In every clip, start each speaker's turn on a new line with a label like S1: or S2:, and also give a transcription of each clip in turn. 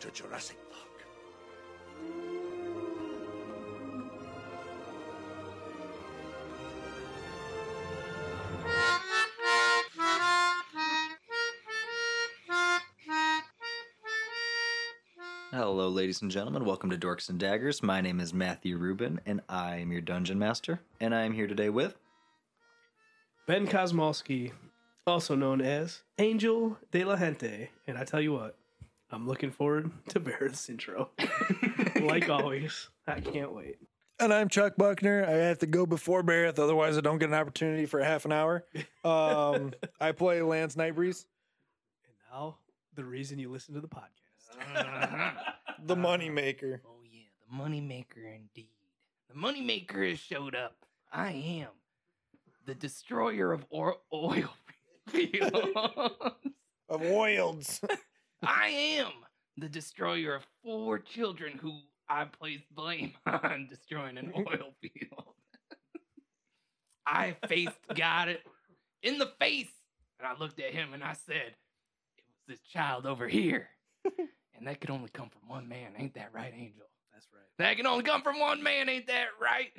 S1: to Jurassic Park.
S2: Hello, ladies and gentlemen. Welcome to Dorks and Daggers. My name is Matthew Rubin, and I am your dungeon master. And I am here today with.
S3: Ben Kosmolski, also known as Angel de la Gente. And I tell you what, I'm looking forward to Barrett's intro. like always, I can't wait.
S4: And I'm Chuck Buckner. I have to go before Barrett, otherwise I don't get an opportunity for half an hour. Um, I play Lance Nightbreeze,
S3: And now, the reason you listen to the podcast.
S4: the moneymaker.
S5: Oh yeah, the moneymaker indeed. The moneymaker has showed up. I am the destroyer of or- oil fields.
S4: Of Wilds.
S5: I am the destroyer of four children who I place blame on destroying an oil field. I faced God in the face, and I looked at him and I said, "It was this child over here." And that could only come from one man, ain't that right, Angel?
S3: That's right.
S5: That can only come from one man, ain't that right?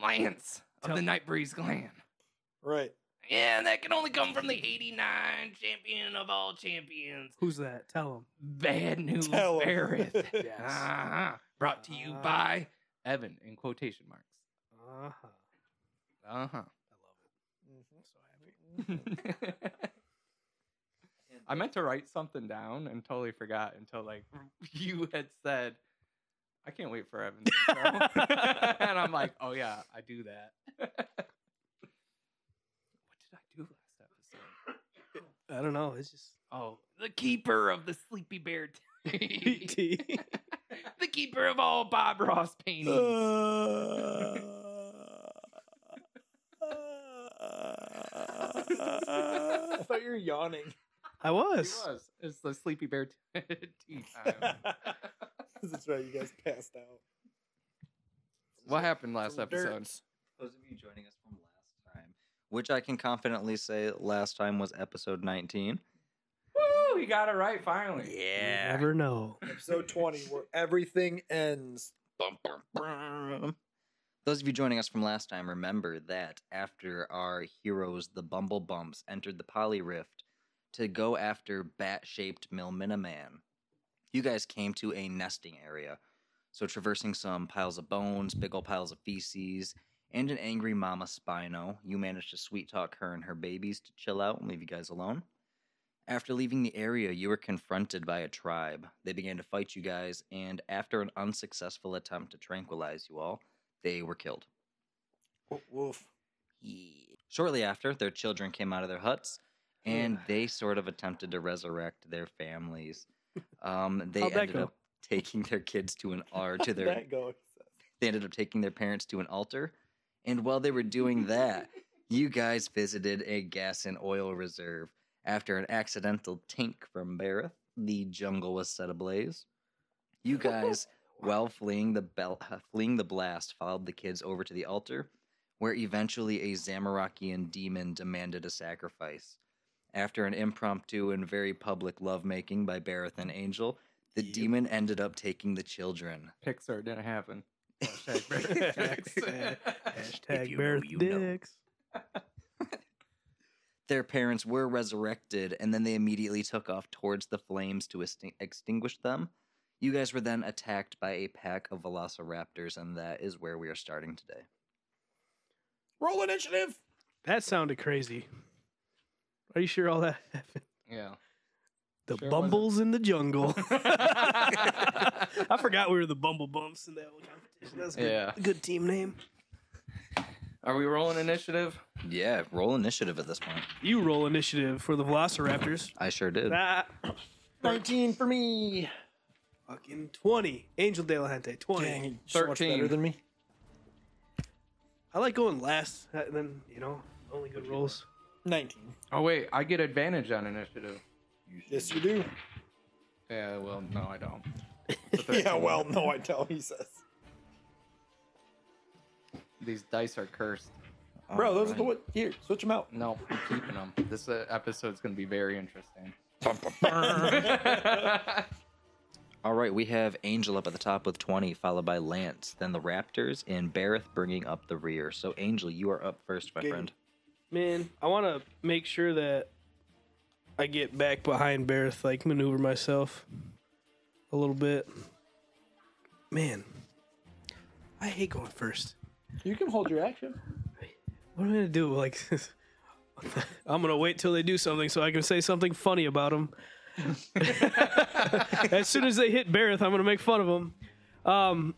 S5: Lance of
S3: Tell-
S5: the Night Breeze clan.
S4: right.
S5: Yeah, that can only come from the 89 champion of all champions.
S3: Who's that? Tell him.
S5: Bad news
S4: Tell 'em.
S5: Barrett.
S3: Yes.
S5: uh-huh. Brought to you
S3: Ah.
S5: by Evan in quotation marks.
S3: Uh huh.
S5: Uh-huh.
S3: I love it. So happy.
S5: I meant to write something down and totally forgot until like you had said, I can't wait for Evan. and I'm like, oh yeah, I do that. what did I do last episode?
S3: I don't know. It's just.
S5: Oh, the keeper of the sleepy bear tea.
S3: PT.
S5: the keeper of all Bob Ross paintings.
S4: Uh, I thought you were yawning.
S3: I
S5: It
S3: was.
S5: was. It's the sleepy bear t- tea time.
S4: That's right. You guys passed out.
S5: what happened last
S4: Some
S5: episode?
S4: dirts.
S2: Those of you joining us from last time, which I can confidently say last time was episode 19.
S5: Woo! He got it right finally.
S3: You never know.
S4: Episode 20, where everything ends.
S2: Those of you joining us from last time, remember that after our heroes, the Bumble Bumps, entered the Poly Rift to go after bat shaped Milmina Man, you guys came to a nesting area. So, traversing some piles of bones, big old piles of feces, and an angry Mama Spino, you managed to sweet talk her and her babies to chill out and leave you guys alone. After leaving the area, you were confronted by a tribe. They began to fight you guys, and after an unsuccessful attempt to tranquilize you all, they were killed.
S4: Wo- Woof.
S2: Shortly after, their children came out of their huts, and
S3: Yeah.
S2: they sort of attempted to resurrect their families. Um, they
S3: How'd that
S2: ended
S3: go?
S2: up taking their kids to an or to their
S4: That goes.
S2: they ended up taking their parents to an altar, and while they were doing that, you guys visited a gas and oil reserve. After an accidental tink from Bareth, the jungle was set ablaze. You guys, while fleeing the bel- fleeing the blast, followed the kids over to the altar, where eventually a Zamorakian demon demanded a sacrifice. After an impromptu and very public lovemaking by Bareth and Angel, the demon ended up taking the children.
S5: Pixar didn't happen.
S3: Hashtag Hashtag
S5: you
S3: bear
S5: know, you know.
S3: dicks.
S2: their parents were resurrected and then they immediately took off towards the flames to extin- extinguish them. You guys were then attacked by a pack of velociraptors, and that is where we are starting today.
S4: Roll initiative.
S3: That sounded crazy. Are you sure all that happened?
S5: Yeah.
S3: The
S5: Sure wasn't.
S3: bumbles in the jungle. I forgot we were the Bumble Bumps in that one competition. That's a good,
S5: Yeah.
S3: good team name.
S5: Are we rolling initiative?
S2: Yeah, roll initiative at this point.
S3: You roll initiative for the Velociraptors.
S2: I sure did.
S3: Ah,
S4: 19 for me.
S3: fucking 20. Angel De La Gente, 20.
S4: Dang, you're so much
S5: 13.
S4: better than me.
S3: I like going last, uh, and then, you know, only good rolls.
S4: 19.
S5: Oh wait, I get advantage on initiative.
S4: Yes, you do.
S5: Yeah, well, no, I don't.
S4: Yeah, well, no, I tell, he says.
S5: These dice are cursed.
S4: Bro, those are the what? Here, switch them out.
S5: No, I'm keeping them. This uh, episode's gonna be very interesting.
S2: All right, we have Angel up at the top with 20, followed by Lance, then the Raptors, and Barrett bringing up the rear. So, Angel, you are up first, my
S4: Giggity.
S2: friend.
S3: Man, I want to make sure that I get back behind Barrett, like maneuver myself a little bit. Man, I hate going first.
S4: You can hold your action.
S3: What am I gonna do? Like, I'm gonna wait till they do something so I can say something funny about them. as soon as they hit Barrett, I'm gonna make fun of them. Um,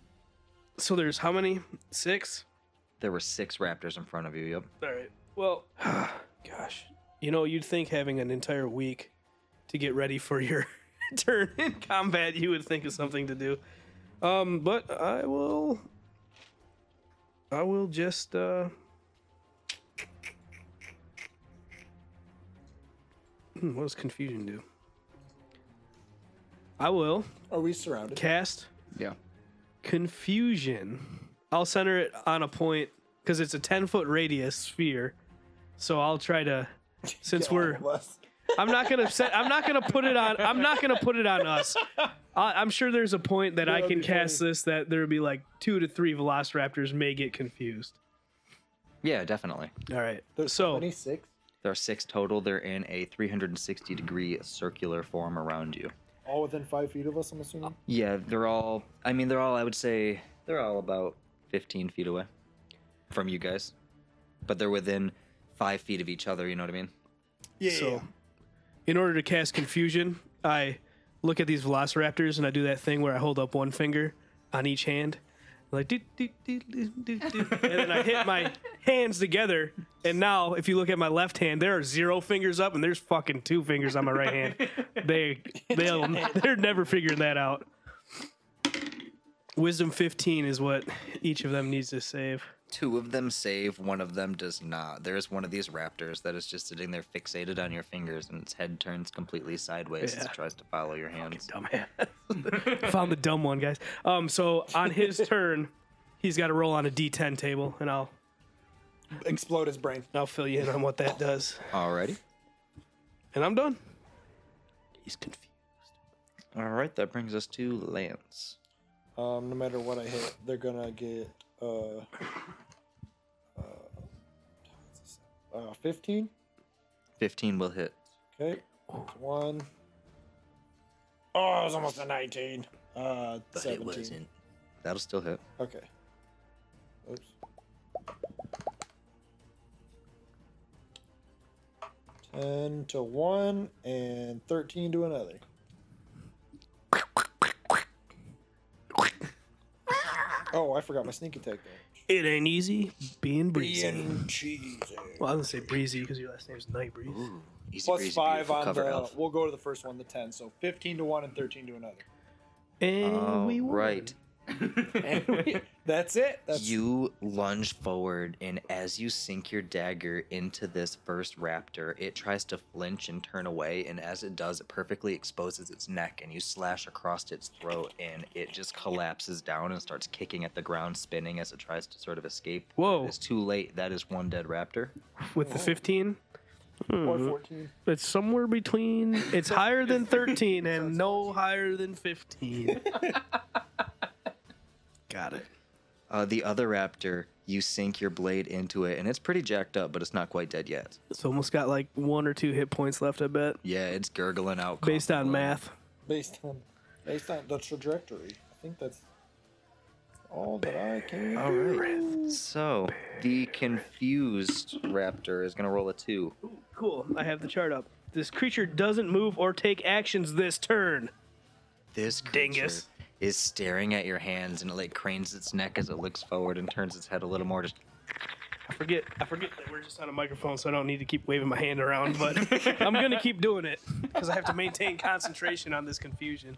S3: so there's how many? Six.
S2: There were six Raptors in front of you. Yep.
S3: All right. Well, gosh, you know, you'd think having an entire week to get ready for your turn in combat, you would think of something to do. Um, but I will, I will just. uh hmm, What does confusion do? I will
S4: Are we surrounded?
S3: cast
S6: Yeah.
S3: confusion. I'll center it on a point because it's a 10 foot radius sphere. So I'll try to, since we're, I'm not gonna set, I'm not gonna put it on, I'm not gonna put it on us. I, I'm sure there's a point that I
S4: that'd
S3: can
S4: be
S3: cast this that there would be like two to three Velociraptors may get confused.
S2: Yeah, definitely.
S3: All right.
S4: There's
S3: so,
S4: twenty six.
S2: There are six total. They're in a 360 degree circular form around you.
S4: All within five feet of us. I'm
S3: Uh,
S4: assuming.
S2: Yeah, they're all, I mean, they're all, I would say, they're all about 15 feet away from you guys. But they're within five feet of each other, you know what I mean?
S4: Yeah.
S3: so in order to cast confusion, I look at these Velociraptors and I do that thing where I hold up one finger on each hand, like do, do, do, do, do, do. and then I hit my hands together. And now, if you look at my left hand, there are zero fingers up, and there's fucking two fingers on my right hand. They they'll they're never figuring that out. Wisdom 15 is what each of them needs to save.
S2: Two of them save, one of them does not. There is one of these raptors that is just sitting there fixated on your fingers, and its head turns completely sideways as
S3: Yeah.
S2: it tries to follow your hands.
S3: Dumbass. Found the dumb one, guys. Um, so on his turn, he's got to roll on a D10 table, and I'll
S4: Explode his brain.
S3: I'll fill you in on what that does.
S2: Alrighty.
S3: And I'm done. He's confused.
S2: Alright, that brings us to Lance.
S4: Um, no matter what I hit, they're gonna get uh, uh, uh fifteen.
S2: 15 will hit.
S4: Okay, one. Oh, it was almost a nineteen. Uh, seventeen.
S2: That'll still hit.
S4: Okay. Oops. Ten to one and thirteen to another. Oh, I forgot my sneak attack damage.
S3: It ain't easy being breezy.
S4: cheesy.
S3: Well, I was gonna say breezy because your last name's Night Breeze.
S2: Easy
S4: Plus
S2: breezy,
S4: five
S2: beautiful
S4: on
S2: cover
S4: the.
S2: elf.
S4: We'll go to the first one, the ten. So fifteen to one and thirteen to another.
S3: And
S2: All
S3: we won.
S2: right.
S4: And we, that's it. That's
S2: You lunge forward, and as you sink your dagger into this first raptor, it tries to flinch and turn away. And as it does, it perfectly exposes its neck, and you slash across its throat, and it just collapses down and starts kicking at the ground, spinning as it tries to sort of escape.
S3: Whoa.
S2: It's too late. That is one dead raptor.
S3: With the Hmm. 15,
S4: or fourteen.
S3: it's somewhere between. It's higher than 13 and no higher than 15. got it.
S2: Uh, the other raptor, you sink your blade into it, and it's pretty jacked up, but it's not quite dead yet.
S3: It's almost got like one or two hit points left, I bet,
S2: Yeah, it's gurgling out.
S3: based on
S2: comfortably.
S3: math.
S4: based on based on the trajectory. I think that's all that I can.
S2: All right. So the confused raptor is gonna roll a two.
S3: Cool. I have the chart up. This creature doesn't move or take actions this turn.
S2: This creature
S3: Dingus.
S2: is staring at your hands, and it like cranes its neck as it looks forward and turns its head a little more. Just
S3: I forget. I forget that we're just on a microphone, so I don't need to keep waving my hand around. But I'm gonna keep doing it because I have to maintain concentration on this confusion.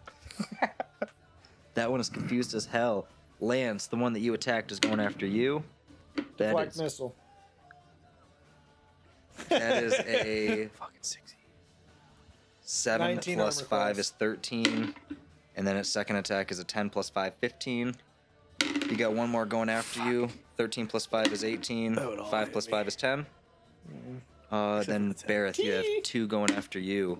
S2: that one is confused as hell. Lance, the one that you attacked, is going after you. That
S4: Black
S2: is,
S4: missile.
S2: that is a
S3: Fucking sexy.
S2: seven
S4: 19
S2: plus
S4: armor
S2: five
S4: class.
S2: is thirteen, and then its second attack is a ten plus five, 15. You got one more going after you. Thirteen plus five is eighteen.
S3: That would all
S2: Five
S3: hit
S2: plus
S3: me. Mm.
S2: five is ten. Uh, then
S3: for the 10.
S2: Barrett, you have two going after you.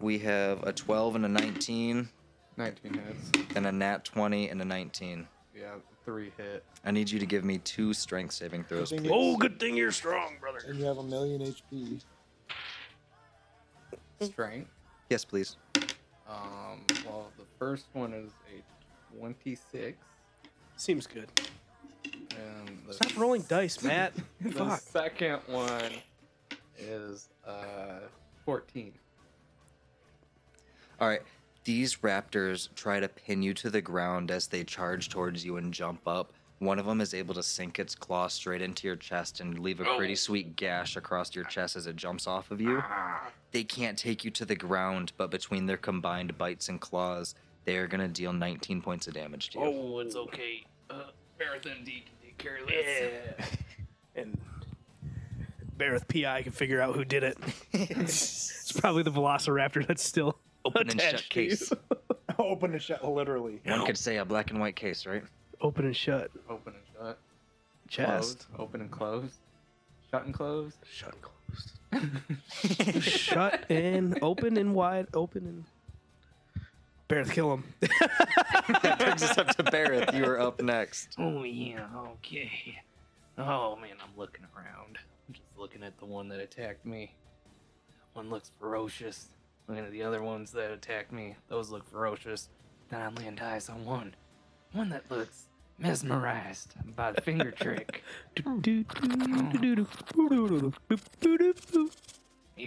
S2: We have a 12 and a 19,
S6: 19 hits.
S2: then a nat 20 and a 19.
S6: Yeah, three hit.
S2: I need you to give me two strength saving throws,
S4: Good
S2: please.
S4: thing it's-
S3: Oh, good thing you're strong, brother.
S4: And you have a million HP.
S6: Strength.
S2: Yes, please.
S6: Um, well, the first one is a 26.
S3: Seems good.
S6: And the
S3: Stop rolling dice, Matt.
S6: The
S3: Fuck.
S6: second one is uh 14.
S2: All right. These raptors try to pin you to the ground as they charge towards you and jump up. One of them is able to sink its claw straight into your chest and leave a pretty sweet gash across your chest as it jumps off of you. They can't take you to the ground, but between their combined bites and claws, they are going to deal 19 points of damage to you.
S3: Oh, it's okay. Uh, Barrett MD can take care of this. And Barrett PI can figure out who did it. it's probably the Velociraptor that's still
S2: Open and shut
S3: attached to you.
S2: case.
S4: Open the shut, literally.
S2: One could say a black and white case, right?
S3: Open and shut
S6: Open and shut.
S3: chest.
S6: Closed. Open and closed. Shut and closed.
S3: Shut and closed. shut and open and wide open and. Barrett, kill him.
S2: that brings us up to Barrett. You are up next.
S5: Oh yeah, okay. Oh man, I'm looking around. I'm just looking at the one that attacked me. One looks ferocious. Looking at the other ones that attacked me, those look ferocious. Then I land eyes on one. One that looks mesmerized by the finger trick. You,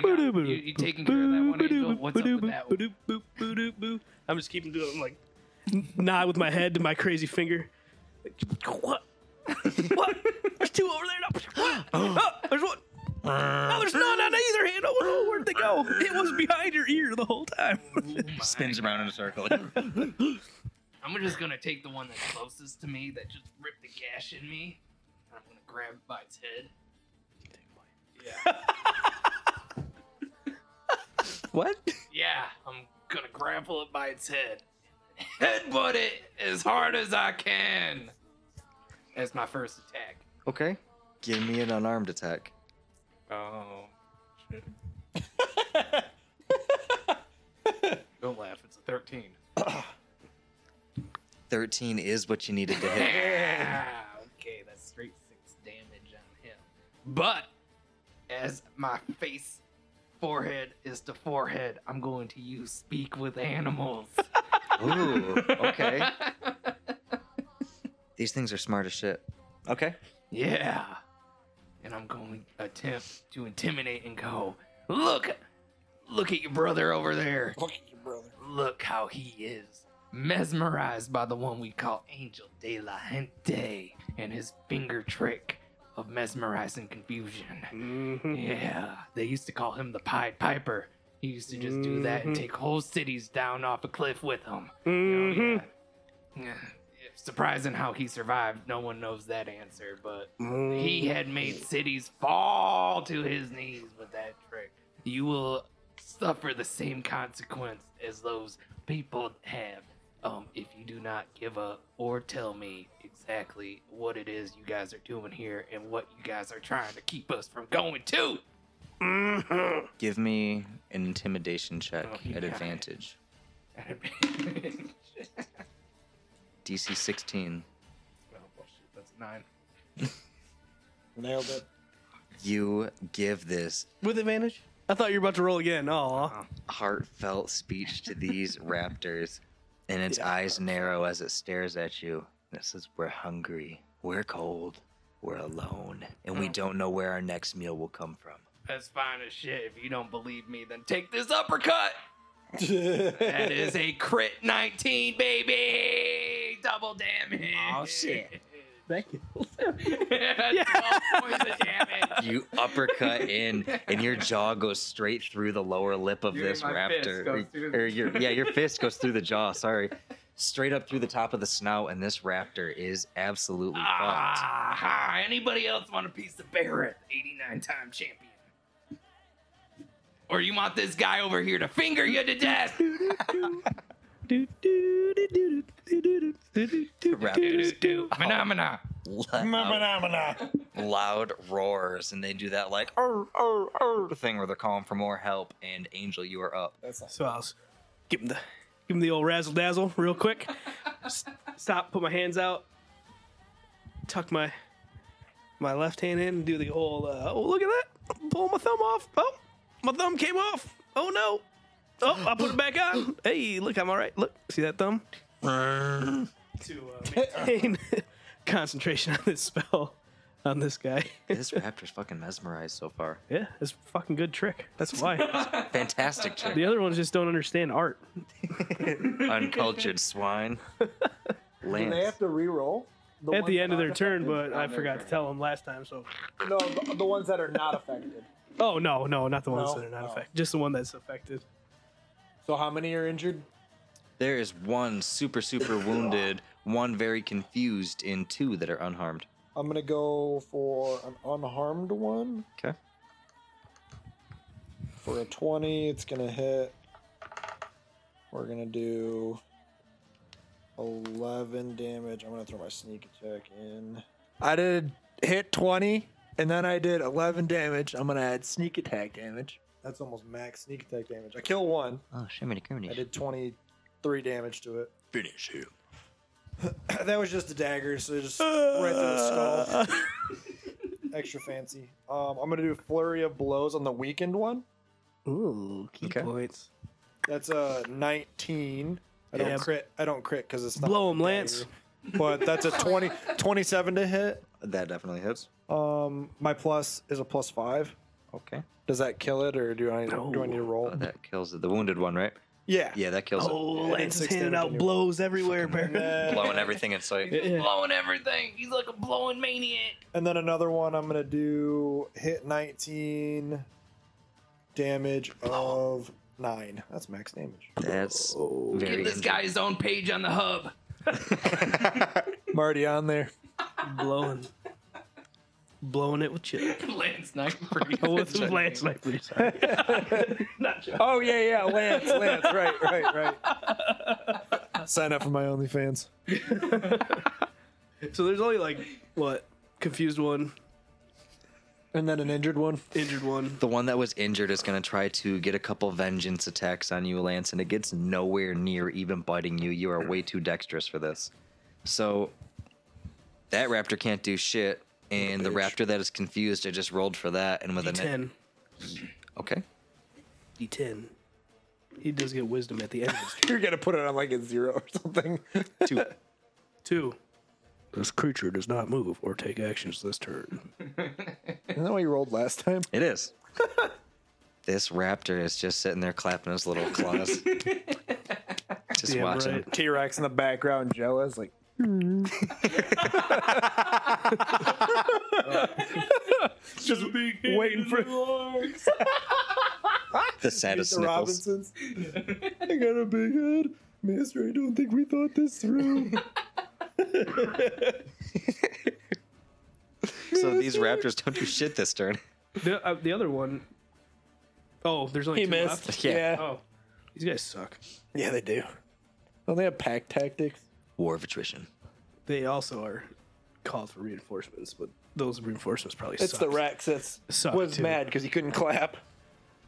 S5: got- you, you taking care of that one, Angel? What's up with that one?
S3: I'm just keeping doing like nod with my head to my crazy finger. Like, What? what? There's two over there. No. Oh, there's one. No, there's none on either hand. Oh, where'd they go? It was behind your ear the whole time.
S5: Oh, my
S2: Spins around in a circle.
S5: I'm just gonna take the one that's closest to me that just ripped the gash in me. And I'm gonna grab it by its head.
S2: what?
S5: Yeah, I'm gonna grapple it by its head. Headbutt it as hard as I can. That's my first attack.
S2: Okay. Give me an unarmed attack.
S5: Oh.
S6: Don't laugh. It's a 13.
S2: 13 is what you needed to hit.
S5: Ah, okay, that's straight six damage on him. But as my face forehead is to forehead, I'm going to use speak with animals.
S2: Ooh, okay. These things are smart as shit. Okay.
S5: Yeah. And I'm going to attempt to intimidate and go, look, look at your brother over there.
S4: Look at your brother.
S5: Look how he is mesmerized by the one we call Angel de la Gente and his finger trick of mesmerizing confusion. Yeah, they used to call him the Pied Piper. He used to just do that and
S3: Mhm.
S5: take whole cities down off a cliff with him. You know,
S3: Mhm.
S5: yeah. Yeah, It's surprising how he survived. No one knows that answer, but he had made cities fall to his knees with that trick. You will suffer the same consequence as those people have um, if you do not give up or tell me exactly what it is you guys are doing here and what you guys are trying to keep us from going to.
S2: Give me an intimidation check
S5: Oh, he
S2: at
S5: got it.
S2: advantage.
S5: Oh,
S2: DC 16.
S5: that's nine.
S4: Nailed it.
S2: You give this
S3: With advantage? I thought you were about to roll again. Oh,
S2: heartfelt speech to these raptors, and its
S3: Yeah.
S2: eyes narrow as it stares at you. And it says, We're hungry, we're cold, we're alone, and we don't know where our next meal will come from.
S5: That's fine as shit. If you don't believe me, then take this uppercut. That is a crit 19, baby! Double damage!
S2: Oh, shit.
S3: thank you.
S5: 12 points of damage.
S2: You uppercut in, and your jaw goes straight through the lower lip of
S6: You mean
S2: this
S6: my fist
S2: raptor.
S6: goes through the-
S2: Or your- yeah, your fist goes through the jaw, sorry. Straight up through the top of the snout, and this raptor is absolutely fucked.
S5: Ah, ha. anybody else want a piece of Barrett, 89 time champion? Or you want this guy over here to finger you to death?
S2: Raptors
S5: Phenomena.
S2: let out
S4: Phenomena.
S2: loud roars, and they do that like "Arr, arr, arr," thing where they're calling for more help. And Angel, you are up.
S4: That's not
S3: So I'll s- give him the give him the old razzle dazzle real quick. S- Stop, put my hands out, tuck my my left hand in, and do the old. Uh, oh, look at that! Pull my thumb off. Oh, my thumb came off. Oh no! Oh, I put it back on. Hey, look, I'm all right. Look, see that thumb? to uh, maintain concentration on this spell on this guy.
S2: This raptor's fucking mesmerized so far.
S3: yeah, it's a fucking good trick. That's why.
S2: Fantastic
S3: the
S2: trick.
S3: other ones just don't understand art.
S2: Uncultured swine.
S4: Do they
S2: Lance.
S4: have to re-roll the
S3: at the
S4: ones
S3: end of their
S4: that
S3: turn,
S4: aren't
S3: but I forgot to tell them last time. So,
S4: affected? no, the, the ones that are not affected.
S3: oh no, no, not the ones
S4: No?
S3: that are not
S4: Oh.
S3: affected, just the one that's affected.
S4: So how many are injured?
S2: There is one super, super wounded, one very confused, and two that are unharmed.
S4: I'm gonna go for an unharmed one
S2: Okay.
S4: for a 20. It's gonna hit. We're gonna do 11 damage. I'm gonna throw my sneak attack in. I did hit 20, and then I did 11 damage. I'm gonna add sneak attack damage. That's almost max sneak attack damage. I kill one.
S2: Oh, shimmy,
S4: I
S2: criminy.
S4: did 23 damage to it.
S2: Finish him.
S4: that was just a dagger, so just right through the skull. Extra fancy. Um, I'm gonna do flurry of blows on the weakened one.
S3: Ooh, key
S2: Okay.
S3: points.
S4: That's a 19. I don't
S3: Yeah.
S4: crit. I don't crit because it's not
S3: Blow
S4: a
S3: him, Lance.
S4: dagger. But that's a 20, 27 to hit.
S2: That definitely hits.
S4: Um, my plus is a plus five.
S2: Okay.
S4: Does that kill it, or do I do I need to roll?
S2: Oh, that kills it. The wounded one, right?
S4: yeah.
S2: Yeah, that kills
S3: Oh,
S4: Yeah,
S3: Lance is
S4: six
S3: handing
S4: damage
S3: out
S4: anyway.
S3: blows everywhere. Bear.
S2: it.
S4: Uh,
S2: Blowing everything in sight.
S3: Yeah, yeah.
S5: blowing everything. He's like a blowing maniac.
S4: And then another one. I'm gonna do hit 19, damage of nine. That's max damage.
S2: That's very
S5: Give this
S2: injured.
S5: guy his own page on the hub.
S4: I'm already on there.
S3: blowing, blowing it with chili.
S5: Lance Sniper.
S3: Oh, with Lance Lively, sorry. Not Joe.
S4: Oh yeah, yeah, Lance, Lance, right, right, right. Sign up for my OnlyFans.
S3: So there's only like what confused one,
S4: And then an injured one.
S3: injured one.
S2: The one that was injured is going to try to get a couple vengeance attacks on you, Lance, and it gets nowhere near even biting you. You are way too dexterous for this. So that raptor can't do shit, and the raptor that is confused, I just rolled for that, and with a net.
S3: D10.
S2: Okay.
S3: D10. He does get wisdom at the end of his turn.
S4: You're gonna put it on like a zero or something.
S2: Two.
S3: Two. This creature does not move or take actions this turn.
S4: Isn't that what you rolled last time?
S2: It is. this raptor is just sitting there clapping his little claws. just
S3: Damn
S2: watching.
S3: right.
S4: T Rex in the background, jealous, like just waiting for
S2: The saddest
S4: the
S2: sniffles.
S4: Robinsons. I got a big head, Master. I don't think we thought this through.
S2: So these raptors don't do shit this turn.
S3: The, uh, the other one. Oh, there's only
S4: He
S3: two
S4: missed.
S3: left.
S2: Yeah.
S3: Oh, these guys suck.
S4: yeah, they do. Don't they have pack tactics?
S2: War of attrition.
S3: They also are called for reinforcements, but those reinforcements probably
S4: It's
S3: suck.
S4: the Rex that's
S3: Suck,
S4: was
S3: too.
S4: mad because he couldn't clap.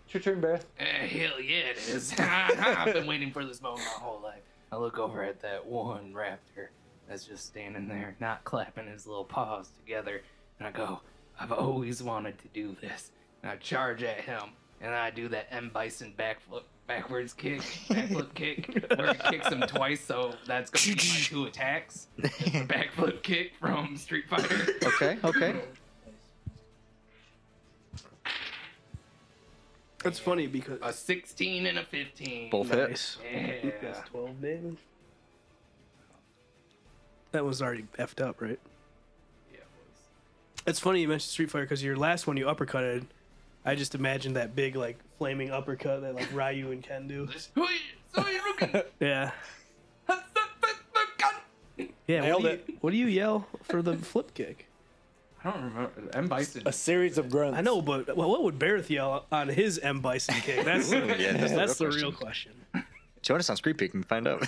S4: It's your turn, Bear.
S5: Eh, hell yeah, it is. I've been waiting for this moment my whole life. I look over at that one raptor that's just standing there, not clapping his little paws together, and I go, I've always wanted to do this. And I charge at him, and I do that M. Bison backflip, backwards kick, backflip kick, where it kicks him twice, so that's going to be my two attacks. It's a backflip kick from Street Fighter.
S2: Okay, okay.
S3: That's funny because.
S5: A 16 and a 15.
S2: Both hits.
S3: nice.
S5: Yeah.
S3: That's 12 damage. That was already effed up, right?
S5: Yeah, boys.
S3: It's funny you mentioned Street Fighter because your last one you uppercutted. I just imagined that big like flaming uppercut that like Ryu and Ken do.
S5: This- Who you- so you looking-
S3: Yeah. Yeah.
S4: Nailed
S3: what do
S4: it.
S3: You, what do you yell for the flip kick?
S6: I don't remember. M Bison.
S4: A series of grunts.
S3: I know, but well, what would Barrett yell on his M Bison kick? That's
S2: Yeah, that's,
S3: that's, the
S2: question.
S3: real question.
S2: Do you want to sound creepy? You can find out.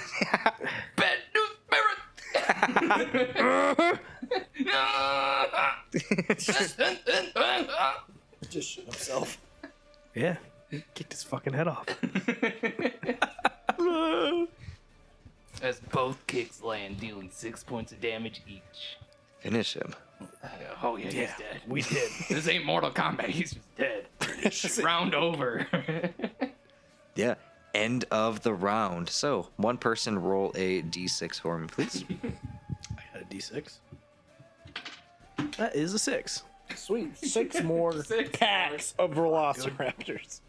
S5: Bad news, Barrett.
S4: Just shit himself.
S3: Yeah. Kicked his fucking head off.
S5: As both kicks land, dealing six points of damage each.
S2: Finish him.
S5: Oh yeah, he's dead. We did. this ain't Mortal Kombat. He's just dead. Round over.
S2: Yeah. End of the round. So one person roll a d6 for me, please.
S3: I got a D6. That is a six.
S4: Sweet. Six more packs of velociraptors.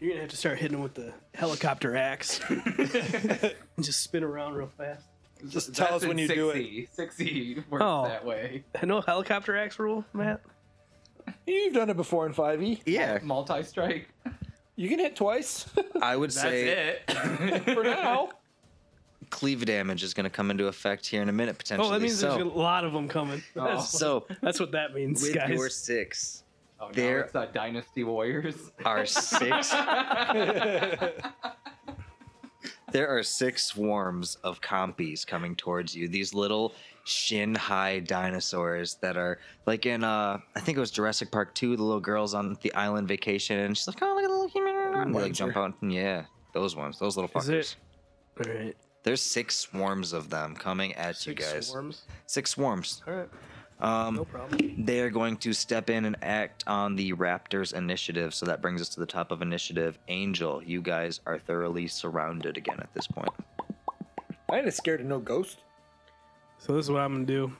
S3: You're gonna have to start hitting him with the helicopter axe. and just spin around real fast.
S4: Just tell us when you do it.
S5: E.
S6: 60 works
S3: Oh.
S6: that way.
S3: I know helicopter axe rule, Matt.
S4: You've done it before in E. 5e.
S2: Yeah.
S6: Multi strike.
S4: You can hit twice
S2: I would
S6: That's
S2: say
S6: it.
S4: for now.
S2: cleave damage is going to come into effect here in a minute, potentially.
S3: Oh, that means
S2: so,
S3: there's a lot of them coming.
S4: Oh.
S3: That's,
S2: so
S3: that's what that means,
S2: with
S3: guys.
S2: your six
S6: Oh,
S2: There-
S6: there. It's uh, Dynasty Warriors.
S2: are six. there are six swarms of compies coming towards you. These little shin-high dinosaurs that are like in uh, I think it was Jurassic Park two. The little girls on the island vacation, and she's like, "Oh, look at the little human!" And they like jump out. And yeah, those ones, those little
S3: Is
S2: fuckers.
S3: it? All right.
S2: There's six swarms of them coming at you
S3: Six
S2: guys.
S3: swarms.
S2: Six swarms.
S3: All right.
S2: Um,
S3: No problem.
S2: They are going to step in and act on the Raptors' initiative. So that brings us to the top of initiative. Angel, you guys are thoroughly surrounded again at this point.
S4: I ain't scared of no ghost.
S3: So this is what I'm gonna do.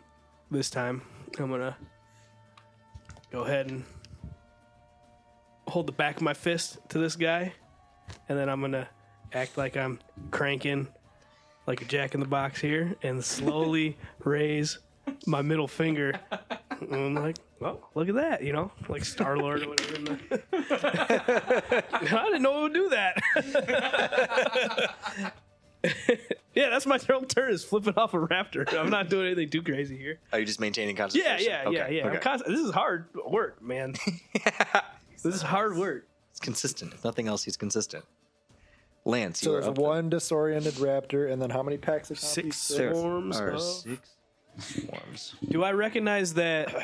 S3: This time, I'm gonna go ahead and hold the back of my fist to this guy, and then I'm gonna act like I'm cranking like a jack in the box here, and slowly raise my middle finger. And I'm like, oh, look at that, you know, like Star Lord or whatever. in the- I didn't know it would do that. yeah, that's my whole turn is flipping off a raptor. I'm not doing anything too crazy here.
S2: Are you just maintaining
S3: Yeah,
S2: concentration?
S3: yeah, yeah,
S2: Okay,
S3: yeah. I'm
S2: okay.
S3: const- this is hard work, man. this is hard work.
S2: It's consistent. If nothing else, he's consistent. Lance, you
S4: So
S2: are
S4: there's
S2: up then.
S4: one disoriented raptor, and then how many packs of
S3: Six
S4: copies?
S2: There
S3: swarms.
S2: are
S3: of-
S2: six swarms.
S3: Do I recognize that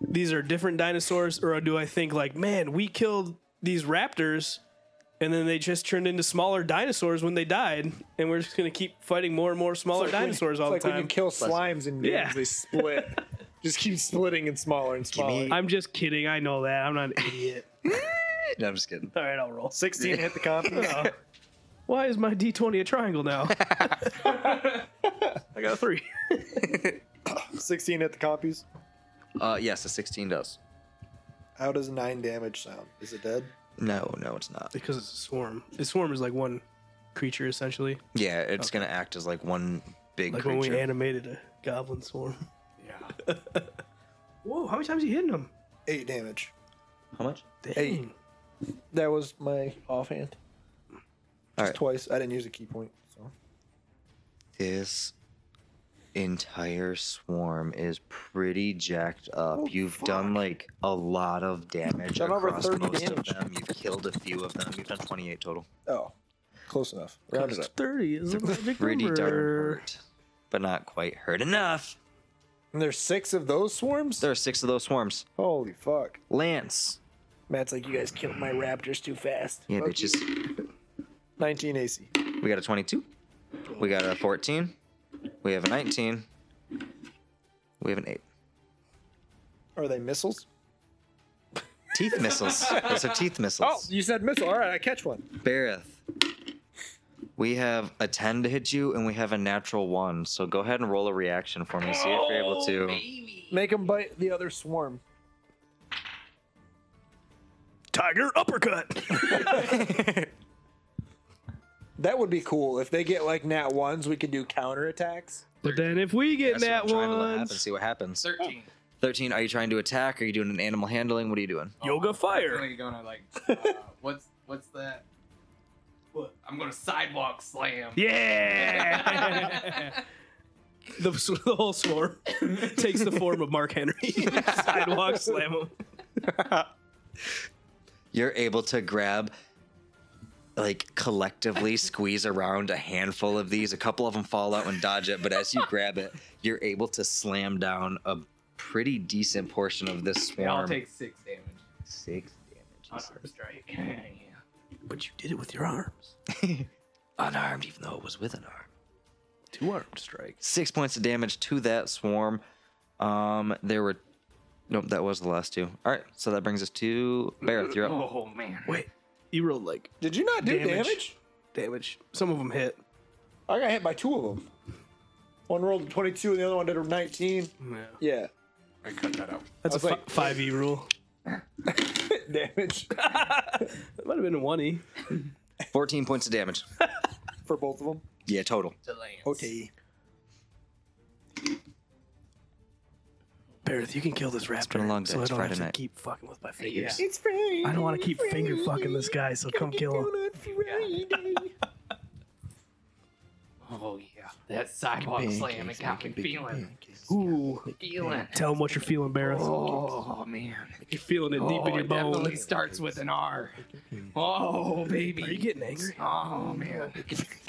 S3: these are different dinosaurs, or do I think like, man, we killed these raptors, and then they just turned into smaller dinosaurs when they died, and we're just gonna keep fighting more and more smaller
S4: It's like when-
S3: dinosaurs all
S4: it's
S3: the
S4: like When you
S3: time?
S4: kill slimes and
S3: Yeah.
S4: they split. Just keep splitting and smaller and smaller.
S3: I'm just kidding. I know that. I'm not an idiot.
S2: No, I'm just kidding.
S3: all right, I'll roll.
S4: 16 hit the copies.
S3: Why is my D20 a triangle now? I got a three.
S4: 16 hit the copies.
S2: Uh, yes, a 16 does.
S4: How does 9 damage sound? Is it dead?
S2: No, no, it's not.
S3: Because it's a swarm. A swarm is like one creature essentially.
S2: Yeah, it's going to act as like one big
S3: Like
S2: creature.
S3: when we animated a goblin swarm. Yeah. Whoa, how many times are you hitting him?
S4: 8 damage.
S2: How much?
S3: Dang.
S4: Eight. That was my offhand.
S2: All
S4: Just
S2: right.
S4: twice. I didn't use a key point. So.
S2: This entire swarm is pretty jacked up. You've done like a lot of damage
S4: Done Oh, over
S2: across
S4: 30
S2: most
S4: damage.
S2: of them. You've killed a few of them. You've done 28 total.
S4: Oh, close enough. Round it up.
S3: 30 is a magic
S2: Pretty darn
S3: number.
S2: hurt, but not quite hurt enough.
S4: And there's six of those swarms?
S2: There are six of those swarms.
S4: Holy fuck.
S2: Lance.
S4: Matt's like, you guys killed my raptors too fast.
S2: Yeah,
S4: Fuck
S2: bitches.
S4: you. 19 AC.
S2: We got a 22. We got a 14. We have a 19. We have an 8.
S4: Are they missiles?
S2: Teeth missiles. Those are teeth missiles.
S4: Oh, you said missile. All right, I catch one.
S2: Bareth. We have a 10 to hit you, and we have a natural 1. So go ahead and roll a reaction for me. See if you're able
S5: Oh,
S2: to.
S4: Make them bite the other swarm.
S3: Tiger uppercut.
S4: That would be cool. If they get like nat ones, we could do counterattacks.
S3: but then if we get
S2: That's what I'm
S3: that
S2: trying to let
S3: one,
S2: happen, see what happens.
S5: Thirteen.
S2: 13, are you trying to attack? Are you doing an animal handling? What are you doing?
S3: yoga
S6: Are
S3: fire.
S6: you gonna like? Uh, what's what's that?
S3: What?
S6: I'm gonna sidewalk slam.
S3: Yeah. the, the whole swarm takes the form of Mark Henry. Sidewalk slam him.
S2: You're able to grab like collectively squeeze around a handful of these. A couple of them fall out and dodge it, but as you grab it, you're able to slam down a pretty decent portion of this
S6: They all
S2: swarm.
S6: take six damage.
S2: six
S6: On
S2: damage.
S6: our strike.
S3: But you did it with your arms.
S2: Unarmed, even though it was with an arm.
S3: Two armed strike.
S2: Six points of damage to that swarm. Um, there were. Nope, that was the last two. All right, so that brings us to Barrett. You're up.
S5: Oh man.
S3: Wait, you rolled like
S4: Did you not do
S3: Damage.
S4: damage?
S3: damage. Some of them hit.
S4: I got hit by two of them. One rolled a 22 and the other one did a 19.
S3: Yeah.
S4: Yeah.
S5: I cut that out.
S3: That's a
S4: was like-
S3: five E rule.
S4: damage
S3: It might have been a one E.
S2: 14 points of damage.
S4: for both of them.
S2: Yeah, total.
S3: Oh,
S4: OTE.
S3: Barrett, you can kill this raptor.
S2: been a long day.
S3: So I
S2: It's
S3: don't
S2: Friday
S3: have to
S2: night.
S3: keep fucking with my fingers.
S4: It's Friday.
S3: I don't want to keep finger fucking this guy. So come kill him.
S5: Oh yeah. That sidewalk slam it got me feeling.
S3: Ooh.
S5: Feeling.
S3: Tell him what you're feeling, Barrett.
S5: Oh man.
S3: You're feeling it deep
S5: Oh,
S3: in your
S5: it definitely
S3: bones.
S5: starts with an R. Oh baby.
S3: Are you getting angry?
S5: Oh man.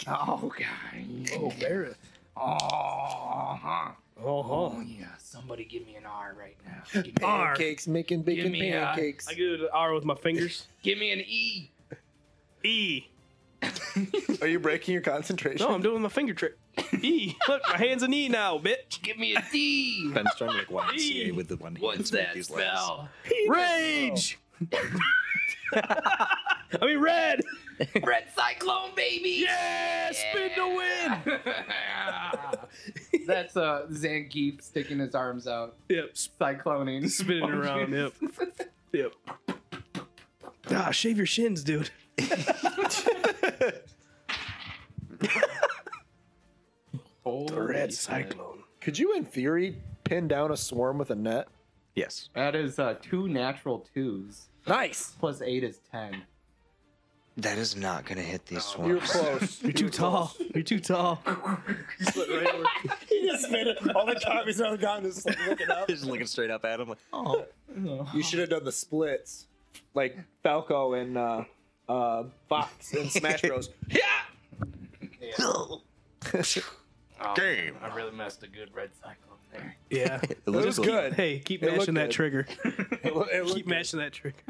S5: Oh god.
S3: Oh, Barrett.
S5: Oh. Huh.
S3: Oh,
S5: Oh
S3: huh.
S5: yeah. Somebody give me an R right now. Give me,
S3: R.
S4: Pancakes, making
S5: Give
S4: bacon
S5: me a-
S4: pancakes.
S3: I do an R with my fingers.
S5: give me an E.
S3: E.
S4: Are you breaking your concentration?
S3: No, I'm doing my finger trick. E. Look, my hand's an E now, bitch.
S5: Give me a D.
S2: Ben's trying to like YMCA with the one hand
S5: What's
S2: to make
S5: that
S2: these letters.
S5: spell?
S3: Rage. I mean, red.
S5: Red Cyclone, baby.
S3: Yeah, spin to win.
S6: win. That's uh, Zangief sticking his arms out,
S3: Yep, s-
S6: cycloning,
S3: spinning around. Yep, yep. Ah, shave your shins, dude.
S6: Holy shit.
S3: cyclone.
S4: Could you, in theory, pin down a swarm with a net?
S2: Yes.
S6: That is uh, two natural twos.
S4: Nice.
S6: Plus eight is ten.
S2: That is not going to hit these
S4: You're
S2: swarms.
S4: close.
S3: You're too tall. You're too tall.
S4: he just made it all the time. He's on the ground, just like, looking up.
S2: Just looking straight up at him like, oh.
S4: You should have done the splits, like Falco and uh, uh, Fox in Smash Bros.
S5: Oh,
S2: Game.
S5: I really messed a good Red Cyclone there.
S3: Yeah.
S2: It
S4: It was good.
S3: Hey, keep
S4: It looked
S3: mashing that
S4: good.
S3: trigger.
S4: It lo- it
S3: Keep
S4: looked-
S3: mashing that trigger.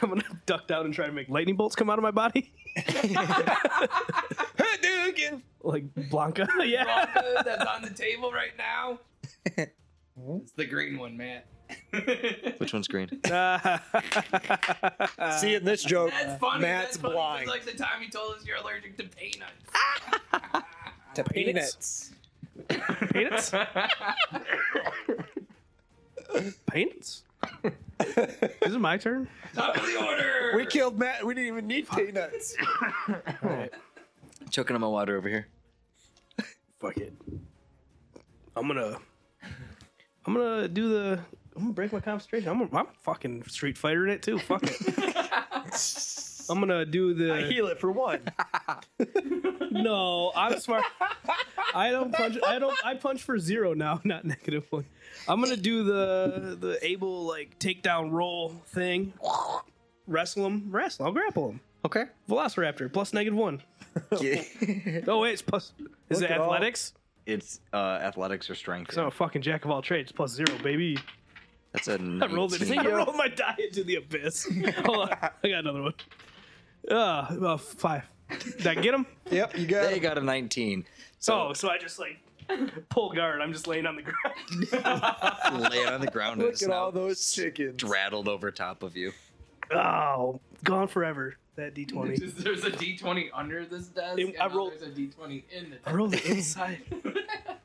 S3: I'm gonna duck down and try to make lightning bolts come out of my body,
S4: Hadouken!
S3: like Blanca. Yeah.
S5: Vodka that's on the table right now. it's the green one, Matt.
S2: Which one's green?
S4: See, in this joke,
S5: That's funny.
S4: Matt's
S5: that's funny.
S4: blind.
S5: It's like the time you told us you're allergic to peanuts.
S4: to peanuts.
S3: Peanuts. Peanuts. Is it my turn?
S5: Top of the order.
S4: We killed Matt. We didn't even need peanuts.
S3: All right.
S2: Choking on my water over here.
S3: fuck it. I'm gonna, I'm gonna do the. I'm gonna break my concentration. I'm, I'm fucking Street Fighter in it too. Fuck it. I'm gonna do the.
S4: Heal it for one.
S3: No, I'm smart. I don't punch. I don't. I punch for zero now, not negative one. I'm gonna do the the able like takedown roll thing. Wrestle him. Wrestle. I'll grapple him.
S2: Okay.
S3: Velociraptor plus negative one. Oh wait, it's plus. Is
S4: Look
S3: it
S4: at all-
S3: athletics?
S2: it's uh, athletics or strength.
S3: Because I'm a fucking jack of all trades. Plus zero, baby.
S2: That's a
S3: I rolled it.
S2: 19.
S3: I rolled my die into the abyss. Hold on. I got another one. Uh, uh, five. Did I get him?
S4: yep, you got
S2: They
S4: it.
S2: got a 19. So
S3: Oh, so I just like pull guard. I'm just laying on the ground.
S2: laying on the ground and
S4: Look
S2: it's
S4: at all
S2: now
S4: those chickens.
S2: straddled over top of you.
S3: Oh, gone forever. That D20.
S5: Just- There's a D20 under this desk.
S3: It-
S5: and
S3: I
S5: now
S3: rolled-
S5: There's a D20 in the
S3: I
S5: desk.
S3: rolled it inside.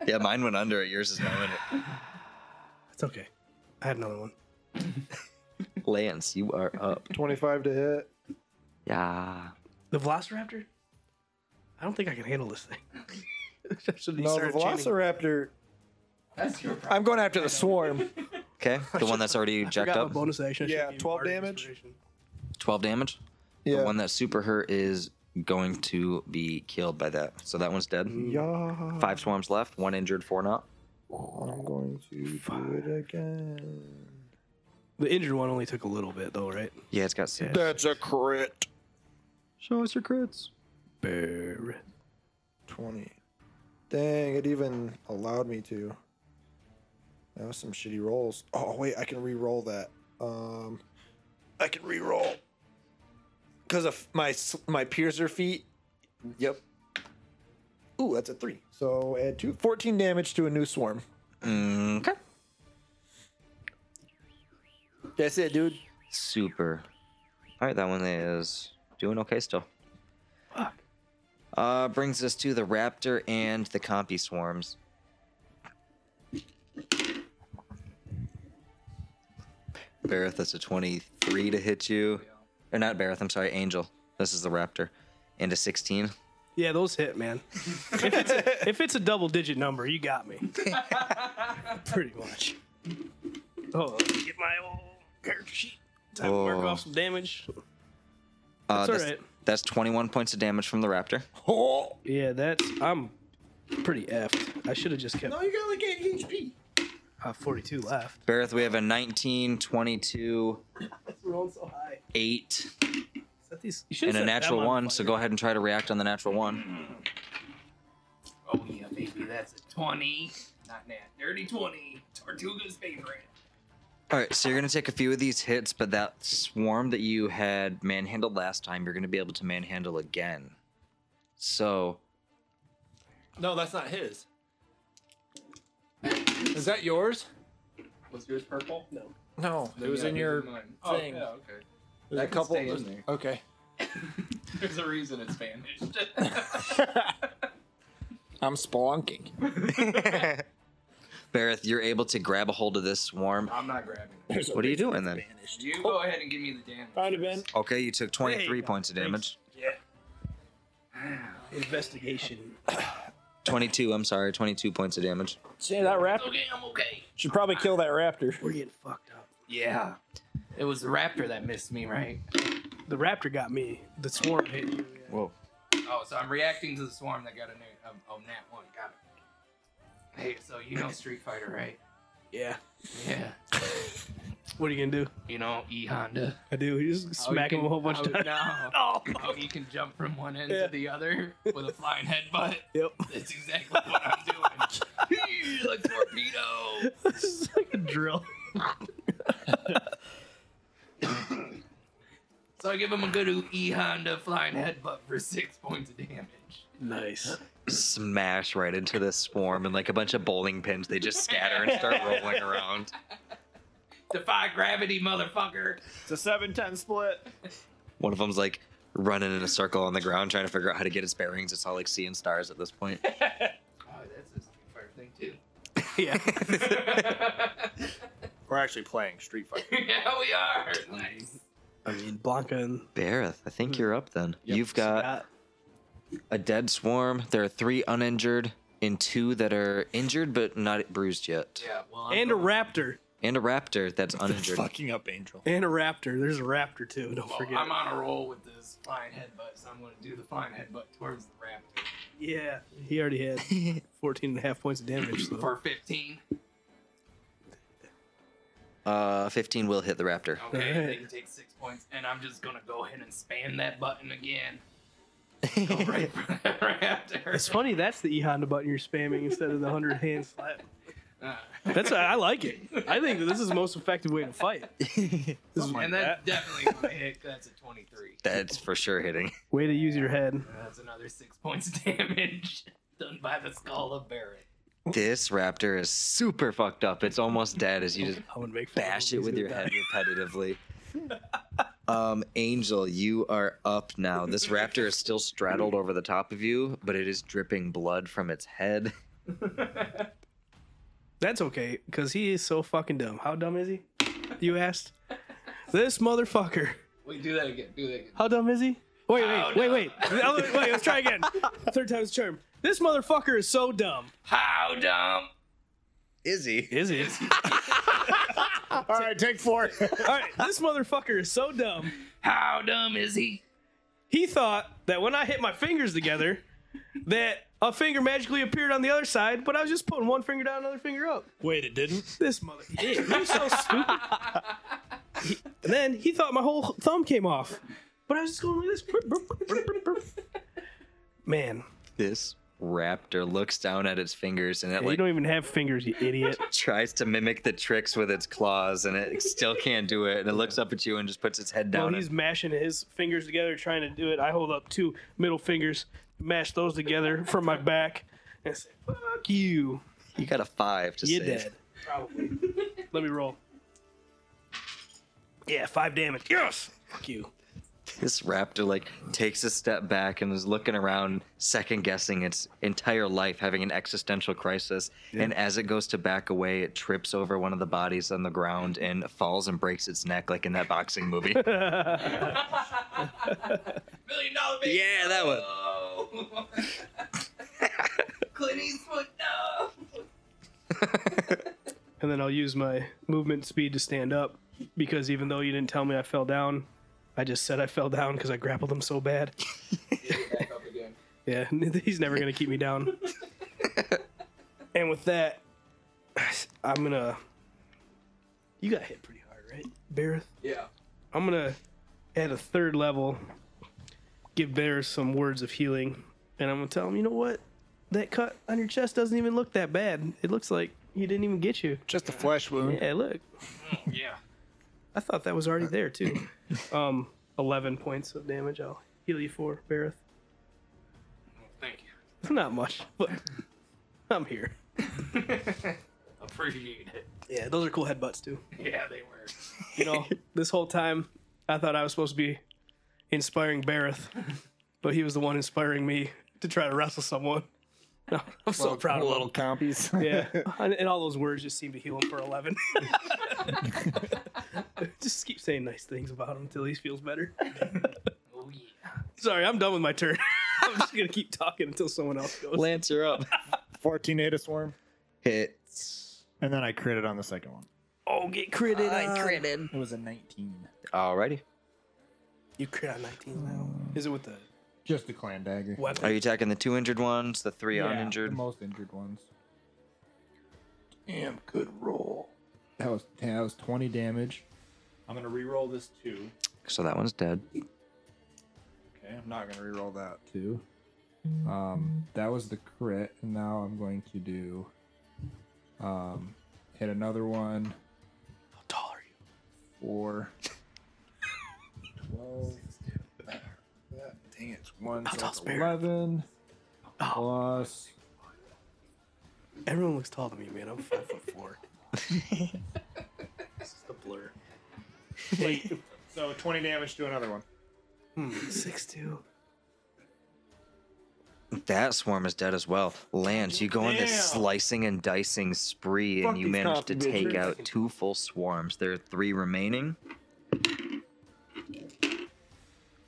S2: Yeah, mine went under it. Yours is now in it.
S3: It's okay. I had another one.
S2: Lance, you are up.
S4: 25 to hit.
S2: Yeah.
S3: The Velociraptor? I don't think I can handle this thing. I should
S4: No, the Velociraptor.
S5: That's your problem.
S4: I'm going after the swarm.
S2: Okay. The one that's already jacked
S3: got
S2: up.
S3: my bonus action. I should
S4: Yeah,
S3: give
S4: 12
S3: Bardic
S4: damage.
S3: Inspiration.
S2: 12 damage. The
S4: Yeah.
S2: one that super hurt is going to be killed by that. So that one's dead.
S4: Mm. yeah.
S2: Five swarms left, one injured, four not.
S4: I'm going to do it again.
S3: The injured one only took a little bit, though, right?
S2: Yeah, it's got six.
S4: That's a crit.
S2: Show us your crits.
S3: Bear.
S4: 20. Dang, it even allowed me to. That was some shitty rolls. Oh, wait, I can re roll that. Um, I can re roll. Because of my s- my piercer feet. Yep. Ooh, that's a three. So add two. 14 damage to a new swarm.
S2: Okay.
S4: That's it, dude.
S2: Super. All right, that one is doing okay still. Uh, brings us to the raptor and the compy swarms. Barath, that's a 23 to hit you. Or not Barath, I'm sorry, Angel. This is the raptor. And a 16.
S3: Yeah, those hit, man. if, it's a, if it's a double digit number, you got me. Pretty much. Oh, let me get my old character sheet. Time to mark
S2: Whoa.
S3: off some damage.
S2: Oh. Uh,
S3: That's all
S2: that's,
S3: right.
S2: that's 21 points of damage from the raptor.
S4: Oh.
S3: Yeah, that's. I'm pretty effed. I should have just kept
S4: Oh, you got like 8 HP.
S3: uh, 42 left.
S2: Barath, we have a 19, 22,
S3: Rolling so high.
S2: 8,
S3: Set these, you
S2: and a natural 1. So go ahead and try to react on the natural 1.
S5: Oh yeah, baby, that's a twenty. Not that dirty twenty. Tortuga's favorite.
S2: All right, so you're gonna take a few of these hits, but that swarm that you had manhandled last time, you're gonna be able to manhandle again. So
S7: No, that's not his. Is that yours?
S6: Was yours purple? No.
S7: No, it was in your. thing.
S6: Oh, yeah, okay.
S7: There's
S6: That
S7: a
S6: can
S7: couple.
S6: stay in
S7: there's-
S6: there.
S7: Okay.
S6: There's a reason it's vanished.
S7: I'm spelunking.
S2: Bareth, you're able to grab a hold of this swarm.
S6: I'm not grabbing it.
S7: There's a
S2: What are you doing then?
S6: You go ahead and give me the damage.
S7: Find it, Ben.
S2: Okay, you took 23
S3: Hey,
S2: points of damage.
S3: Investigation.
S2: 22, I'm sorry, 22 points of damage.
S7: See that raptor?
S5: Okay, I'm okay.
S7: Should probably kill that raptor.
S3: We're getting fucked up.
S5: Yeah. It was the raptor that missed me, right?
S3: The raptor got me. The swarm hit you.
S2: Whoa.
S5: Oh, so I'm reacting to the swarm that got a new um, oh nat one. Got it. Hey, so you know Street Fighter, right?
S3: Yeah.
S5: Yeah.
S3: What are you gonna do?
S5: You know E Honda.
S3: I do. You just
S5: How
S3: smack
S5: you
S3: him a
S5: can-
S3: whole bunch
S5: how-
S3: of times.
S5: No.
S3: Oh.
S5: How you can jump from one end
S3: Yeah.
S5: to the other with a flying headbutt.
S3: Yep.
S5: That's exactly what I'm doing. Eee, like torpedo.
S3: this is like a drill.
S5: So I give him a good old E Honda flying headbutt for six points of damage.
S3: Nice.
S2: Smash right into this swarm, and like a bunch of bowling pins, they just scatter and start rolling around.
S5: Defy gravity, motherfucker.
S7: It's a 7-10 split.
S2: One of them's like running in a circle on the ground, trying to figure out how to get its bearings. It's all like seeing stars at this point.
S5: Oh, that's a Street Fighter thing too.
S3: Yeah.
S7: We're actually playing Street Fighter.
S5: yeah, we are. Nice.
S3: I mean, Blanca and
S2: Bareth, I
S3: Hmm.
S2: think you're up then. You've got
S5: Uh,
S3: Scott.
S2: a dead swarm. There are three uninjured and two that are injured but not bruised yet.
S5: Yeah. Well, I'm
S3: and a raptor.
S2: And a raptor that's uninjured.
S7: Fucking up, Angel.
S3: And a raptor. There's a raptor too. Don't
S5: well,
S3: forget.
S5: I'm on a roll with this flying headbutt, so I'm going to do the flying headbutt towards the raptor
S3: Yeah. He already had 14 and a half points of damage. So.
S5: for 15.
S2: Uh, 15 will hit the raptor.
S5: Okay,
S3: Alright.
S5: they can take six points, and I'm just gonna go ahead and spam that button again. Go right for that raptor.
S3: It's funny. That's the E Honda button you're spamming instead of the 100 hand slap.
S5: Uh,
S3: That's I like it. I think that this is the most effective way to fight. This is
S5: and that's definitely gonna hit. 'cause That's a 23.
S2: That's for sure hitting.
S3: way to use your head.
S5: That's another six points of damage done by the skull of Barrett.
S2: This raptor is super fucked up. It's almost dead as you just
S3: I would make fun of
S2: bash
S3: him.
S2: it
S3: He's
S2: with
S3: gonna
S2: your
S3: die.
S2: head repetitively. Um, Angel, you are up now. This raptor is still straddled over the top of you, but it is dripping blood from its head.
S3: That's okay, because he is so fucking dumb. How dumb is he? You asked? This motherfucker.
S5: Wait, do that again. Do that again.
S3: How dumb is he? Wait, wait,
S5: How
S3: wait,
S5: dumb.
S3: wait. Oh, wait. Wait, let's try again. Third time's the charm. This motherfucker is so dumb.
S5: How dumb?
S2: Is he?
S3: Is he?
S7: All right, take four.
S3: All right, this motherfucker is so dumb.
S5: How dumb is he?
S3: He thought that when I hit my fingers together, that a finger magically appeared on the other side, but I was just putting one finger down, another finger up.
S7: Wait, it didn't?
S3: This mother, you're so stupid. He- and then he thought my whole thumb came off. But I was just going like this. Burp, burp, burp, burp, burp. Man,
S2: This raptor looks down at its fingers and it
S3: yeah, you
S2: like
S3: don't even have fingers, you idiot.
S2: tries to mimic the tricks with its claws and it still can't do it. And it looks up at you and just puts its head
S3: While
S2: down.
S3: he's
S2: and
S3: mashing his fingers together, trying to do it, I hold up two middle fingers, mash those together from my back, and say, "Fuck you,
S2: you got a five to
S3: you're
S2: save.
S3: dead." Probably. Let me roll. Yeah, five damage. Yes. Fuck you.
S2: This raptor like takes a step back and is looking around, second guessing its entire life, having an existential crisis. And as it goes to back away, it trips over one of the bodies on the ground and falls and breaks its neck, like in that boxing movie.
S5: Million dollar baby.
S2: yeah, that one.
S5: No. Clint Eastwood, no.
S3: and then I'll use my movement speed to stand up because even though you didn't tell me I fell down, I just said I fell down because I grappled him so bad. yeah, he's never gonna keep me down. and with that, I'm gonna. You got hit pretty hard, right, Barrett?
S6: Yeah.
S3: I'm gonna at a third level give Bear some words of healing, and I'm gonna tell him, you know what, that cut on your chest doesn't even look that bad. It looks like he didn't even get you.
S7: Just a flesh wound.
S3: Yeah, look.
S5: Yeah.
S3: I thought that was already there too. Um, eleven points of damage. I'll heal you for Bareth.
S5: Well, thank you.
S3: Not much, but I'm here.
S5: Appreciate it.
S3: Yeah, those are cool headbutts too.
S5: Yeah, they were.
S3: You know, this whole time I thought I was supposed to be inspiring Bareth, but he was the one inspiring me to try to wrestle someone. I'm so proud of him.
S7: Little compies.
S3: Yeah, and, and all those words just seem to heal him for eleven. just keep saying nice things about him until he feels better.
S5: Oh yeah.
S3: Sorry, I'm done with my turn. I'm just gonna keep talking until someone else goes.
S2: Lance, you're up.
S7: 14 Ada Swarm.
S2: Hits.
S7: And then I critted on the second one.
S3: Oh, get critted! on.
S7: It was a 19.
S2: Alrighty.
S3: You crit on 19 now. Is it with the
S7: Just the clan dagger.
S2: Are
S3: weapon?
S2: you attacking the two injured ones, the three
S7: Yeah,
S2: uninjured?
S7: The most injured ones. Damn good roll. That was that was 20 damage. I'm gonna re-roll this two.
S2: So that one's dead.
S7: Okay, I'm not gonna re-roll that two. Um, that was the crit, and now I'm going to do, um, hit another one.
S3: How tall are you?
S7: Four. Twelve. That- Dang it! it's One. so
S3: tall
S7: it's
S3: is Barrett?
S7: Eleven. Plus
S3: Everyone looks tall to me, man. I'm five foot four. this is the blur.
S7: eight. so 20 damage to another one.
S3: Six two.
S2: That swarm is dead as well. Lance, you go on this slicing and dicing spree, and
S7: Fuck
S2: you
S7: these
S2: manage to
S7: coffee
S2: take
S7: bitches.
S2: out two full swarms. There are three remaining.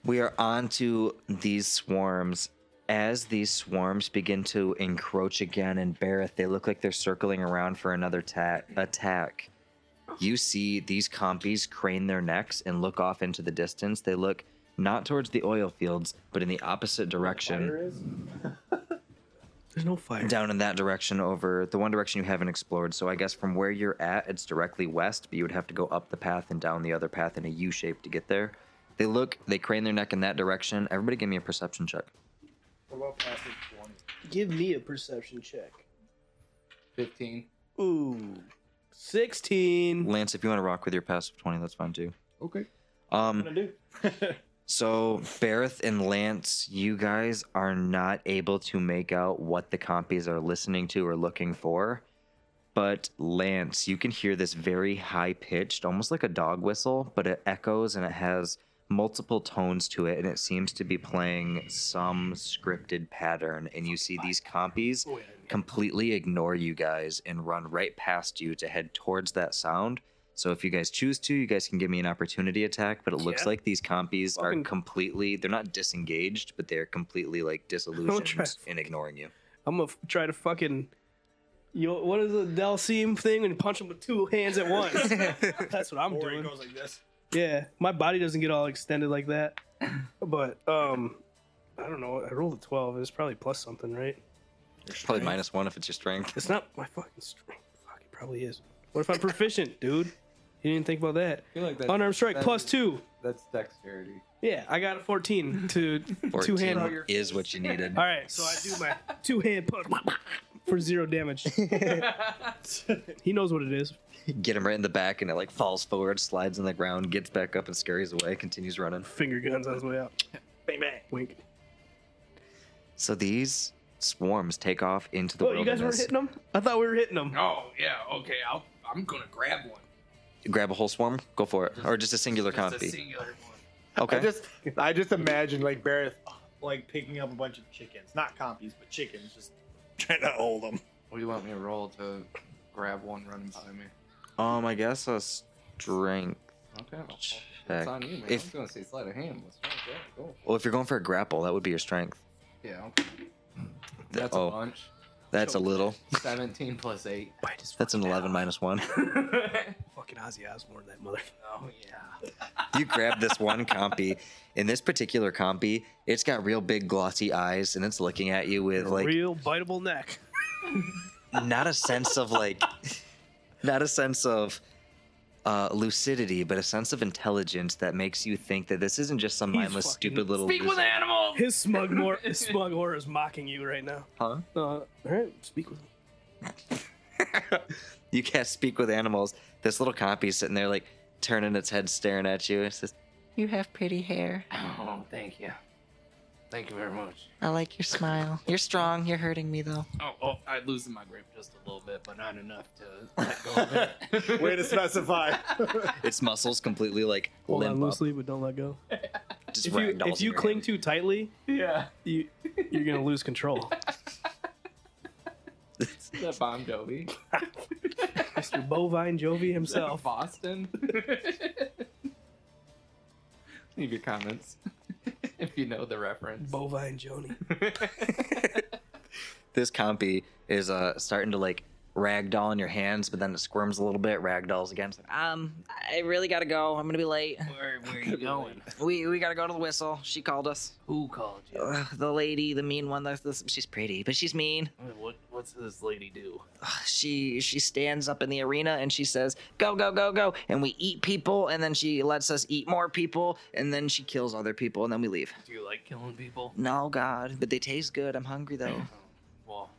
S2: We are on to these swarms. As these swarms begin to encroach again and Barrett, they look like they're circling around for another ta- attack. You see these compies crane their necks and look off into the distance. They look not towards the oil fields, but in the opposite direction
S3: There's no fire.
S2: down in that direction over the one direction you haven't explored. So I guess from where you're at, it's directly west, but you would have to go up the path and down the other path in a U shape to get there. They look, they crane their neck in that direction. Everybody give me a perception check.
S7: What about passive 20?
S3: Give me a perception check.
S6: 15.
S3: Ooh. 16.
S2: Lance, if you want to rock with your passive 20, that's fine too.
S7: Okay.
S2: Um, so Bareth and Lance, you guys are not able to make out what the compies are listening to or looking for. But Lance, you can hear this very high pitched, almost like a dog whistle, but it echoes and it has multiple tones to it, and it seems to be playing some scripted pattern. And you see these compies
S3: Oh,
S2: completely ignore you guys and run right past you to head towards that sound. So if you guys choose to, you guys can give me an opportunity attack, but it looks
S3: Yeah.
S2: like these compies are
S3: Fucking-
S2: completely they're not disengaged, but they're completely like disillusioned and ignoring you.
S3: I'm gonna f- try to fucking. You what is the Dalseem thing when you punch him with two hands at once? That's what I'm doing.
S7: like this.
S3: Yeah, my body doesn't get all extended like that. But um, I don't know. I rolled a twelve. It's probably plus something, right?
S2: Probably minus one if it's your strength.
S3: It's not my fucking strength. Fuck, it probably is. What if I'm proficient, dude? You didn't think about that.
S6: I feel like that's,
S3: Unarmed strike
S6: that
S3: plus
S6: is-
S3: two.
S6: That's dexterity.
S3: Yeah, I got a 14 to two hand. All
S2: is what you needed.
S3: right, so I do my two hand punch for zero damage. he knows what it is.
S2: Get him right in the back, and it like falls forward, slides on the ground, gets back up, and scurries away. Continues running.
S3: Finger guns on his way out. Bang bang. Wink.
S2: So these swarms take off into the
S3: Oh, you
S2: wilderness.
S3: guys weren't hitting them? I thought we were hitting them.
S5: Oh yeah, okay. I'll, I'm gonna grab one.
S2: Grab a whole swarm, go for it, or just a singular
S5: Just
S2: copy.
S5: a singular one.
S2: okay.
S8: I just I just imagine like Barrett like picking up a bunch of chickens, not compies, but chickens, just trying to hold them.
S6: What do you want me to roll to grab one running by me?
S2: Um, I guess a strength.
S6: Okay, well,
S2: Heck,
S6: it's on you, man. I
S2: if-
S6: was gonna say sleight of hand. Let's go. Yeah, cool.
S2: Well, if you're going for a grapple, that would be your strength.
S6: Yeah, okay.
S2: Th-
S6: That's
S2: oh,
S6: a bunch.
S2: that's a little.
S6: Seventeen plus eight.
S2: That's an eleven minus one.
S3: Fucking Ozzy Osbourne, that motherfucker.
S5: Oh yeah.
S2: you grab this one compy. In this particular compy, it's got real big glossy eyes, and it's looking at you with like
S3: Real biteable neck.
S2: not a sense of like not a sense of uh, lucidity, but a sense of intelligence that makes you think that this isn't just some
S3: He's
S2: mindless,
S3: fucking-
S2: stupid little.
S5: Speak with
S2: loser.
S5: animals.
S3: His smug, mor- his smug horror is mocking you right now.
S2: Huh?
S3: Uh, all right, speak with him.
S2: You can't speak with animals. This little compy's sitting there, like turning its head, staring at you. It says,
S9: You have pretty hair.
S5: Oh, thank you. Thank you very much.
S9: I like your smile. You're strong. You're hurting me though.
S5: Oh, oh I'm losing my grip just a little bit, but not enough to let go of it.
S8: Way to specify.
S2: its muscles completely like
S3: Hold
S2: limp
S3: on
S2: up,
S3: loosely, but don't let go.
S2: just
S3: If you,
S2: ragdolls
S3: if you
S2: in your
S3: cling
S2: hand.
S3: too tightly,
S6: Yeah,
S3: you, you're going to lose control.
S6: that bomb Jovi.
S3: Mr. Bovine Jovi himself.
S6: Boston. Leave your comments if you know the reference.
S3: Bovine Joni.
S2: this compy is uh starting to like ragdoll in your hands, but then it squirms a little bit, ragdolls again. It's like,
S9: Um, I really gotta go. I'm gonna be late.
S5: where, where are you going?
S9: We we gotta go to the whistle. She called us.
S5: Who called you?
S9: Ugh, the lady, the mean one. That's this, she's pretty, but she's mean.
S5: What What's this lady do?
S9: Ugh, She she stands up in the arena and she says, "Go go go go!" And we eat people, and then she lets us eat more people, and then she kills other people, and then we leave.
S5: Do you like killing people?
S9: No God, but they taste good. I'm hungry though.
S5: Well,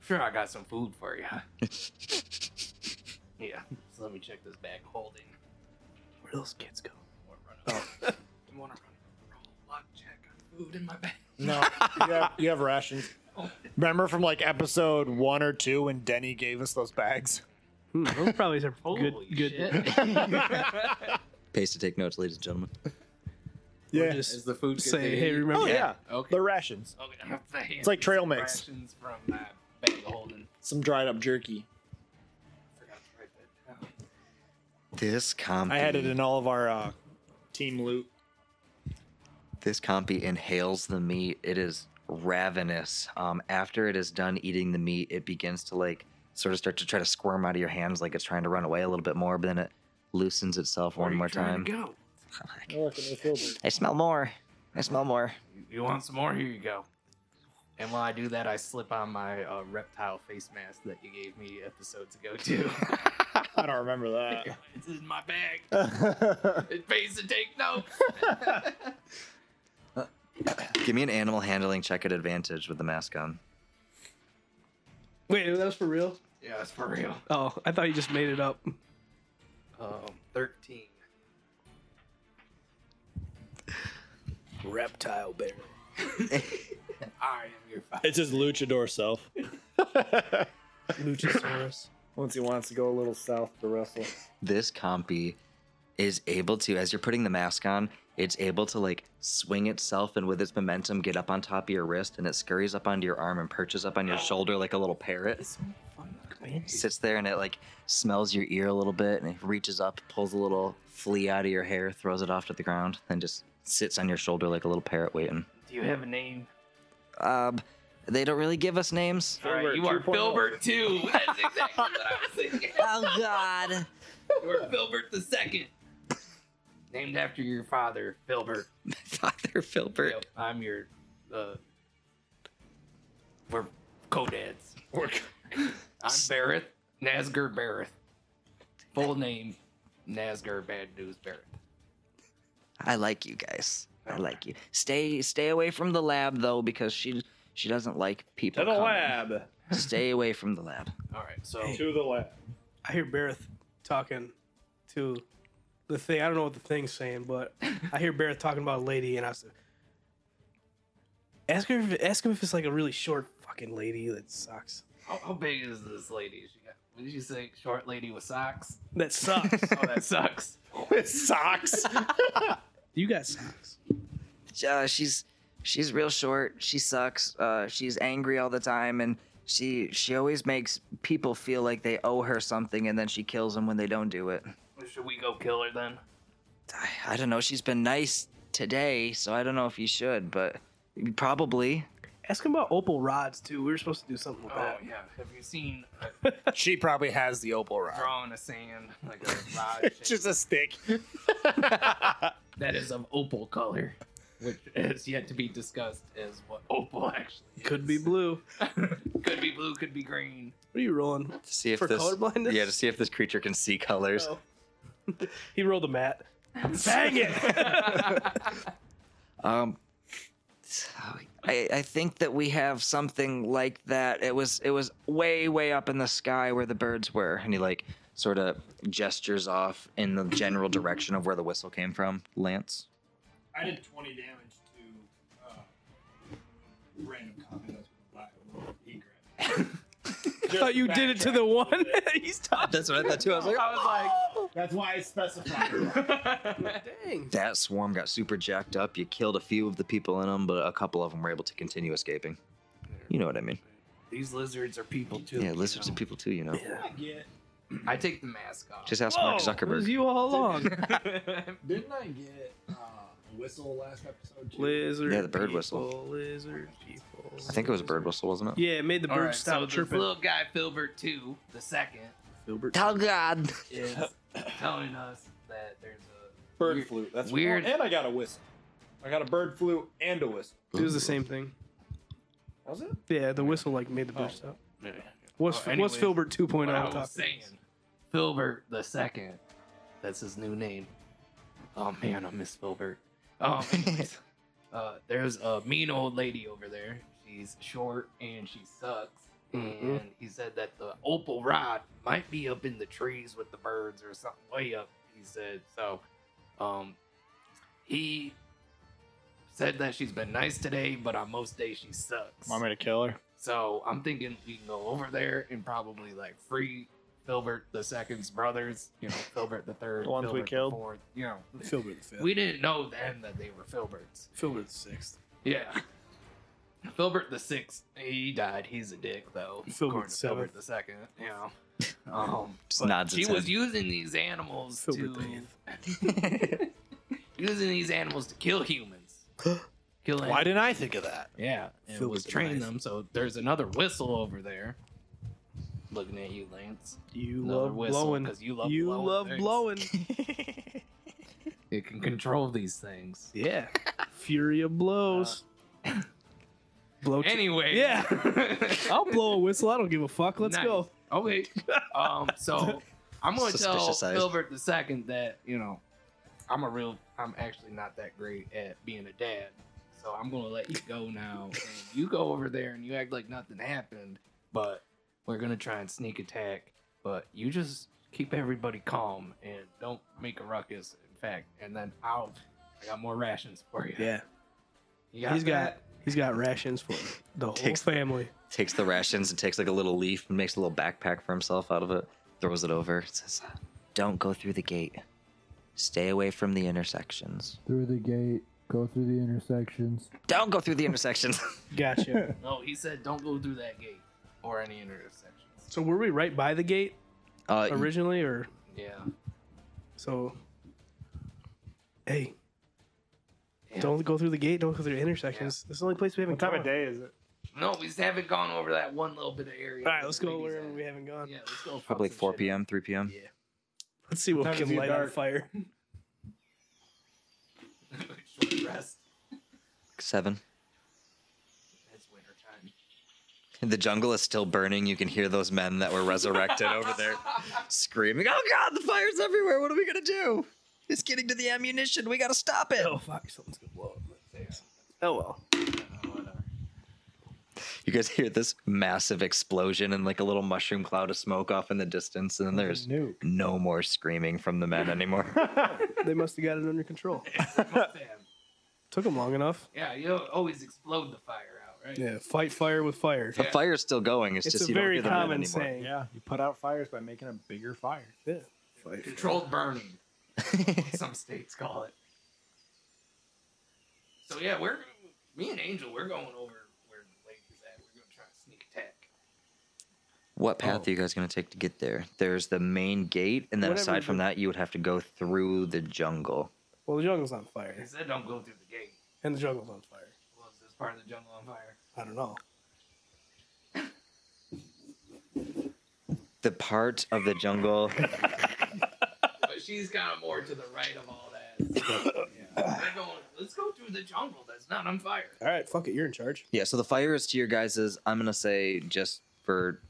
S5: sure, I got some food for you. yeah. So let me check this bag holding.
S3: Where those kids go?
S5: We're
S8: Oh.
S5: running. I want to run a roll luck check on food in my bag.
S8: no, you have, you have rations. Remember from like episode one or two when Denny gave us those bags?
S3: Hmm, those probably are good.
S5: Holy
S3: good.
S5: shit.
S2: Pace to take notes, ladies and gentlemen.
S3: Or
S8: Yeah.
S3: just
S6: Is the food good to
S3: say,
S6: eat?
S3: hey, remember?
S8: oh yeah.
S6: Okay.
S8: They're rations.
S5: Okay, I'm saying
S8: It's like trail
S5: some
S8: mix.
S5: rations from that bag holding.
S8: Some dried up jerky.
S5: Forgot to write that down.
S2: This compy,
S8: I had it in all of our uh, team loot.
S2: this compy inhales the meat. It is ravenous. Um, after it is done eating the meat, it begins to like sort of start to try to squirm out of your hands, like it's trying to run away a little bit more, but then it loosens itself
S5: Where
S2: one
S5: you
S2: more time.
S5: trying to Go.
S9: I smell more. I smell more.
S5: You- You want some more? Here you go. And while I do that, I slip on my uh, reptile face mask that you gave me episodes ago too.
S8: I don't remember that.
S5: it's in my bag. It pays to take notes.
S2: Give me an animal handling check at advantage with the mask on.
S3: Wait, that was for real?
S5: yeah, that's for real.
S3: Oh, I thought you just made it up.
S5: Um, thirteen.
S3: Reptile bear.
S5: I am your father.
S8: it's his luchador self.
S3: Luchasaurus.
S8: Once he wants to go a little south to wrestle.
S2: this compy is able to, as you're putting the mask on, it's able to like swing itself and with its momentum get up on top of your wrist and it scurries up onto your arm and perches up on your shoulder like a little parrot. Sits there and it like smells your ear a little bit and it reaches up, pulls a little flea out of your hair, throws it off to the ground, then just sits on your shoulder like a little parrot waiting.
S5: Do you have a name?
S2: Um, they don't really give us names.
S5: All right, you are Filbert too. That's exactly what I was thinking.
S9: Oh God.
S5: You are Filbert the second. Named after your father, Filbert.
S2: Father Filbert.
S5: Yep, I'm your. Uh, we're co-dads. We're co- I'm Barrett Nasger Barrett. Full name Nasger Bad News Barrett.
S9: I like you guys. I like you. Stay stay away from the lab though, because she she doesn't like people.
S10: To the
S9: coming.
S10: lab.
S9: Stay away from the lab.
S5: All right, so
S10: To the lab.
S3: I hear Barrett talking to the thing. I don't know what the thing's saying, but I hear Barrett talking about a lady, and I said, "Ask her. If, ask him if it's like a really short fucking lady that sucks.
S5: how, how big is this lady? She got, what did you say? Short lady with socks?
S3: That sucks.
S5: Oh, that sucks.
S8: With socks.
S3: you got socks.
S9: Uh, she's she's real short. She sucks. Uh, she's angry all the time, and she she always makes people feel like they owe her something, and then she kills them when they don't do it.
S5: Should we go kill her then?
S9: I- I don't know. She's been nice today, so I don't know if you should, but probably.
S3: Ask him about opal rods too. We were supposed to do something with
S5: Oh
S3: that.
S5: yeah. Have you seen
S8: Uh, she probably has the opal
S5: a
S8: rod.
S5: drawing of sand like a rod shape
S8: Just a stick.
S5: that is of opal color, which is yet to be discussed as what opal actually is.
S3: Could be blue.
S5: could be blue, could be green.
S3: What are you rolling?
S2: To see if
S3: For
S2: this,
S3: colorblindness?
S2: yeah, to see if this creature can see colors.
S3: Oh. He rolled a mat. Dang it!
S9: Um, I, I think that we have something like that. It was it was way way up in the sky where the birds were,
S2: And he like sort of gestures off in the general direction of where the whistle came from. Lance.
S8: I did 20 damage to uh, random copy that's black.
S3: I thought you did it to the one he's talking.
S2: That's what I thought too. I was like,
S8: That's why I specified.
S3: Dang.
S2: that swarm got super jacked up. You killed a few of the people in them, but a couple of them were able to continue escaping. You know what I mean?
S5: These lizards are people too.
S2: Yeah,
S5: you
S2: lizards
S5: know.
S2: and people too. You know.
S5: I take the mask off.
S2: Just ask Mark
S3: Whoa, it was
S2: Zuckerberg.
S3: you all along.
S7: Didn't I get uh, a whistle last episode? Too?
S3: Lizard.
S2: Yeah, the bird whistle.
S3: people, Lizard people.
S2: I think it was a bird whistle, wasn't it?
S3: Yeah, it made the
S5: All
S3: bird
S5: right,
S3: stop
S5: so this
S3: chirping.
S5: little guy Filbert two, the second,
S9: Oh God!
S5: is telling us that there's a
S8: Bird
S5: Weird-
S8: flute. That's
S5: weird-
S8: weird. And I got a whistle. I got a bird flute and a whistle.
S3: It was the same thing.
S8: Was it?
S3: Yeah, the whistle like made the bird
S8: Oh.
S3: stop. What's
S5: Oh,
S3: what's
S5: anyways,
S3: Filbert 2.0
S5: what I
S3: talking?
S5: was saying. Filbert the second. That's his new name. Oh man, I miss Filbert. Um, anyways, uh, there's a mean old lady over there. She's short and she sucks. And he said that the opal rod might be up in the trees with the birds or something way up. He said so. Um, he said that she's been nice today, but on most days she sucks.
S10: Want me to kill her?
S5: So I'm thinking we can go over there and probably like free Filbert the second's brothers, you know, Filbert the third,
S10: The ones we
S5: Filbert the
S10: killed?
S5: fourth, you know,
S3: Filbert the fifth.
S5: we didn't know then that they were Filberts.
S3: Filbert the sixth.
S5: Yeah. Filbert the sixth, he died. He's a dick though.
S3: Filbert
S5: according to
S3: seventh.
S5: Filbert the second, you know. Um,
S2: Just
S5: but
S2: nods
S5: she
S2: its
S5: was
S2: head.
S5: using these animals
S3: Filbert the
S5: to
S3: eighth.
S5: using these animals to kill humans. Killing
S10: Why didn't I think of that?
S5: Yeah, and
S3: Filbert
S5: was
S3: the
S5: train
S3: Ninth.
S5: them. So there's another whistle over there. Looking at you, Lance.
S3: You
S5: Another
S3: love
S5: whistle,
S3: blowing.
S5: 'cause you love blowing
S3: love
S5: things.
S3: blowing.
S5: It can control these things.
S3: yeah. Fury of blows. blow. Uh, Anyway.
S5: Anyway,
S3: Yeah. I'll blow a whistle. I don't give a fuck. Let's
S5: Nice.
S3: go.
S5: Okay. Um. So I'm gonna tell
S2: Suspicious eyes.
S5: Filbert the second that you know I'm a real. I'm actually not that great at being a dad. So I'm gonna let you go now. and you go over there and you act like nothing happened. But we're gonna try and sneak attack. But you just keep everybody calm and don't make a ruckus. In fact, and then I'll. I got more rations for you.
S3: Yeah.
S5: You got
S3: He's
S5: that?
S3: He's got rations for the whole
S2: Takes-
S3: family.
S2: Takes the rations and takes like a little leaf and makes a little backpack for himself out of it. Throws it over.
S9: Says, Don't go through the gate. Stay away from the intersections.
S7: Through the gate, go through the intersections.
S9: Don't go through the intersections.
S3: Gotcha.
S5: No, he said don't go through that gate or any intersections.
S3: so were we right by the gate
S2: Uh,
S3: originally, or
S5: Yeah.
S3: so? Hey,
S5: Yeah.
S3: don't go through the gate. Don't go through intersections. This is the only place we haven't
S8: What time
S3: gone.
S8: of day is it?
S5: No, we just haven't gone over that one little bit of area.
S3: All right, let's go
S5: Ladies
S3: wherever
S5: at.
S3: we haven't gone.
S5: Yeah, let's go. fuck
S2: probably
S5: some
S2: like 4
S5: shit
S2: p.m., 3 p.m.
S3: Let's see what
S8: Time
S3: we
S8: to
S3: can
S8: be
S3: light on
S8: dark.
S3: fire.
S5: up. Short rest.
S2: 7.
S5: It's winter time.
S2: The jungle is still burning. You can hear those men that were resurrected over there screaming, Oh God, the fire's everywhere. What are we going to do?
S9: It's getting to the ammunition. We gotta stop it.
S3: Oh fuck, something's gonna blow up. Oh well.
S2: You guys hear this massive explosion and like a little mushroom cloud of smoke off in the distance, and then there's
S8: Nuke.
S2: no more screaming from the men anymore.
S3: They must have got it under control.
S5: Must have.
S3: Took them long enough.
S5: yeah, you always explode the fire out, right?
S3: Yeah, fight fire with fire.
S2: The fire's still going. It's,
S3: It's
S2: just
S3: a
S2: you don't
S3: very
S2: hear the men
S3: common
S2: anymore.
S3: saying.
S8: Yeah, you put out fires by making a bigger fire.
S3: Yeah.
S5: Controlled burning. some states call it. So yeah, we're me and Angel, we're going over where the lady's at. We're gonna try to sneak attack.
S2: What path are you guys going to take to get there? There's the main gate, and then
S3: Oh. Whatever
S2: aside
S3: the-
S2: from that, you would have to go through the jungle.
S3: Well, the jungle's on
S5: They
S3: fire,
S5: said don't go through the gate.
S3: and the jungle's on fire.
S5: Well, is this part of the jungle on fire?
S3: I don't know.
S2: The part of the jungle.
S5: But she's kind of more to the right of all that. So, yeah. We're going, let's go through the jungle that's not on fire.
S3: All right, fuck it. You're in charge.
S2: yeah, so the fire is to your guys's. I'm going to say, just for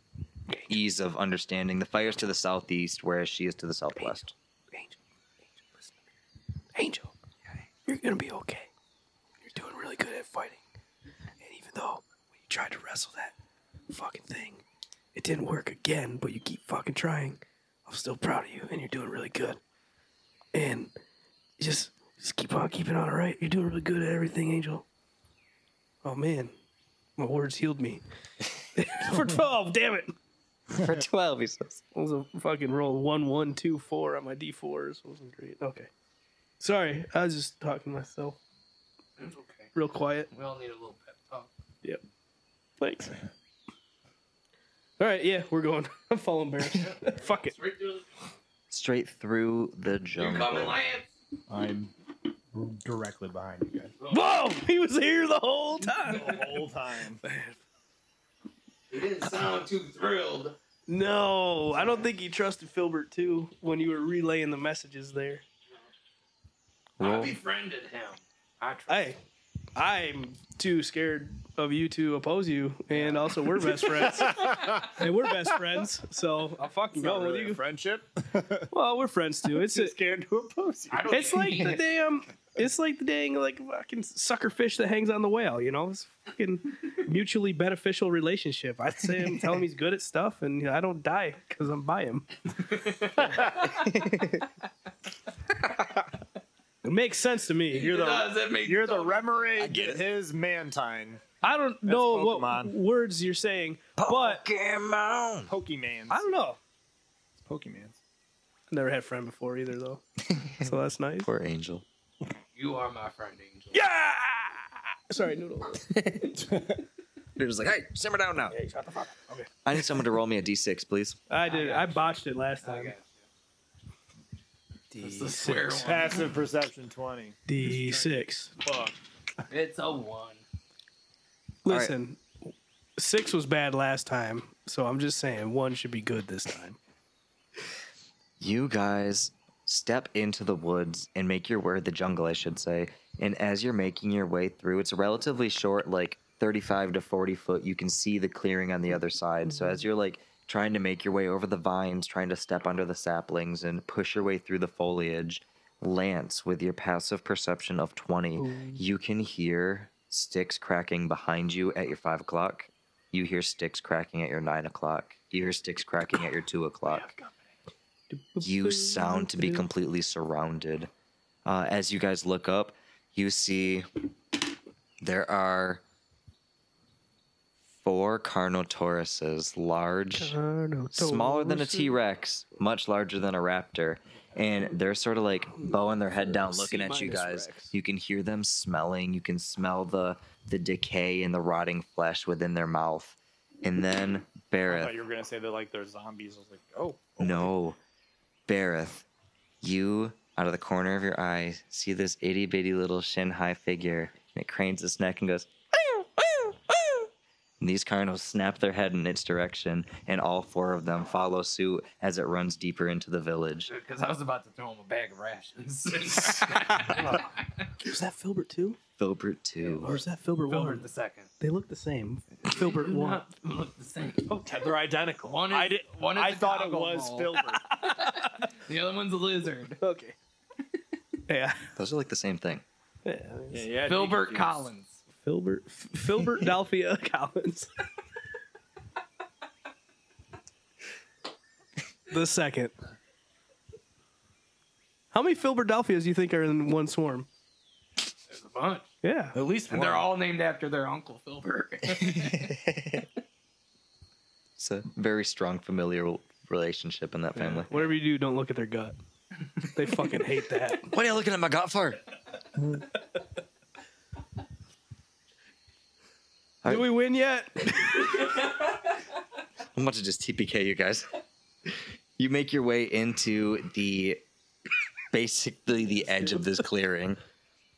S2: ease of understanding, the fire's to the southeast, whereas she is to the southwest.
S3: Angel, you're gonna be okay. You're doing really good at fighting. And even though when you tried to wrestle that fucking thing, it didn't work again, but you keep fucking trying. I'm still proud of you, and you're doing really good. And just just keep on keeping on, all right? You're doing really good at everything, Angel. Oh man, my words healed me. For twelve, damn it!
S2: For 12, he says.
S3: It was a fucking roll one one two four on my D fours. wasn't great. Okay, sorry, I was just talking to myself,
S5: It's okay.
S3: real quiet.
S5: We all need a little pep talk.
S3: Thanks. All right, yeah, we're going. I'm falling bear. Fuck it.
S5: It's right through
S2: Straight through the
S5: the You're coming,
S2: jungle.
S5: Lance.
S8: I'm directly behind you guys
S3: Whoa, he was here the whole time.
S8: the whole time.
S5: You didn't sound too thrilled.
S3: No, I don't think he trusted Filbert too when you were relaying the messages there.
S5: I
S2: Roll,
S5: befriended him. I tried.
S3: Hey, I'm too scared of you to oppose you, and also we're best friends. and we're best friends, so I'll fucking go with you.
S8: friendship.
S3: Well, we're friends too. It's a,
S8: scared to oppose you.
S5: I don't
S3: It's like the damn. It's like the dang like fucking sucker fish that hangs on the whale. You know, it's fucking mutually beneficial relationship. I'd say I'm telling him he's good at stuff, and I don't die because I'm by him. it makes sense to me.
S8: You're
S5: It
S8: the
S5: does, that makes
S8: you're the
S5: so-
S8: Remoraid. Get his Mantine,
S3: I don't know what
S8: Pokemon.
S3: words you're saying, but
S2: Pokemon!
S8: Pokemon.
S3: I don't know.
S8: Pokemon.
S3: Never had friend before either though, so that's nice.
S2: Poor angel.
S5: You are my friend, Angel.
S3: Yeah. Sorry, noodle.
S2: They're just like, hey, simmer down now. I need someone to roll me a d6, please.
S3: I did. I botched it last
S5: I got
S3: time.
S5: you. It's the square one.
S8: Passive perception twenty.
S3: D six.
S5: It's a one.
S2: right.
S3: Listen, six was bad last time, so I'm just saying one should be good this time.
S2: You guys step into the woods and make your way, the jungle, I should say. And as you're making your way through, it's relatively short, like 35 to 40 foot. You can see the clearing on the other side. So as you're like trying to make your way over the vines, trying to step under the saplings and push your way through the foliage, Lance, with your passive perception of 20, you can hear sticks cracking behind you at your five o'clock. You hear sticks cracking at your nine o'clock. You hear sticks cracking at your two o'clock you sound to be completely surrounded. Uh, as you guys look up, you see there are four Carnotauruses, large, smaller than a T Rex, much larger than a raptor. And they're sort of like bowing their head down, looking at you guys. You can hear them smelling. You can smell the the decay and the rotting flesh within their mouth. And then
S8: I
S2: Barrett,
S8: thought you were gonna say they're like they're zombies. I was like, oh,
S2: no, Bareth, you out of the corner of your eye see this itty bitty little shin high figure, and it cranes its neck and goes. "Meow, meow, meow." And these carnos snap their head in its direction, and all four of them follow suit as it runs deeper into the village.
S5: Because I was about to throw him a bag of rations.
S3: Was that Filbert two?
S2: Filbert too.
S3: Or is that Filbert
S5: Filbert
S3: one?
S5: the second.
S3: They look the same. Filbert one.
S5: Not look the same.
S8: they're identical.
S5: One is, I one is
S8: I
S5: a
S8: thought it
S5: goggle
S8: was
S5: mole.
S8: Filbert.
S5: The other one's a lizard.
S3: Okay. Yeah.
S2: Those are like the same thing.
S3: yeah.
S8: Yeah, yeah.
S5: Filbert Collins.
S3: Filbert F- Filbert Delphia Collins. the second. How many Filbert Delphias do you think are in one swarm?
S5: There's a bunch.
S3: Yeah.
S8: At least
S5: And they're all named after their uncle Filbert.
S2: It's a very strong familial relationship in that family.
S3: Whatever you do, don't look at their gut. They fucking hate that.
S2: What are you looking at my gut for?
S3: Do we win yet?
S2: I'm about to just TPK you guys. You make your way into the basically the edge of this clearing,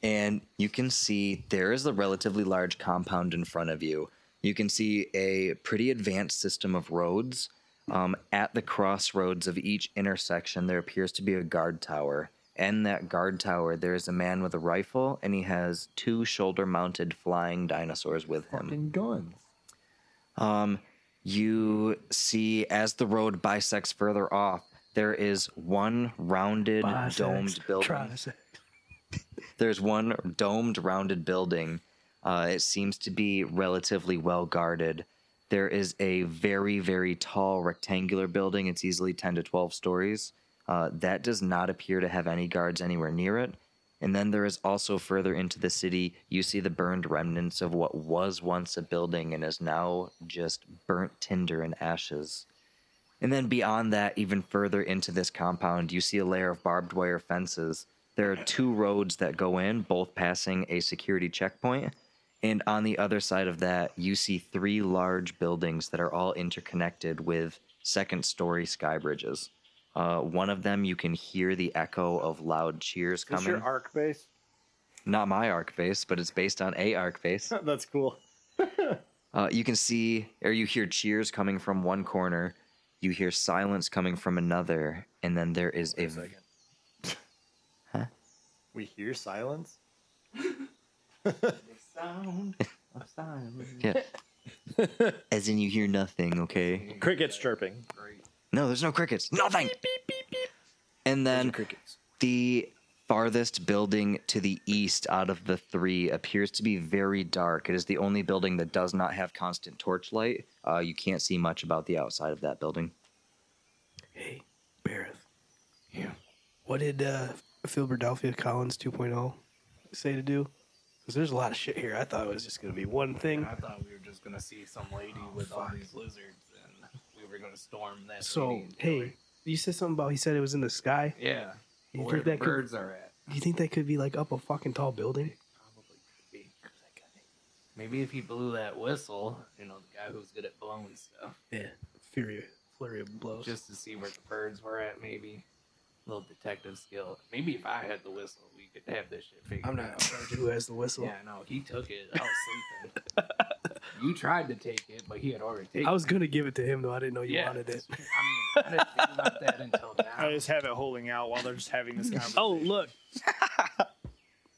S2: and you can see there is a relatively large compound in front of you. You can see a pretty advanced system of roads. Um, at the crossroads of each intersection, there appears to be a guard tower. And that guard tower, there is a man with a rifle, and he has two shoulder mounted flying dinosaurs with him.
S7: Fucking guns.
S2: Um, you see as the road bisects further off, there is one rounded domed building. There's one domed rounded building. Uh, it seems to be relatively well guarded. There is a very, very tall rectangular building. It's easily 10 to 12 stories. Uh, that does not appear to have any guards anywhere near it. And then there is also further into the city, you see the burned remnants of what was once a building and is now just burnt tinder and ashes. And then beyond that, even further into this compound, you see a layer of barbed wire fences. There are two roads that go in, both passing a security checkpoint. And on the other side of that, you see three large buildings that are all interconnected with second story sky bridges. Uh, one of them, you can hear the echo of loud cheers
S8: Is
S2: coming.
S8: this your arc base?
S2: Not my arc base, but it's based on a arc base.
S8: That's cool.
S2: Uh, you can see or you hear cheers coming from one corner, you hear silence coming from another, and then there is a.
S8: We hear silence.
S2: yeah. As in, you hear nothing. Okay.
S8: Crickets chirping.
S2: No, there's no crickets. Nothing. And then
S8: crickets.
S2: The farthest building to the east out of the three appears to be very dark. It is the only building that does not have constant torchlight. Uh, you can't see much about the outside of that building.
S3: Hey, Barrett. Yeah. What did uh, Philadelphia Collins 2.0 say to do? Because there's a lot of shit here. I thought it was just going to be one thing.
S5: I thought we were just gonna see some lady
S3: Oh,
S5: with all these lizards, and we were gonna storm that.
S3: So,
S5: lady and kill her.
S3: hey, you said something about he said it was in the sky.
S5: yeah,
S3: You
S5: where
S3: think
S5: the
S3: that could,
S5: birds are at?
S3: you think that could be like up a fucking tall building?
S5: Probably could be. Maybe if he blew that whistle, you know, the guy who's good at blowing stuff,
S3: Yeah. Fury, flurry of blows.
S5: just to see where the birds were at, maybe. Little detective skill. Maybe if I had the whistle, we could have this shit figured
S3: I'm not in
S5: out.
S3: charge of who has the whistle.
S5: Yeah, no, he took it. I was sleeping. you tried to take it, but he had already taken.
S3: I was going to give it to him, though. I didn't know
S5: it.
S3: you
S5: yeah.
S3: wanted it.
S5: I mean, I didn't think about that until now.
S8: I just have it holding out while they're just having this conversation.
S3: Oh, look.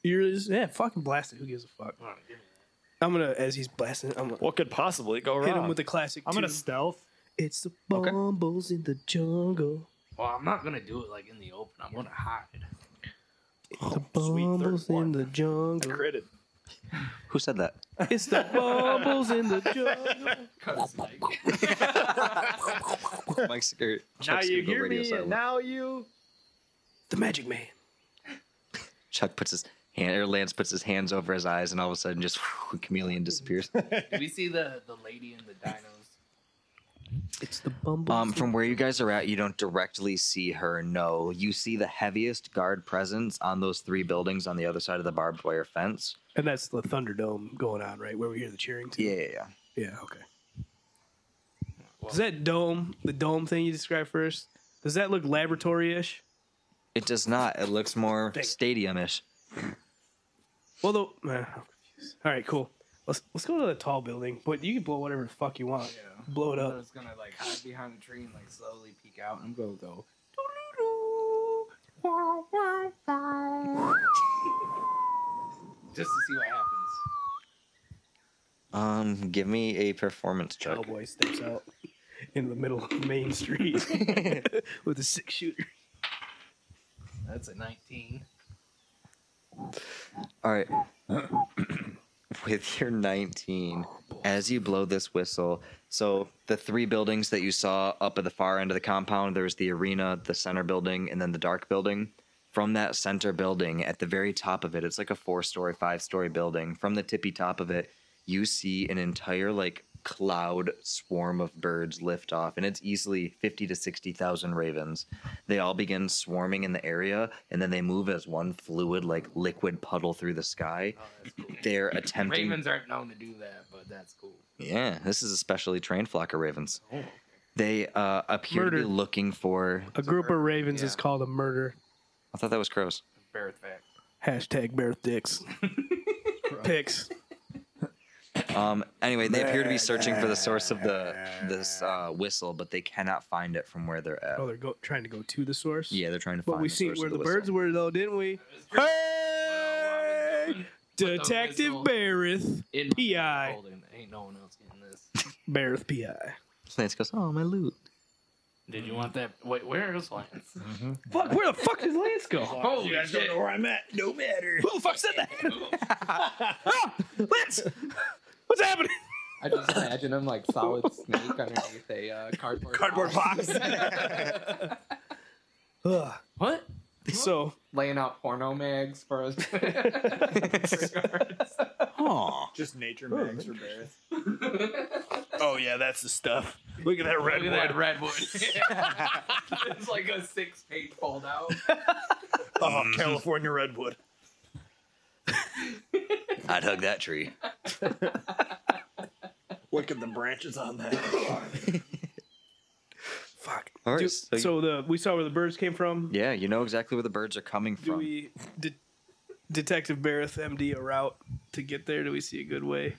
S3: You're just, yeah, fucking blast it. Who gives a fuck?
S5: I don't give a
S3: I'm going to, as he's blasting, I'm going to
S8: What could possibly go
S3: hit him with a classic.
S8: I'm gonna
S3: two.
S8: stealth.
S3: It's the bumbles in the jungle.
S5: Well, I'm not gonna do it like in the open. I'm gonna hide.
S3: The
S8: sweet, third
S3: bumbles in
S8: one.
S3: the jungle.
S8: Critted.
S2: Who said that?
S3: It's the bumbles in the jungle.
S2: Mike's gonna-
S8: Now
S2: Chuck's
S8: you
S2: gonna go
S8: hear
S2: radio
S8: me, and
S2: silent.
S8: now you.
S3: The magic man.
S2: Chuck puts his hand, or Lance puts his hands over his eyes, and all of a sudden, just chameleon disappears.
S5: Do we see the the lady and the dinos?
S3: It's the bumbles.
S2: Um, from where you guys are at, you don't directly see her. No, you see the heaviest guard presence on those three buildings on the other side of the barbed wire fence.
S3: and that's the Thunderdome going on, right? Where we hear the cheering. Too.
S2: Yeah, yeah, yeah.
S3: Yeah, okay. Does that dome, the dome thing you described first, does that look laboratory ish?
S2: It does not. It looks more
S3: Dang.
S2: stadium-ish.
S3: Well, though, man, I'm confused. All right, cool. Let's let's go to the tall building, but you can blow whatever the fuck you want. Blow it
S5: I
S3: up.
S5: was gonna like hide behind a tree and like slowly peek out and go though. Just to see what happens.
S2: Um, give me a performance check.
S3: Cowboy steps out in the middle of Main Street with a six shooter.
S5: That's a 19.
S2: All right. With your 19, as you blow this whistle, so the three buildings that you saw up at the far end of the compound, there was the arena, the center building, and then the dark building. From that center building, at the very top of it, it's like a four story, five story building. From the tippy top of it, you see an entire like cloud swarm of birds lift off, and it's easily 50 to 60,000 ravens. They all begin swarming in the area, and then they move as one fluid, like liquid puddle through the sky. They're attempting.
S5: Oh, Ravens aren't known to do that, but that's cool.
S2: Yeah, this is a specially trained flock of ravens.
S3: Oh.
S2: They uh, appear to
S3: Murder.
S2: be looking for.
S3: A group of ravens is called a murder.
S2: I thought that was crows.
S5: Bear with fact.
S3: Hashtag bear dicks. Picks.
S2: Um. Anyway, they appear to be searching for the source of the this uh, whistle, but they cannot find it from where they're at.
S3: Oh, they're go- trying to go to the source.
S2: Yeah, they're trying to
S3: But
S2: find.
S3: we
S2: the
S3: seen
S2: source
S3: where
S2: of
S3: the,
S2: the whistle.
S3: birds were though, didn't we?
S5: Well, I was
S3: Hey,
S5: doing the
S3: Detective
S5: whistle.
S3: Bareth,
S5: in my
S3: PI.
S5: holding. Ain't no one else getting this.
S3: Bareth PI.
S2: Lance goes, "Oh, my loot."
S5: Did you want that? Wait, where is Lance?
S3: Fuck, where the fuck does Lance go?
S5: Holy shit.
S8: where I'm at. No matter.
S3: Who the fuck said that? Ah, Lance, what's happening?
S6: I just imagine him like solid snake underneath a uh, cardboard
S8: Cardboard box.
S3: Ugh.
S5: What?
S3: So
S6: laying out porno mags for us. Regards.
S2: Aw.
S8: Just nature mags for Barrett. oh yeah, that's the stuff.
S5: Look at that redwood. Look at that redwood. it's like a six-page fold out.
S8: Oh, California redwood.
S2: I'd hug that tree.
S8: Look at the branches on that.
S3: fuck.
S2: All right.
S3: Do-
S2: so,
S3: so, the we saw where the birds came from.
S2: yeah, you know exactly where the birds are coming
S3: Do
S2: from.
S3: we de- Detective Bareth MD a route to get there? Do we see a good way?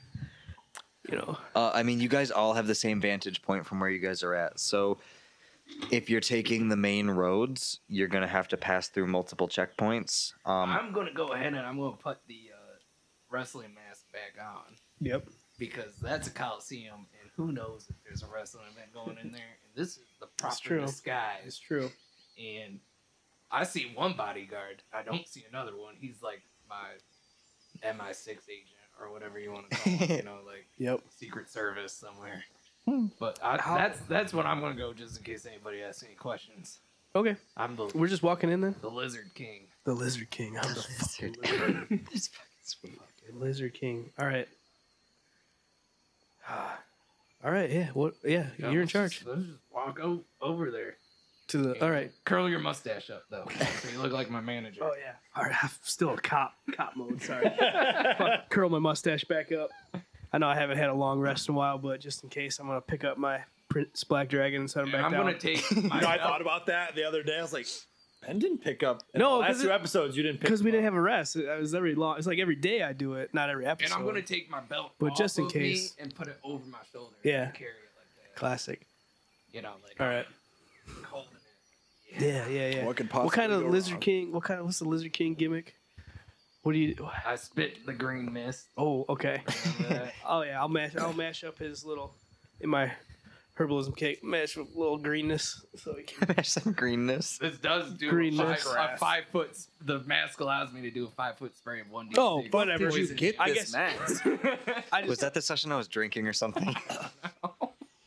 S3: You know,
S2: Uh, I mean, you guys all have the same vantage point from where you guys are at. So, if you're taking the main roads, you're gonna have to pass through multiple checkpoints. Um,
S5: I'm gonna go ahead and I'm gonna put the uh, wrestling mask back on
S3: yep.
S5: because that's a coliseum, and who knows if there's a wrestling event going in there. And this is the proper
S3: true.
S5: disguise.
S3: It's true.
S5: And I see one bodyguard. I
S3: Hmm.
S5: don't see another one. He's like my MI6 agent or whatever you want to call him. you know, like
S3: Yep. Hmm.
S5: Secret Service somewhere. But I, that's that's what I'm gonna go just in case anybody asks any questions.
S3: Okay,
S5: I'm the
S3: we're just walking in then.
S5: the Lizard King.
S3: The Lizard King. I'm the
S2: Lizard.
S3: fucking Lizard King. All right. Ah. All right. Yeah. What? Yeah. You're in
S5: Let's
S3: charge.
S5: just- Let's just walk o- over there.
S3: To the. All right.
S5: Curl your mustache up though, so you look like my manager.
S3: yeah. All right. I'm still a cop. Cop mode. Sorry. Fuck, curl my mustache back up. I know I haven't had a long rest in a while, but just in case, I'm gonna pick up my Prince Black Dragon and set him
S5: And
S3: back
S5: I'm
S3: down.
S5: gonna take
S8: You
S5: my
S8: know, I thought about that the other day. I was like, Ben didn't pick up. in
S3: No,
S8: the
S3: 'cause
S8: last two
S3: it-
S8: episodes you didn't pick.
S3: because we
S8: them
S3: didn't
S8: up.
S3: have a rest. It was every long. It's like every day I do it, not every
S5: and
S3: episode.
S5: I'm gonna take my belt,
S3: But
S5: off
S3: just in
S5: of me
S3: case-
S5: and put it over my shoulder.
S3: Yeah.
S5: and carry it like that.
S3: classic.
S5: You know, like
S3: All right.
S5: holding it.
S3: Yeah, yeah, yeah.
S4: What could
S3: What kind
S4: possibly
S3: of
S4: go
S3: Lizard
S4: wrong?
S3: King? What kind of what's the Lizard King gimmick? What do you?
S5: I spit the green mist. uh,
S3: Oh, okay.
S5: Remember that?
S3: Oh yeah, I'll mash. I'll mash up his little in my herbalism cake. Mash with little greenness. So he can,
S2: There's some greenness.
S5: This does do
S3: Green
S5: a five,
S3: mist.
S5: a five foot. s- The mask allows me to do a five foot spray of one d.
S3: oh, whatever.
S4: Did you get
S3: I
S4: this
S3: guess-
S4: mask?
S3: I just,
S2: Was that the session I was drinking or something?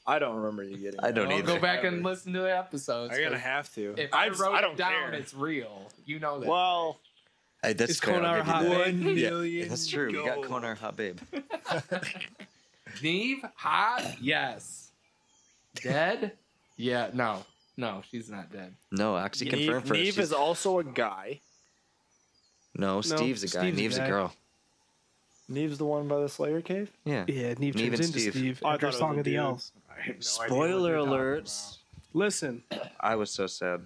S4: I don't remember you getting.
S2: I don't
S4: that.
S2: either.
S6: Go back and listen to the episodes.
S8: I'm gonna
S6: 'cause
S8: have to.
S6: If
S8: I,
S6: I,
S8: just-
S6: wrote
S8: I don't
S6: it down,
S8: care.
S6: it's real. You know that.
S8: well,
S2: Hey, that's
S3: It's
S2: fair, I'll
S3: Konar
S2: give you
S3: Hot
S2: that.
S3: Babe.
S8: one
S2: Yeah,
S8: million.
S2: That's true. We got
S8: gold.
S2: Konar Hot Babe.
S5: Neve, hot.
S6: yes.
S5: Dead?
S6: Yeah. No. No, she's not dead.
S2: No, Oxy confirmed
S8: Neve,
S2: first.
S8: Neve
S2: She's-
S8: is also a guy.
S2: no, Steve's a guy.
S3: Steve's a
S2: Neve's a,
S3: guy.
S2: girl.
S4: Neve's the one by the Slayer cave.
S2: Yeah.
S3: yeah,
S2: Neve
S3: Neve turns
S2: and
S3: into
S2: Steve.
S3: Steve,
S8: Oh, I
S3: after
S8: thought it was
S3: Song
S8: a
S3: of the
S8: dude.
S3: Elves.
S2: Spoiler alerts.
S3: Listen,
S2: I was so sad.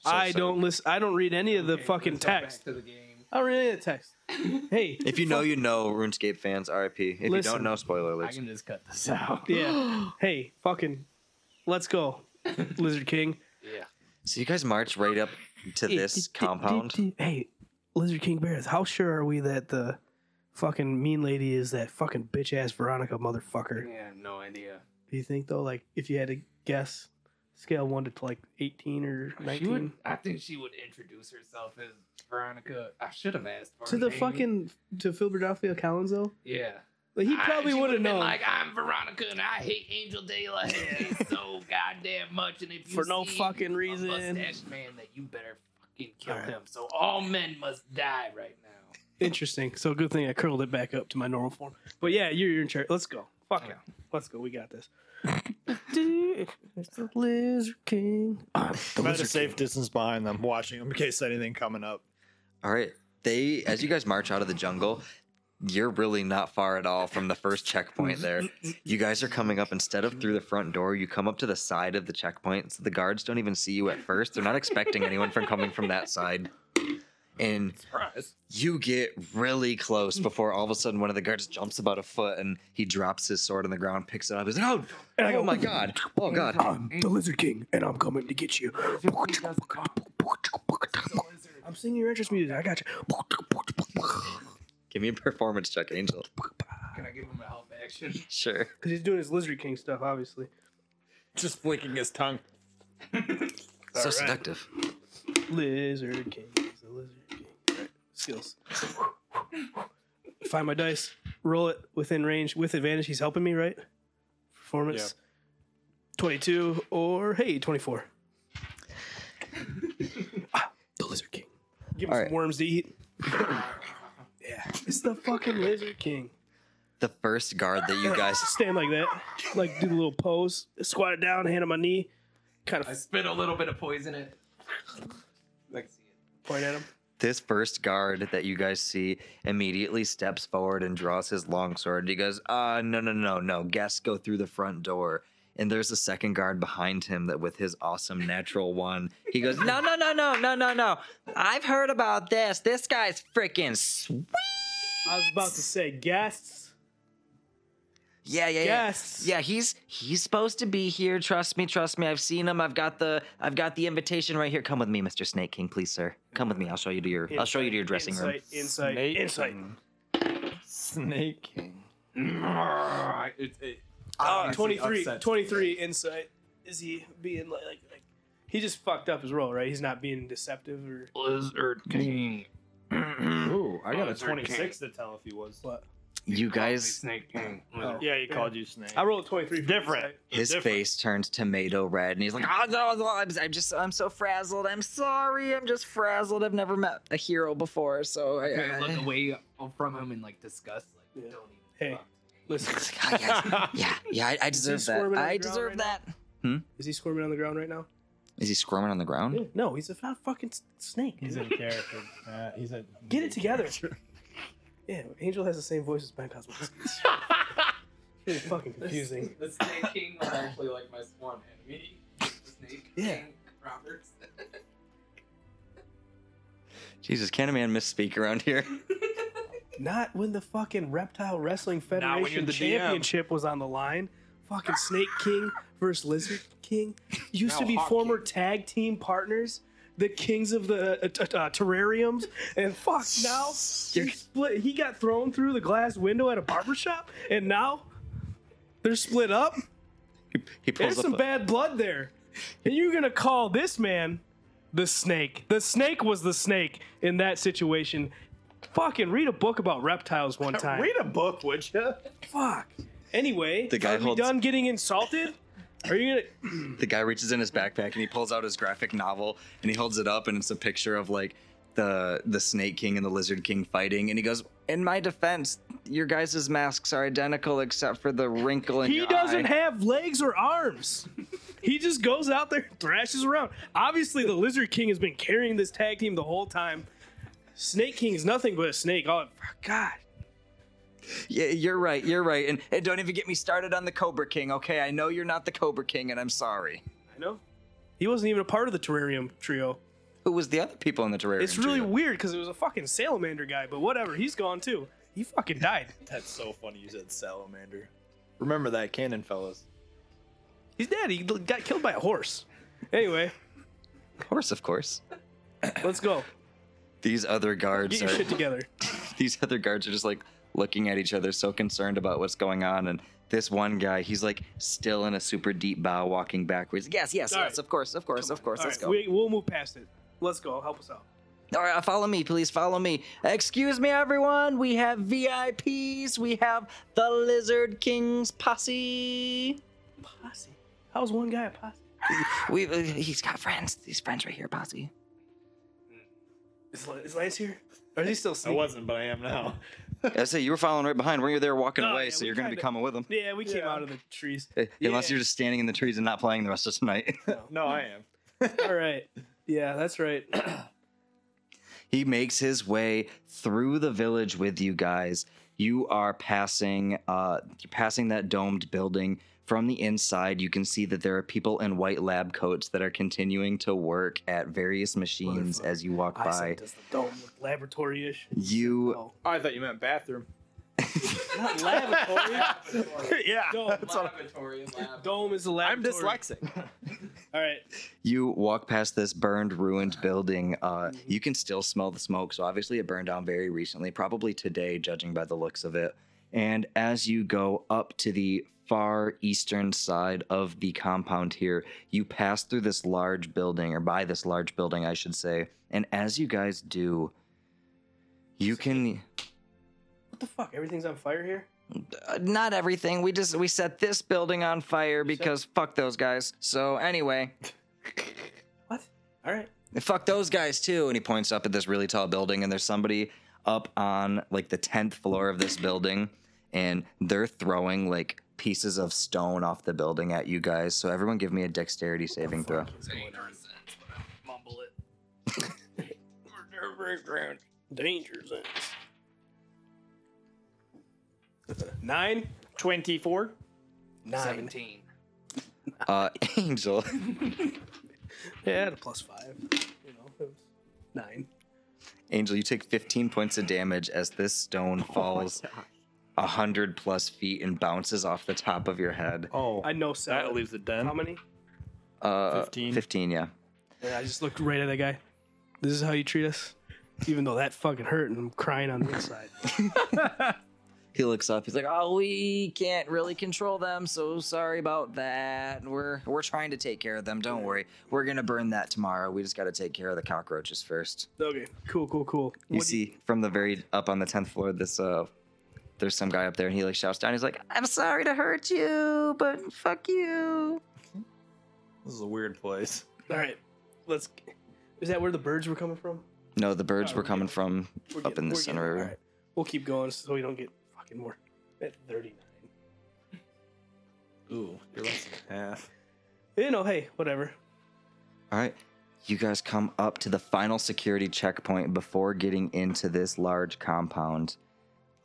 S2: So
S3: I
S2: sad.
S3: don't listen. I don't read any of the
S6: Okay,
S3: fucking
S6: let's go back
S3: text.
S6: to the game.
S3: I don't read any of the text. Hey,
S2: If you know, you know. RuneScape fans, RIP. If you don't
S3: Listen.
S2: know, spoiler
S5: I
S2: alerts.
S5: can just cut this out.
S3: yeah. hey, fucking, let's go, Lizard King.
S2: So you guys march right up to this compound.
S3: Hey, Lizard King Bears, how sure are we that the fucking mean lady is that fucking bitch ass Veronica motherfucker?
S5: Yeah, no idea.
S3: Do you think though? Like, if you had to guess, scale one to like eighteen or
S5: She would,
S3: nineteen.
S5: I think she would introduce herself as Veronica. I should have asked for
S3: To
S5: her
S3: the
S5: name.
S3: fucking to Philadelphia Collins though,
S5: yeah.
S3: but he
S5: I-
S3: probably
S5: she
S3: would have
S5: would've been
S3: known.
S5: Like I'm Veronica and I hate Angel De La Haye so goddamn much, and if you
S3: For no
S5: see
S3: fucking
S5: a
S3: reason.
S5: mustache man, that you better fucking kill
S3: All right.
S5: him. So all men must die right now.
S3: Interesting. So good thing I curled it back up to my normal form. But yeah, you're, you're in charge. Let's go. Fuck it. Let's go. We got this. Dude, it's the Lizard King. I'm the
S8: I'm at a
S3: Lizard
S8: safe distance behind them, watching them in case anything coming up.
S2: All right. They, as you guys march out of the jungle, you're really not far at all from the first checkpoint there. You guys are coming up instead of through the front door, you come up to the side of the checkpoint. So the guards don't even see you at first. They're not expecting anyone from coming from that side. And you get really close before all of a sudden one of the guards jumps about a foot and he drops his sword on the ground, picks it up. He's like, oh,
S3: And I
S2: oh
S3: go,
S2: my God. Oh God.
S3: I'm the Lizard King, and I'm coming to get you. I'm singing your entrance music. I got you.
S2: Give me a performance check, Angel.
S5: Can I give him a help action?
S2: Sure.
S3: Because he's doing his Lizard King stuff, obviously.
S8: Just flicking his tongue.
S2: so
S8: right.
S2: seductive.
S3: Lizard King. He's the Lizard King. Right. Skills. Find my dice. Roll it within range with advantage. He's helping me, right? Performance. 22 or, hey, 24. Ah, the Lizard King. Give him
S2: All
S3: some
S2: right.
S3: worms to eat. yeah. It's the fucking Lizard King.
S2: The first guard that you guys
S3: Stand like that. Like, do the little pose. Squat it down, hand on my knee. Kind
S5: I
S3: of
S5: spit a little bit of poison in it. Let's see it.
S3: point at him.
S2: this first guard that you guys see immediately steps forward and draws his longsword. He goes, "Uh, no, no, no, no. Guests go through the front door." And there's a second guard behind him that, with his awesome natural one, he goes, "No, no, no, no, no, no, no. I've heard about this. This guy's freaking sweet."
S3: I was about to say guests.
S2: Yeah, yeah, yeah.
S3: Guests.
S2: Eh, Yeah, he's he's supposed to be here. Trust me, trust me. I've seen him. I've got the I've got the invitation right here. Come with me, Mr. Snake King, please, sir. Come with me. I'll show you to your I'll show you to your dressing room.
S3: insight, Insight,
S7: Snake
S3: insight.
S7: King. Snake King.
S6: It- it-
S3: Uh,
S6: obviously
S3: 23,
S6: upsets
S3: 23 insight. Is he being like, like, like, he just fucked up his role, right? He's not being deceptive or
S5: Blizzard King.
S7: Ooh, I got a
S5: Lizard
S8: 26 to tell if he was.
S3: what?
S2: You guys
S5: Snake King.
S3: Oh.
S8: Yeah, he called you Snake.
S3: I rolled a 23. for
S8: Different.
S3: insight.
S2: His
S8: Different.
S2: face turns tomato red, and he's like, "Oh no, no, I'm, I'm just, I'm so frazzled. I'm sorry, I'm just frazzled. I've never met a hero before, so I,
S5: Kind of
S2: I,
S5: look away from him in like disgust. Like,
S3: Yeah.
S5: don't even.
S3: Hey.
S5: fuck.
S3: Listen,
S2: I- God, yes. yeah, yeah, I, I deserve that.
S3: squirming on
S2: I
S3: the ground
S2: deserve
S3: right
S2: that." Is
S3: is he squirming on the ground right now?
S2: he squirming on the ground?
S3: No, he's a f- fucking s- snake.
S8: He's in character. Uh, he's in.
S3: Get it together. yeah, Angel has the same voice as Ben Cosmo. It's fucking confusing.
S6: The Snake King was actually like my sworn enemy. The Snake
S3: Yeah.
S6: King Roberts.
S2: Jesus, can a man misspeak around here?
S3: Not when the fucking Reptile Wrestling
S6: Not when you're
S3: Federation
S6: the DM.
S3: championship was on the line. Fucking Snake King versus Lizard King used to
S6: Now
S3: be
S6: Hawk
S3: former tag team partners, the kings of the uh, t- uh, terrariums, and fuck now you're split. He got thrown through the glass window at a barber shop, and now they're split up.
S2: He pulls
S3: There's
S2: up.
S3: some
S2: a-
S3: bad blood there, and you're gonna call this man the Snake. The Snake was the Snake in that situation. Fucking read a book about reptiles one time.
S8: Read a book, would you?
S3: Fuck. Anyway,
S2: The guy
S3: are we
S2: holds-
S3: done getting insulted? Are you gonna?
S2: the guy reaches in his backpack and he pulls out his graphic novel and he holds it up and it's a picture of like the the snake king and the lizard king fighting and he goes
S9: In my defense, your guys' masks are identical except for the wrinkle in
S3: He
S9: your
S3: doesn't
S9: eye.
S3: have legs or arms. he just goes out there, and thrashes around. Obviously, the Lizard King has been carrying this tag team the whole time. Snake King is nothing but a snake. Oh God!
S2: yeah you're right you're right and, and don't even get me started on the cobra king okay i know you're not the cobra king and i'm sorry
S3: I know. He wasn't even a part of the terrarium trio.
S2: who was the other people in the terrarium
S3: It's really
S2: trio?
S3: weird because it was a fucking salamander guy, but whatever. He's gone too. He fucking died.
S8: That's so funny you said salamander. Remember that cannon, fellas.
S3: He's dead. He got killed by a horse. Anyway,
S2: of course of course
S3: let's go.
S2: these other guards
S3: Get your
S2: are
S3: shit together.
S2: these other guards are just like looking at each other so concerned about what's going on and this one guy he's like still in a super deep bow walking backwards yes yes
S3: All
S2: yes
S3: right.
S2: of course of course of course
S3: All
S2: let's
S3: right,
S2: go
S3: We, we'll move past it. Let's go. Help us out.
S2: All right, follow me, please follow me. Excuse me, everyone. We have VIPs. We have the Lizard King's posse.
S3: Posse. How's one guy a posse?
S9: We uh, he's got friends. These friends right here, posse.
S3: Is, Lan- is Lance here? Or is he still
S8: I
S3: sleeping?
S8: wasn't, but I am now.
S2: I say you were following right behind. Were you there walking
S3: No,
S2: away?
S3: yeah,
S2: so
S3: we
S2: you're going to be
S3: kinda-
S2: coming with them,
S3: Yeah, we came
S8: Yeah.
S3: out of the trees.
S2: unless
S3: Yeah.
S2: you're just standing in the trees and not playing the rest of tonight.
S8: No, I am.
S3: All right. Yeah, that's right.
S2: He makes his way through the village with you guys. You are passing uh you're passing that domed building. From the inside, you can see that there are people in white lab coats that are continuing to work at various machines
S3: Motherfucker.
S2: as you walk
S3: I
S2: by.
S3: said, does the dome look laboratory ish?
S2: You
S3: No.
S8: Oh, I thought you meant bathroom.
S3: Not laboratory.
S8: yeah.
S3: Dome. Dome is a
S8: I'm
S3: laboratory.
S8: dyslexic.
S3: All right.
S2: you walk past this burned, ruined building. Uh, you can still smell the smoke. So obviously, it burned down very recently, probably today, judging by the looks of it. And as you go up to the far eastern side of the compound here, you pass through this large building, or by this large building, I should say. And as you guys do, you can
S3: What the fuck? Everything's on fire here?
S2: uh, not everything. We just we set this building on fire because fuck those guys. So anyway,
S3: What? All right.
S2: And fuck those guys too. And he points up at this really tall building, and there's somebody up on like the tenth floor of this building, and they're throwing like pieces of stone off the building at you guys. So everyone, give me a dexterity saving throw.
S5: Mumble it. We're nervous around.
S3: Danger zones. Nine?
S8: 24.
S3: Nine.
S5: Seventeen.
S2: Uh, Angel,
S3: Yeah, I had a plus five. You know, it was nine.
S2: Angel, you take 15 points of damage as this stone falls a hundred plus feet and bounces off the top of your head.
S8: Oh.
S3: I know seven.
S8: it
S3: How
S8: done.
S3: many?
S2: Uh,
S8: 15?
S2: 15, yeah.
S3: And I just looked right at that guy. This is how you treat us? Even though that fucking hurt and I'm crying on the inside.
S2: He looks up. He's like, "Oh, we can't really control them, so sorry about that. We're we're trying to take care of them. Don't worry. We're gonna burn that tomorrow. We just got to take care of the cockroaches first.
S3: Okay, cool, cool, cool.
S2: You
S3: What do
S2: see, from the very up on the tenth floor, this uh, there's some guy up there, and he like shouts down. He's like, "I'm sorry to hurt you, but fuck you."
S8: This is a weird place.
S3: All right, let's. Is that where the birds were coming from?
S2: No, the birds
S3: Oh,
S2: were
S3: yeah.
S2: coming from
S3: We're
S2: up in the
S3: we're
S2: center.
S3: all right. We'll keep going so we don't get fucking more. At 39.
S8: Ooh, you're less than half.
S3: You know, hey, whatever.
S2: All right. You guys come up to the final security checkpoint before getting into this large compound.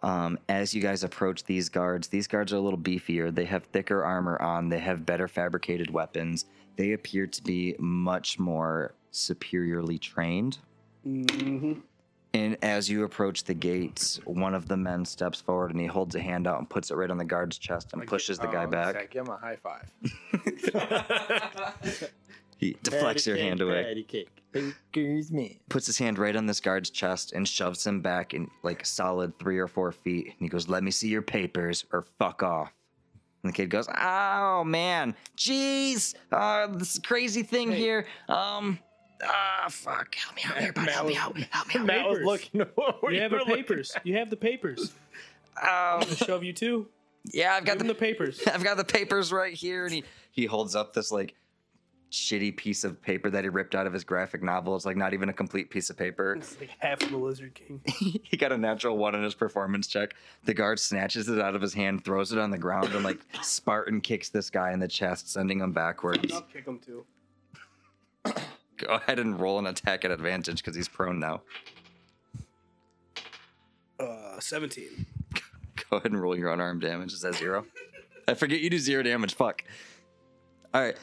S2: Um, as you guys approach these guards, these guards are a little beefier. They have thicker armor on, they have better fabricated weapons. They appear to be much more superiorly trained.
S3: Mm-hmm.
S2: And as you approach the gates, one of the men steps forward and he holds a hand out and puts it right on the guard's chest and pushes the
S6: Oh,
S5: Oh,
S2: guy back.
S8: Give him a high five.
S2: He deflects your hand away.
S8: Excuse me.
S2: puts his hand right on this guard's chest and shoves him back in like solid three or four feet. And he goes, Let me see your papers or fuck off. And the kid goes, Oh man, jeez, uh, this crazy thing here. Um, ah, fuck, help me out here, buddy. Help me out, help me out.
S8: Matt was
S3: Papers.
S8: looking. what were
S3: You have the
S8: looking-
S3: papers. You have the papers.
S2: Um,
S3: I'm gonna shove you too.
S2: yeah, I've got
S3: Give them
S2: the
S3: the papers.
S2: I've got the papers right here. And he, he holds up this like shitty piece of paper that he ripped out of his graphic novel. It's like not even a complete piece of paper.
S3: It's like half of the Lizard King.
S2: he got a natural one on his performance check. The guard snatches it out of his hand, throws it on the ground, and like Spartan kicks this guy in the chest, sending him backwards.
S3: I'll kick him too.
S2: Go ahead and roll an attack at advantage because he's prone now.
S3: Uh, 17.
S2: Go ahead and roll your unarmed damage. Is that zero? I forget you do zero damage. Fuck. All right.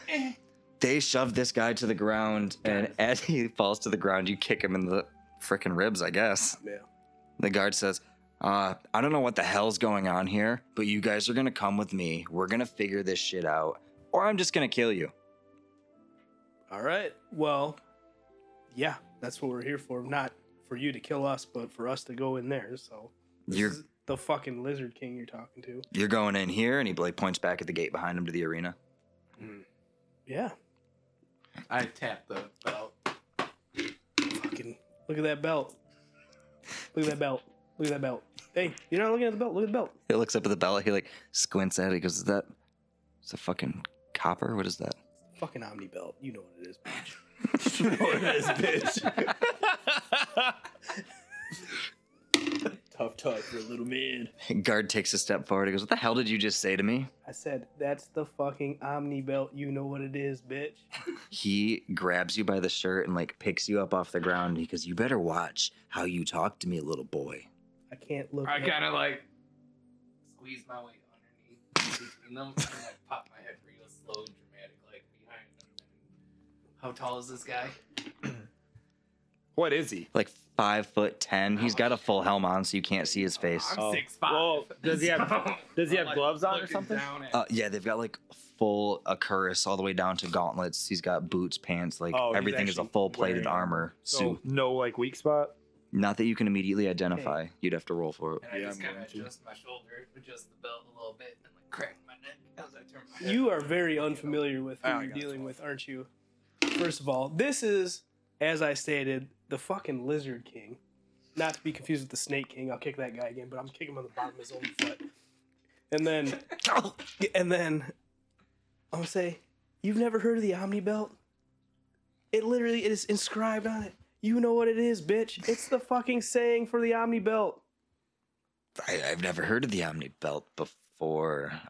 S2: They shove this guy to the ground, and as he falls to the ground, you kick him in the frickin' ribs, I guess.
S3: Yeah.
S2: The guard says, uh, I don't know what the hell's going on here, but you guys are gonna come with me. We're gonna figure this shit out, or I'm just gonna kill you.
S3: All right. Well, yeah, that's what we're here for. Not for you to kill us, but for us to go in there. So this
S2: You're
S3: is the fucking Lizard King you're talking to.
S2: you're going in here, and he like points back at the gate behind him to the arena.
S3: Yeah.
S6: I tap the belt.
S3: Fucking Look at that belt. Look at that belt. Look at that belt. Hey, you're not looking at the belt. Look at the belt.
S2: He looks up at the belt. He like squints at it. He goes, "Is that? Is that fucking copper? What is that?"
S3: Fucking Omni belt. You know what it is. bitch.
S8: Tough, tough. You're a little man.
S2: Guard takes a step forward. He goes, "What the hell did you just say to me?"
S3: I said that's the fucking Omni belt. You know what it is, bitch.
S2: He grabs you by the shirt and like picks you up off the ground. He goes, "You better watch how you talk to me, little boy."
S3: I can't look.
S5: I
S3: at-
S5: kind of like squeeze my way underneath, and then kinda, like pop my head real slow and dramatic, like behind him. How tall is this guy?
S8: What is he?
S2: Like five foot ten. He's got a full helm on, so you can't see his face.
S5: I'm
S8: Oh.
S5: six five.
S8: Well, does he have- does he have gloves on or something?
S2: Uh, yeah, they've got like full a cuirass all the way down to gauntlets. He's got boots, pants, like
S8: Oh, he's
S2: everything is a
S8: actually
S2: full plated
S8: wearing
S2: armor
S8: So
S2: suit.
S8: no like weak spot.
S2: Not that you can immediately identify. You'd have to roll for it.
S5: and I
S7: Yeah,
S5: just
S7: I'm
S5: kind of
S7: going to.
S5: adjust my shoulder, adjust the belt a little bit, and then like crack my neck as I turn my head.
S3: You are very unfamiliar with who
S7: Oh, I
S3: you're
S7: got
S3: dealing with, aren't you? First of all, this is, as I stated, the fucking Lizard King. Not to be confused with the Snake King. I'll kick that guy again, but I'm kicking him on the bottom of his own foot. And then, and then, I'm gonna say, you've never heard of the Omni Belt? It literally is inscribed on it. You know what it is, bitch. It's the fucking saying for the Omni Belt.
S2: I, I've never heard of the Omni Belt before.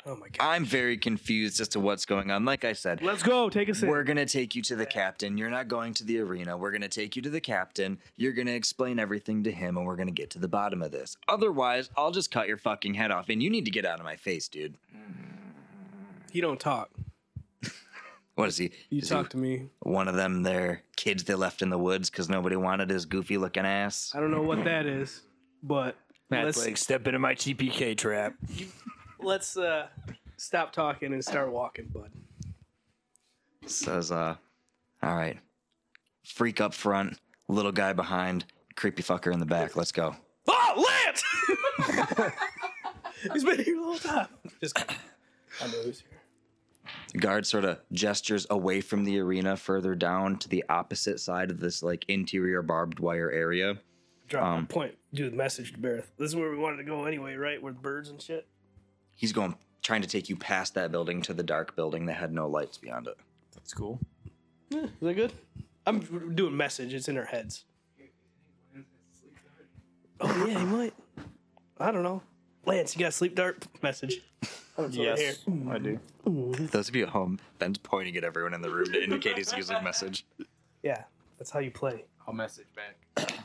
S3: Oh my god.
S2: I'm very confused as to what's going on. Like I said,
S3: Let's go. Take a sip.
S2: We're going to take you to the captain. You're not going to the arena. We're going to take you to the captain. You're going to explain everything to him, and we're going to get to the bottom of this. Otherwise, I'll just cut your fucking head off, and you need to get out of my face, dude.
S3: You don't talk.
S2: What is he?
S3: You
S2: is
S3: talk
S2: he
S3: to me.
S2: one of them there kids they left in the woods because nobody wanted his goofy looking ass?
S3: I don't know what that is, but let's
S8: step into my TPK trap.
S3: let's uh, stop talking and start walking, bud.
S2: Says, uh, all right, freak up front, little guy behind, creepy fucker in the back. Let's go.
S3: Oh, Lance! He's been here the whole time. Just kidding. I know he's here.
S2: guard sort of gestures away from the arena further down to the opposite side of this like interior barbed wire area
S3: Drop
S2: Um,
S3: my point. Do the message to Barrett. This is where we wanted to go anyway, right? With birds and shit.
S2: he's going trying to take you past that building to the dark building that had no lights beyond it
S7: That's cool.
S3: Yeah, is that good? I'm doing message. It's in our heads. Oh yeah, he might. I don't know. Lance, you got a sleep dart message?
S8: Yes, I do.
S2: those of you at home ben's pointing at everyone in the room to indicate he's using message
S3: Yeah, that's how you play.
S5: I'll message back.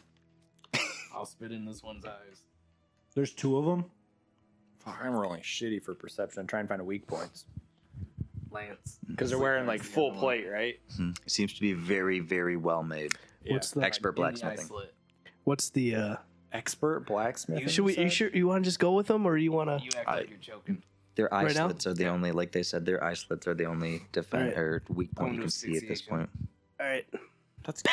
S5: I'll spit in this one's eyes.
S7: There's two of them.
S8: Fuck, I'm rolling shitty for perception. I'm trying to find a weak points
S5: Lance.
S8: because they're wearing like full plate, right?
S2: Hmm. It seems to be very very well made
S3: What's the
S2: expert
S5: in the eye
S2: blacksmithing
S5: slit.
S3: What's the uh
S8: Expert blacksmith.
S3: Should we? You sure you want to just go with them, or you want to?
S5: You act
S2: I-
S5: like you're choking.
S2: their eye
S3: Right now?
S2: slits are the only like they said their eye slits are the only defense
S3: Right.
S2: or weak point
S5: Point
S2: you
S5: of
S2: can see at this
S5: asphyxiation.
S2: point
S3: All right.
S8: That's good.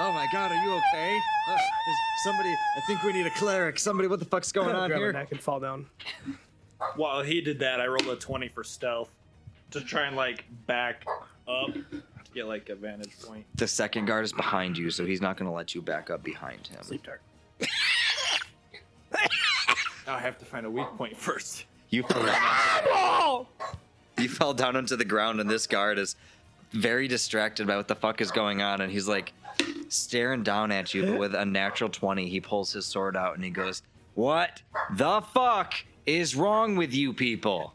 S2: Oh my god, are you okay? Uh, is somebody, I think we need a cleric. Somebody, what the fuck's going on
S3: Grab my
S2: here?
S3: neck and fall down.
S8: While he did that, I rolled a twenty for stealth to try and like back up to get like a vantage point.
S2: The second guard is behind you, so he's not going to let you back up behind him.
S3: Sleep dart.
S8: Now I have to find a weak point first.
S2: You fell, you fell down onto the ground, and this guard is very distracted by what the fuck is going on, and he's like staring down at you. But with a natural 20, he pulls his sword out and he goes, What the fuck is wrong with you people?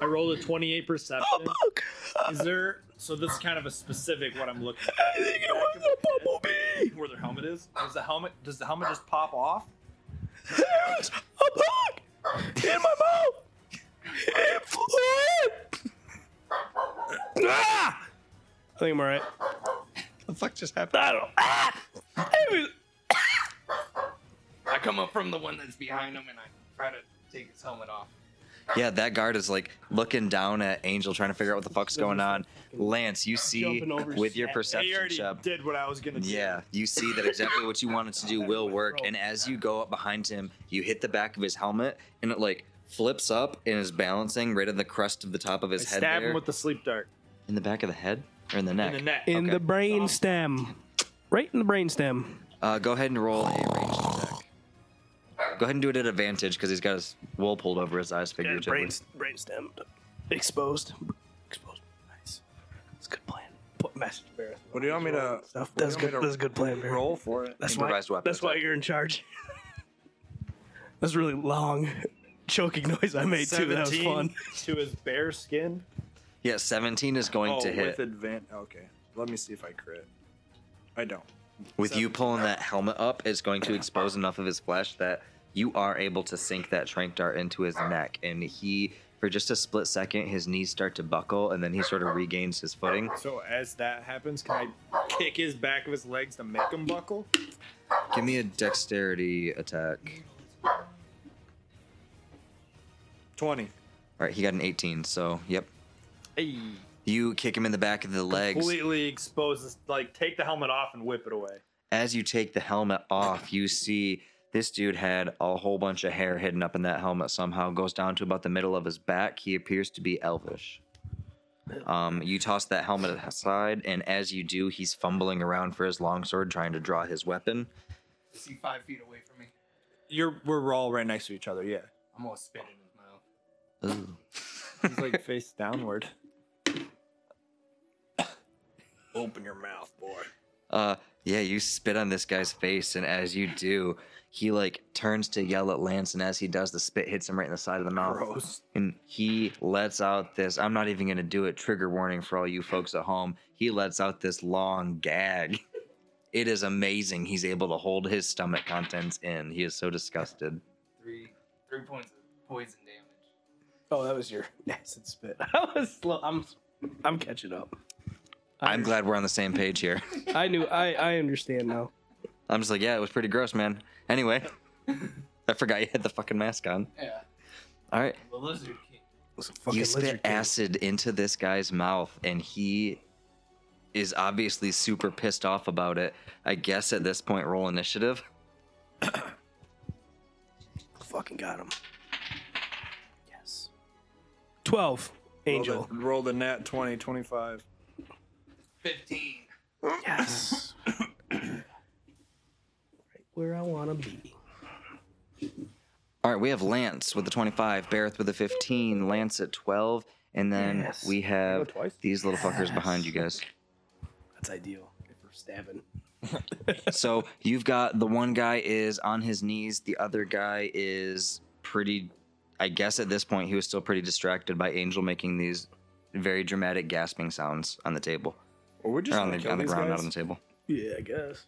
S8: I rolled a twenty-eight perception.
S2: Oh,
S8: Is there? So this is kind of a specific what I'm looking. at. I think it was a bumblebee. Where their helmet is? Does the helmet? Does the helmet just pop off?
S3: I think I'm all right.
S2: The fuck just happened?
S5: I come up from the one that's behind him and I try to take his helmet off.
S2: Yeah, that guard is like looking down at Angel, trying to figure out what the fuck's going on. Lance, you see
S3: Jumping over
S2: with your
S3: shit.
S8: He
S2: perception
S8: already
S2: check.
S8: did what I was gonna do.
S2: Yeah, you see that exactly what you wanted to do will work, and as you go up behind him, you hit the back of his helmet, and it like flips up and is balancing right on the crest of the top of his
S8: I
S2: head
S8: stab
S2: there.
S8: him with the sleep dart
S2: in the back of the head or in the neck.
S8: in the neck.
S3: In
S2: Okay.
S3: the brain stem. Right in the brain stem.
S2: Uh, go ahead and roll a ranged attack. Go ahead and do it at advantage because he's got his wool pulled over his eyes figuratively.
S3: brain, brain stem. Exposed. Exposed. Nice. That's a good plan. Put message Barrett.
S4: What do you want me to
S3: Stuff. That's
S4: want me
S3: good.
S4: to
S3: That's a good plan, Barrett.
S4: roll for it?
S3: That's why.
S2: Improvised weapon
S3: That's why
S2: attack.
S3: you're in charge. that's a really long choking noise I made too. That was fun.
S8: to his bare skin.
S2: Yeah, 17 is going
S4: Oh,
S2: to hit.
S4: with advan Okay, let me see if I crit. I don't.
S2: With you pulling that helmet up, it's going to expose enough of his flesh that you are able to sink that trank dart into his neck. And he, for just a split second, his knees start to buckle and then he sort of regains his footing.
S8: So as that happens, can I kick his back of his legs to make him buckle?
S2: Give me a dexterity attack.
S4: Twenty.
S2: All right, he got an 18, so yep.
S8: Hey,
S2: You kick him in the back of the legs.
S8: completely exposes. Like take the helmet off and whip it away.
S2: as you take the helmet off, you see this dude had a whole bunch of hair hidden up in that helmet somehow, goes down to about the middle of his back. He appears to be elvish. Um, you toss that helmet aside, and as you do, he's fumbling around for his longsword, trying to draw his weapon.
S5: Is he five feet away from me?
S4: You're we're all right next to each other. Yeah.
S5: I'm gonna spit in his mouth.
S8: He's like face downward.
S4: Open your mouth, boy.
S2: Uh, yeah, you spit on this guy's face, and as you do, he like turns to yell at Lance, and as he does, the spit hits him right in the side of the mouth.
S4: Gross.
S2: And he lets out this. I'm not even gonna do it. Trigger warning for all you folks at home. He lets out this long gag. It is amazing. He's able to hold his stomach contents in. He is so disgusted.
S5: Three, three points of poison damage.
S3: Oh, that was your acid spit. I was slow. I'm. I'm catching up. I
S2: I'm glad we're on the same page here.
S3: I knew. I. I understand now.
S2: I'm just like, yeah, it was pretty gross, man. Anyway, I forgot you had the fucking mask on.
S5: Yeah,
S2: All right,
S5: the lizard king.
S2: you spit acid into this guy's mouth, and he is obviously super pissed off about it. I guess at this point, roll initiative.
S3: Fucking got him. Yes. Twelve. Angel.
S4: Roll the, roll the net 20, 25.
S5: Fifteen.
S3: Yes. right where I want to be.
S2: All right, we have Lance with the 25, Barrett with the 15, Lance at 12, and then
S3: Yes.
S2: we have
S8: twice?
S2: these little fuckers behind you guys.
S3: That's ideal for stabbing.
S2: So you've got the one guy is on his knees, the other guy is pretty. I guess at this point he was still pretty distracted by Angel making these very dramatic gasping sounds on the table
S4: Well, we're just
S2: or on
S4: gonna
S2: the
S4: kill
S2: on the
S4: these
S2: ground,
S4: guys.
S2: not on the table.
S3: Yeah, I guess.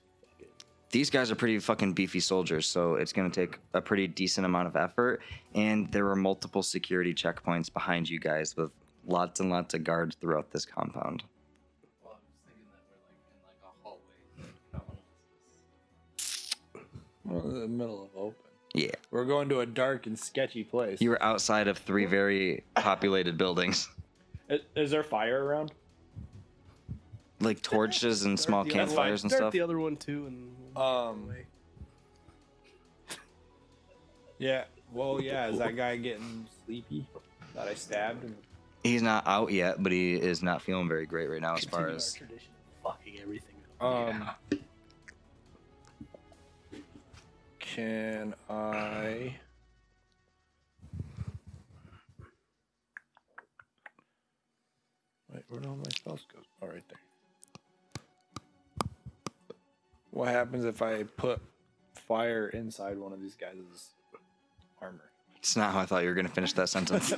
S2: these guys are pretty fucking beefy soldiers, so it's going to take a pretty decent amount of effort. And there were multiple security checkpoints behind you guys with lots and lots of guards throughout this compound.
S5: Well, I was thinking that we're like in like a hallway. Not one of
S7: We're
S5: us.
S7: in the middle of open.
S2: Yeah.
S7: We're going to a dark and sketchy place.
S2: You were outside of three very populated buildings,
S8: Is, is there fire around?
S2: like torches and small
S3: Start the other
S2: campfires
S3: one-
S2: and
S3: start
S2: stuff.
S3: the other one too, and
S7: um,
S8: Yeah. Well, yeah. Is that guy getting sleepy? That I stabbed him.
S2: He's not out yet, but he is not feeling very great right now as far
S3: continue
S2: as.
S3: our tradition of fucking everything. up.
S7: um,
S4: Can I? Wait, where did all my spells go? Oh, right there.
S7: what happens if I put fire inside one of these guys' armor?
S2: It's not how I thought you were going to finish that sentence.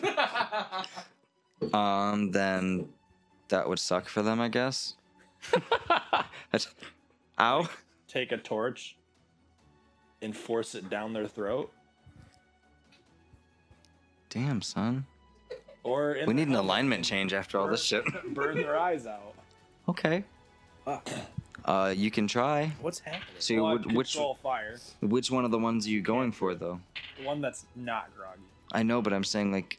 S2: um, then that would suck for them, I guess. That's- Ow.
S8: Take a torch and force it down their throat.
S2: Damn, son.
S8: Or in
S2: We
S8: the
S2: need an
S8: helmet,
S2: alignment change after all this shit.
S8: burn their eyes out.
S2: Okay. Uh, you can try.
S3: What's happening?
S2: So,
S8: Well, I
S2: would- which
S8: control fire?
S2: which one of the ones are you going for, though?
S8: The one that's not groggy.
S2: I know, but I'm saying like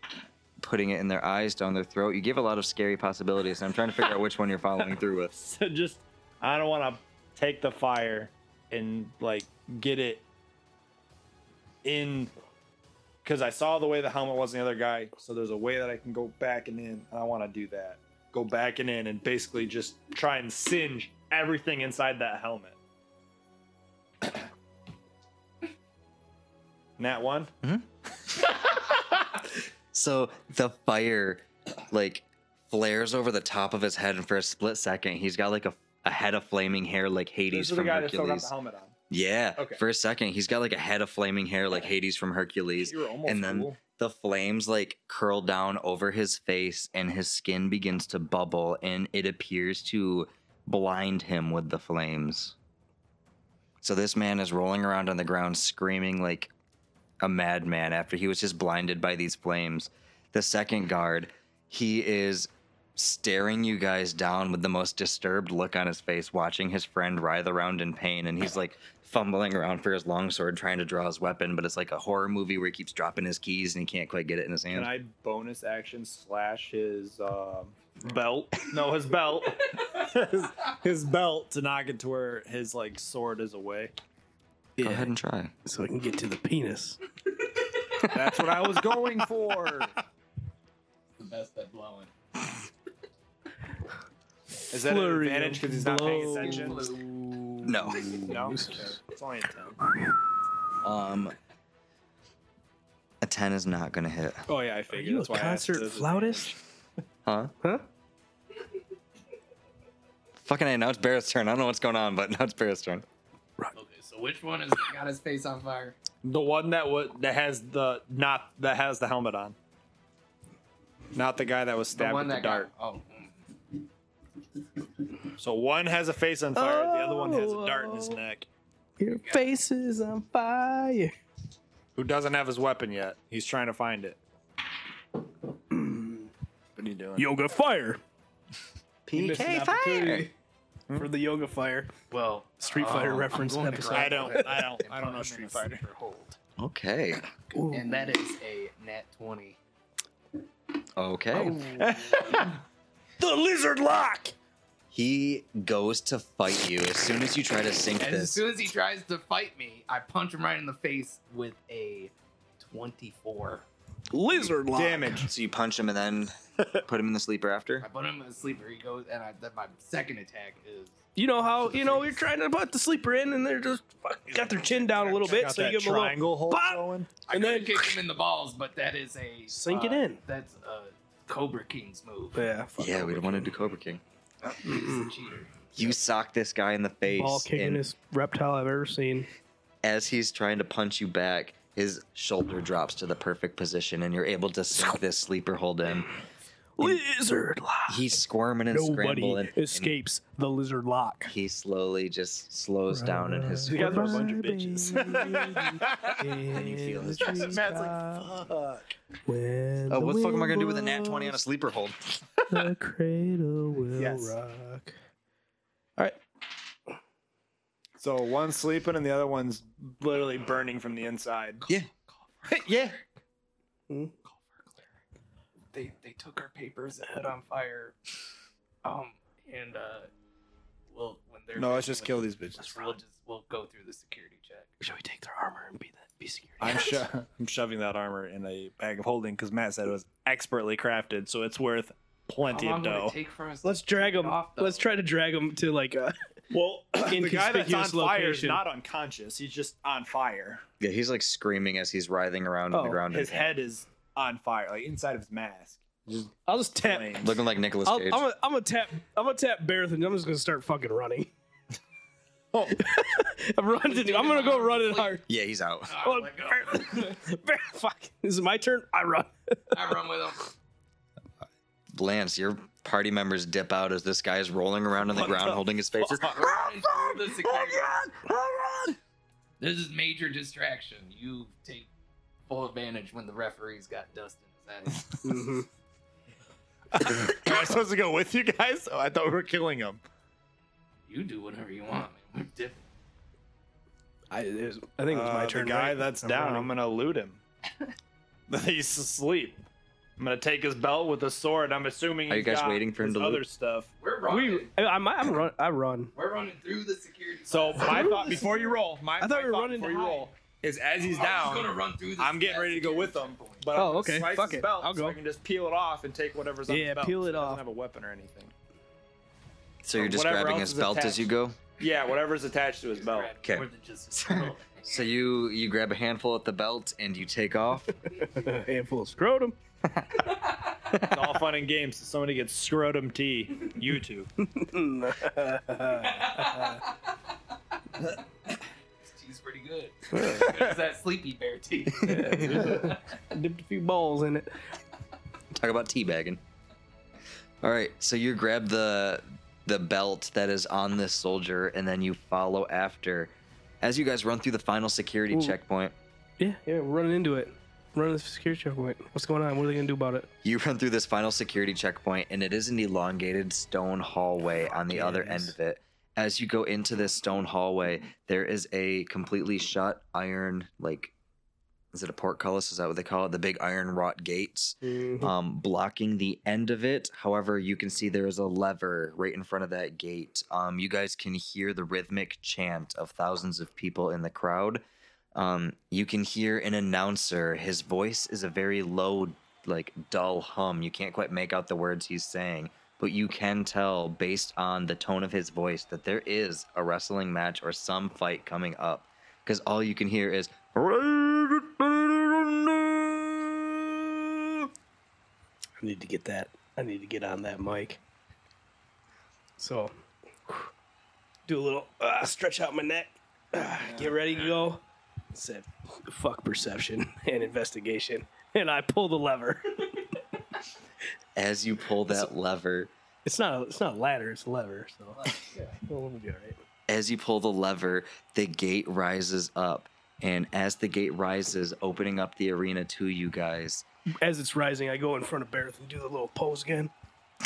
S2: putting it in their eyes, down their throat. You give a lot of scary possibilities, and I'm trying to figure out which one you're following through with.
S8: So just I don't want to take the fire and like get it in because I saw the way the helmet was in the other guy. So there's a way that I can go back and in, and I want to do that. Go back and in, and basically just try and singe everything inside that helmet. Nat one.
S2: So the fire like flares over the top of his head, and for a split second, he's got like a, a head of flaming hair like Hades
S8: This is the
S2: from
S8: guy that still got
S2: Hercules.
S8: the helmet on.
S2: Yeah.
S8: Okay.
S2: For a second, he's got like a head of flaming hair like Hades from Hercules.
S8: You were almost
S2: and then-
S8: cool.
S2: The flames like curl down over his face, and his skin begins to bubble, and it appears to blind him with the flames. So this man is rolling around on the ground, screaming like a madman after he was just blinded by these flames. The second guard, he is staring you guys down with the most disturbed look on his face, watching his friend writhe around in pain, and he's like fumbling around for his longsword, trying to draw his weapon, but it's like a horror movie where he keeps dropping his keys and he can't quite get it in his
S8: Can
S2: hand.
S8: I bonus action slash his um, belt? No, his belt. his, his belt to knock it to where his like sword is away.
S2: Go ahead and try.
S3: So I can get to the penis.
S8: That's what I was going for.
S6: The best at blowing.
S8: Is that an
S3: Flurry
S8: advantage
S3: of
S8: because he's not paying
S3: blows.
S8: attention?
S2: No.
S8: No, it's only a ten.
S2: Um, a 10 is not going to hit.
S8: Oh yeah, I
S3: Are
S8: figured.
S3: you a
S8: That's why I asked
S3: concert
S8: if this was
S3: flautist?
S2: Huh?
S3: Huh?
S2: Fucking A, now it's Barrett's turn. I don't know what's going on, but now it's Barrett's turn.
S5: Okay, so which one has got his face on fire?
S8: The one that was that has the not that has the helmet on. Not the guy that was stabbed with the dart.
S5: got- oh,
S8: So one has a face on fire, the other one has a dart in his neck.
S3: Your face is on fire.
S8: Who doesn't have his weapon yet? He's trying to find it. what are you doing?
S3: Yoga fire. You missed
S2: PK
S3: an opportunity For the yoga fire.
S2: Oh,
S5: well,
S3: Street Fighter
S5: um,
S3: reference
S5: I'm going to
S3: episode.
S5: grab
S8: I don't-
S5: that
S8: I don't-
S5: and
S8: I don't
S5: put
S8: know
S5: him
S8: Street
S5: in a
S8: Fighter.
S5: sleeper Hold.
S2: Okay.
S5: And that is a nat 20.
S2: Okay. Oh.
S8: The lizard lock.
S2: He goes to fight you as soon as you try to sink
S5: As
S2: this.
S5: soon as he tries to fight me, I punch him right in the face with a 24.
S3: Lizard lock.
S8: Damage.
S2: So you punch him and then put him in the sleeper
S5: I
S2: after.
S5: put him in a sleeper. He goes, and I, then my second attack is.
S3: You know how you know you're trying to put the sleeper in, and they're just fuck, got their chin down a little bit,
S8: Got
S3: so you
S8: that
S3: give them a little
S8: triangle hold
S3: Pop!
S8: going.
S5: I
S3: And then-
S5: then kick him in the balls, but that is a uh,
S3: Sink it in.
S5: That's a Cobra King's move.
S3: yeah, fuck
S2: Yeah,
S3: it.
S2: we don't want to do Cobra King.
S5: He's a cheater.
S2: You sock this guy in the face.
S3: ball kicking
S2: and
S3: is reptile I've ever seen.
S2: as he's trying to punch you back, his shoulder drops to the perfect position and you're able to sink this sleeper hold in.
S3: Lizard lock.
S2: He's squirming and
S3: Nobody
S2: scrambling. and
S3: escapes the lizard lock.
S2: he slowly just slows down in his
S3: You guys are a bunch of
S2: And you feel his
S3: Matt's like, fuck. When
S2: Oh, what the fuck am I gonna do with a nat 20 on a sleeper hold?
S3: The cradle will
S8: Yes.
S3: rock.
S8: So one's sleeping and the other one's literally burning from the inside.
S2: Yeah.
S8: yeah.
S5: They they took our papers and put on fire. Um and uh, well when they're
S4: No, let's just kill these
S5: Just-
S4: bitches.
S5: We'll just we'll go through the security check.
S3: Should we take their armor and be that be security?
S8: I'm, sho- I'm shoving that armor in a bag of holding because Matt said it was expertly crafted, so it's worth plenty
S5: How
S8: of
S5: long would
S8: dough.
S5: it take for us?
S3: Let's drag them.
S5: Off, though.
S3: Let's try to drag them to like a
S8: Well, the guy that's on
S3: Inconspicuous
S8: fire is
S3: location.
S8: not unconscious. He's just on fire.
S2: Yeah, he's like screaming as he's writhing around on the
S3: Oh,
S2: ground. in
S8: His
S2: pain.
S8: head is on fire, like inside of his mask. Just
S3: I'll just tap.
S8: flames.
S2: Looking like Nicolas
S3: I'll, I'm
S2: Cage.
S3: gonna I'm gonna tap. I'm gonna tap Barath, and I'm just gonna start fucking running.
S8: Oh.
S3: I'm running. I'm gonna go running hard.
S2: Yeah, he's out.
S3: Oh,
S5: Oh, my God.
S3: Barath, Barath, fuck. This is my turn. I run.
S5: I run with him.
S2: Lance, your party members dip out as this guy is rolling around on the ground holding his face.
S5: Running through the security. This is major distraction. You take full advantage when the referee's got dust in his ass.
S8: Am I supposed to go with you guys? Oh, I thought we were killing him.
S5: you do whatever you want, man. We're different.
S3: I, it was, I think it was my
S8: Uh,
S3: turn.
S8: The guy
S3: right?
S8: that's
S3: I'm
S8: down,
S3: running.
S8: I'm gonna loot him. he's asleep. I'm gonna take his belt with a sword. I'm assuming.
S2: Are you
S8: he's
S2: guys
S8: got
S2: waiting for him
S8: his
S2: to loot?
S8: other stuff?
S5: We're running.
S3: We, I, I'm, I'm run. I run.
S5: We're running through the security.
S8: So my thought before you roll, my
S3: I thought
S8: my
S3: we were running
S8: before
S3: to
S8: you
S3: hide.
S8: roll is as he's
S5: I'm
S8: down,
S5: just Oh, gonna run through this
S8: I'm getting
S5: fast.
S8: ready to go with them, but
S3: Oh,
S8: I'm gonna
S3: okay.
S8: Slice
S3: Fuck
S8: his
S3: it.
S8: Belt
S3: I'll
S8: So
S3: go.
S8: I can just peel it off and take whatever's on
S3: Yeah,
S8: his belt.
S3: peel
S8: so
S3: it
S8: he doesn't
S3: off.
S8: have a weapon or anything.
S2: So you're just
S8: Whatever
S2: grabbing
S8: else
S2: his
S8: is
S2: belt as
S8: attached.
S2: you go.
S8: Yeah, whatever's attached to his belt.
S2: Okay.
S5: More than just a little.
S2: So you you grab a handful at the belt and you take off.
S3: handful of scrotum.
S8: It's all fun and games. So somebody gets scrotum tea. You two.
S5: She's pretty good. As good as that sleepy bear tea.
S3: Dipped a few balls in it.
S2: Talk about teabagging. All right, so you grab the the belt that is on this soldier, and then you follow after. As you guys run through the final security
S3: Ooh.
S2: checkpoint,
S3: Yeah, yeah, we're running into it. Running this security checkpoint. What's going on? What are they gonna do about it?
S2: you run through this final security checkpoint, and it is an elongated stone hallway on the other end of it. As you go into this stone hallway, there is a completely shut iron, like, is it a portcullis? Is that what they call it? The big iron wrought gates. um, blocking the end of it. However, you can see there is a lever right in front of that gate. Um, you guys can hear the rhythmic chant of thousands of people in the crowd. Um, you can hear an announcer. His voice is a very low, like dull hum. You can't quite make out the words he's saying, but you can tell based on the tone of his voice that there is a wrestling match or some fight coming up. Because all you can hear is.
S3: I need to get that. I need to get on that mic. So, do a little uh, stretch out my neck. Uh, get ready to go. Said, fuck perception and investigation, and I pull the lever.
S2: as you pull that lever,
S3: It's not. A, it's not a ladder. It's a lever. So, Well, we'll be all right.
S2: as you pull the lever, the gate rises up. And as the gate rises, opening up the arena to you guys,
S3: As it's rising, I go in front of Barrett and do the little pose again,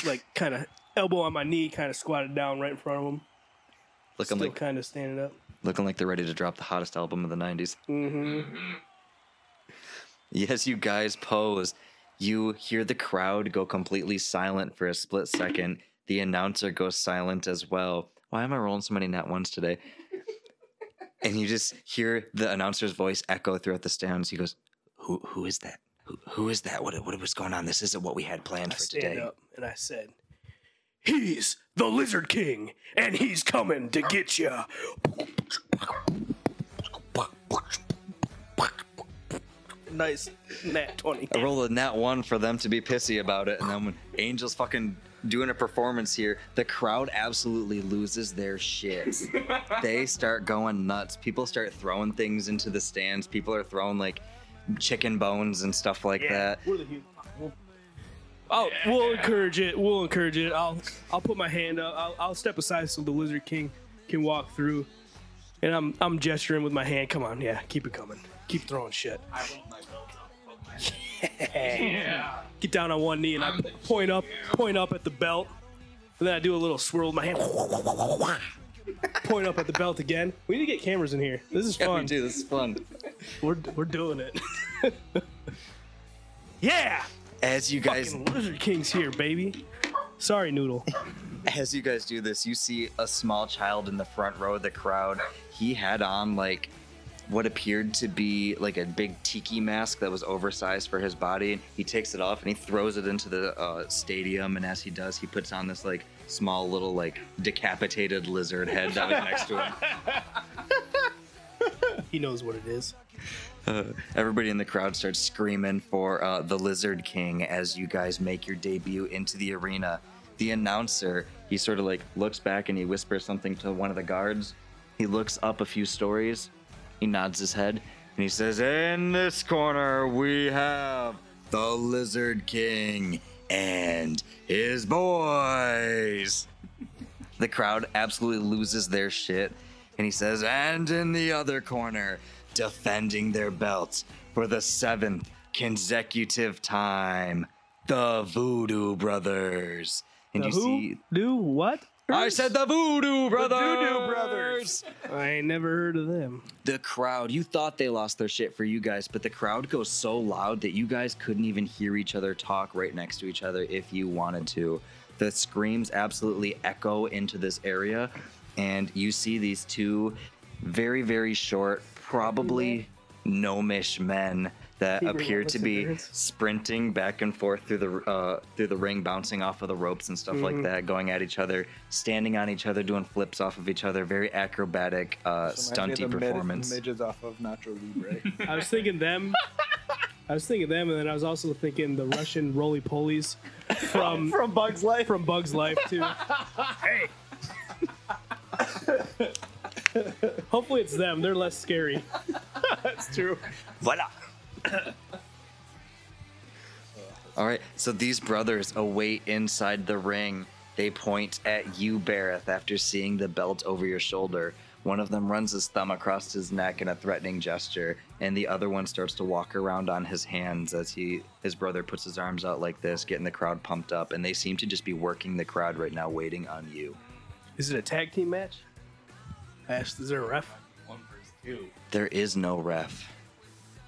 S3: like kind of elbow on my knee, kind of squatted down right in front of him,
S2: looking
S3: still
S2: like
S3: kind of standing up.
S2: looking like they're ready to drop the hottest album of the '90s.
S3: Mm-hmm.
S2: Yes, you guys pose. You hear the crowd go completely silent for a split second. The announcer goes silent as well. Why am I rolling so many nat ones today? and you just hear the announcer's voice echo throughout the stands. He goes, "Who? Who is that? Who, who is that? What? What was going on? This isn't what we had planned
S3: I
S2: for
S3: stand
S2: today."
S3: up and I said, "He's the Lizard King, and he's coming to get you." Nice nat twenty.
S2: I rolled a nat one for them to be pissy about it, and then when Angel's fucking doing a performance here, the crowd absolutely loses their shit. they start going nuts. People start throwing things into the stands. People are throwing like chicken bones and stuff like that.
S3: We're the human. Oh, we'll encourage it. We'll encourage it. I'll I'll put my hand up. I'll, I'll step aside so the Lizard King can walk through. And I'm I'm gesturing with my hand. Come on, yeah, keep it coming. Keep throwing shit.
S5: I rolled my belt up. but my-
S3: Yeah. Get down on one knee and I
S5: I'm the
S3: point up, point up at the belt, and then I do a little swirl with my hand. point up at the belt again. We need to get cameras in here. This is
S2: Yeah, we
S3: fun.
S2: do. This is fun.
S3: we're we're doing it. yeah,
S2: As you guys
S3: fucking Lizard King's here, baby. Sorry, Noodle.
S2: as you guys do this, you see a small child in the front row of the crowd. He had on like what appeared to be like a big tiki mask that was oversized for his body. He takes it off and he throws it into the uh, stadium. And as he does, he puts on this like small little like decapitated lizard head that was next to him.
S3: He knows what it is.
S2: Everybody in the crowd starts screaming for uh, the Lizard King as you guys make your debut into the arena. The announcer, he sort of like looks back and he whispers something to one of the guards. He looks up a few stories, he nods his head, and he says, In this corner, we have the Lizard King and his boys. The crowd absolutely loses their shit. And he says, and in the other corner, defending their belts for the seventh consecutive time, the Voodoo Brothers. And you
S3: Who
S2: see,
S3: do what?
S2: I said the Voodoo Brothers. Brothers.
S3: I ain't never heard of them.
S2: The crowd, you thought they lost their shit for you guys, but the crowd goes so loud that you guys couldn't even hear each other talk right next to each other if you wanted to. The screams absolutely echo into this area, and you see these two very, very short, probably gnomish men that
S3: Hebrew
S2: appear
S3: weapons
S2: to be
S3: appearance.
S2: sprinting back and forth through the uh, through the ring, bouncing off of the ropes and stuff like that, going at each other, standing on each other, doing flips off of each other. Very acrobatic, uh, stunty performance.
S7: Midgets off of Nacho Libre.
S3: I was thinking them. I was thinking them, and then I was also thinking the Russian roly polies from
S8: From Bugs Life.
S3: from Bugs Life too. hey. Hopefully it's them. They're less scary. That's true.
S2: Voila. All right, so these brothers await inside the ring. They point at you, Bareth, after seeing the belt over your shoulder. One of them runs his thumb across his neck in a threatening gesture, and the other one starts to walk around on his hands as he his brother puts his arms out like this, getting the crowd pumped up. And they seem to just be working the crowd right now, waiting on you.
S3: Is it a tag team match? Ash, is there a ref?
S6: One versus two.
S2: There is no ref.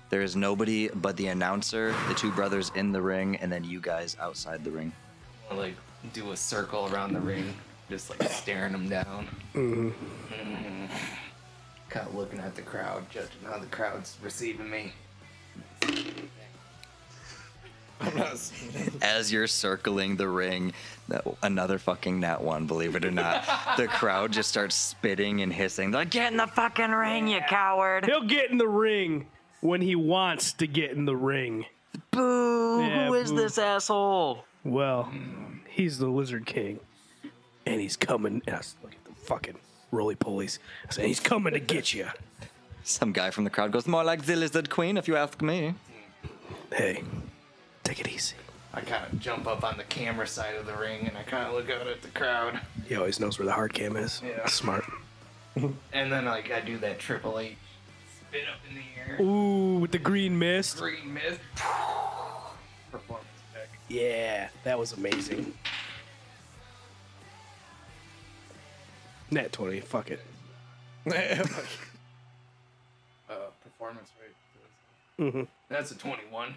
S2: There is nobody but the announcer, the two brothers in the ring, and then you guys outside the ring.
S5: Or, like mm. do a circle around the ring, just like staring them down. Mhm. Kind of looking at the crowd, judging how the crowd's receiving me.
S2: As you're circling the ring, that, another fucking nat one, believe it or not. the crowd just starts spitting and hissing. They're like, get in the fucking ring, you coward.
S3: He'll get in the ring when he wants to get in the ring.
S2: Boo,
S3: Yeah,
S2: who is
S3: boo.
S2: this asshole?
S3: Well, he's the Lizard King, and he's coming. And I s- look at the fucking roly polies. I said, he's coming to get you.
S2: Some guy from the crowd goes, more like the lizard queen, if you ask me.
S3: Hey, take it easy.
S5: I kind of jump up on the camera side of the ring and I kind of look out at the crowd.
S3: He always knows where the hard cam is.
S5: Yeah.
S3: Smart.
S5: And then like I do that Triple H spin up in the air,
S3: Ooh, with the green mist.
S5: green mist. Performance check.
S3: Yeah, that was amazing. Net 20, fuck it.
S5: Uh, performance rate.
S8: Mm-hmm.
S5: That's a 21.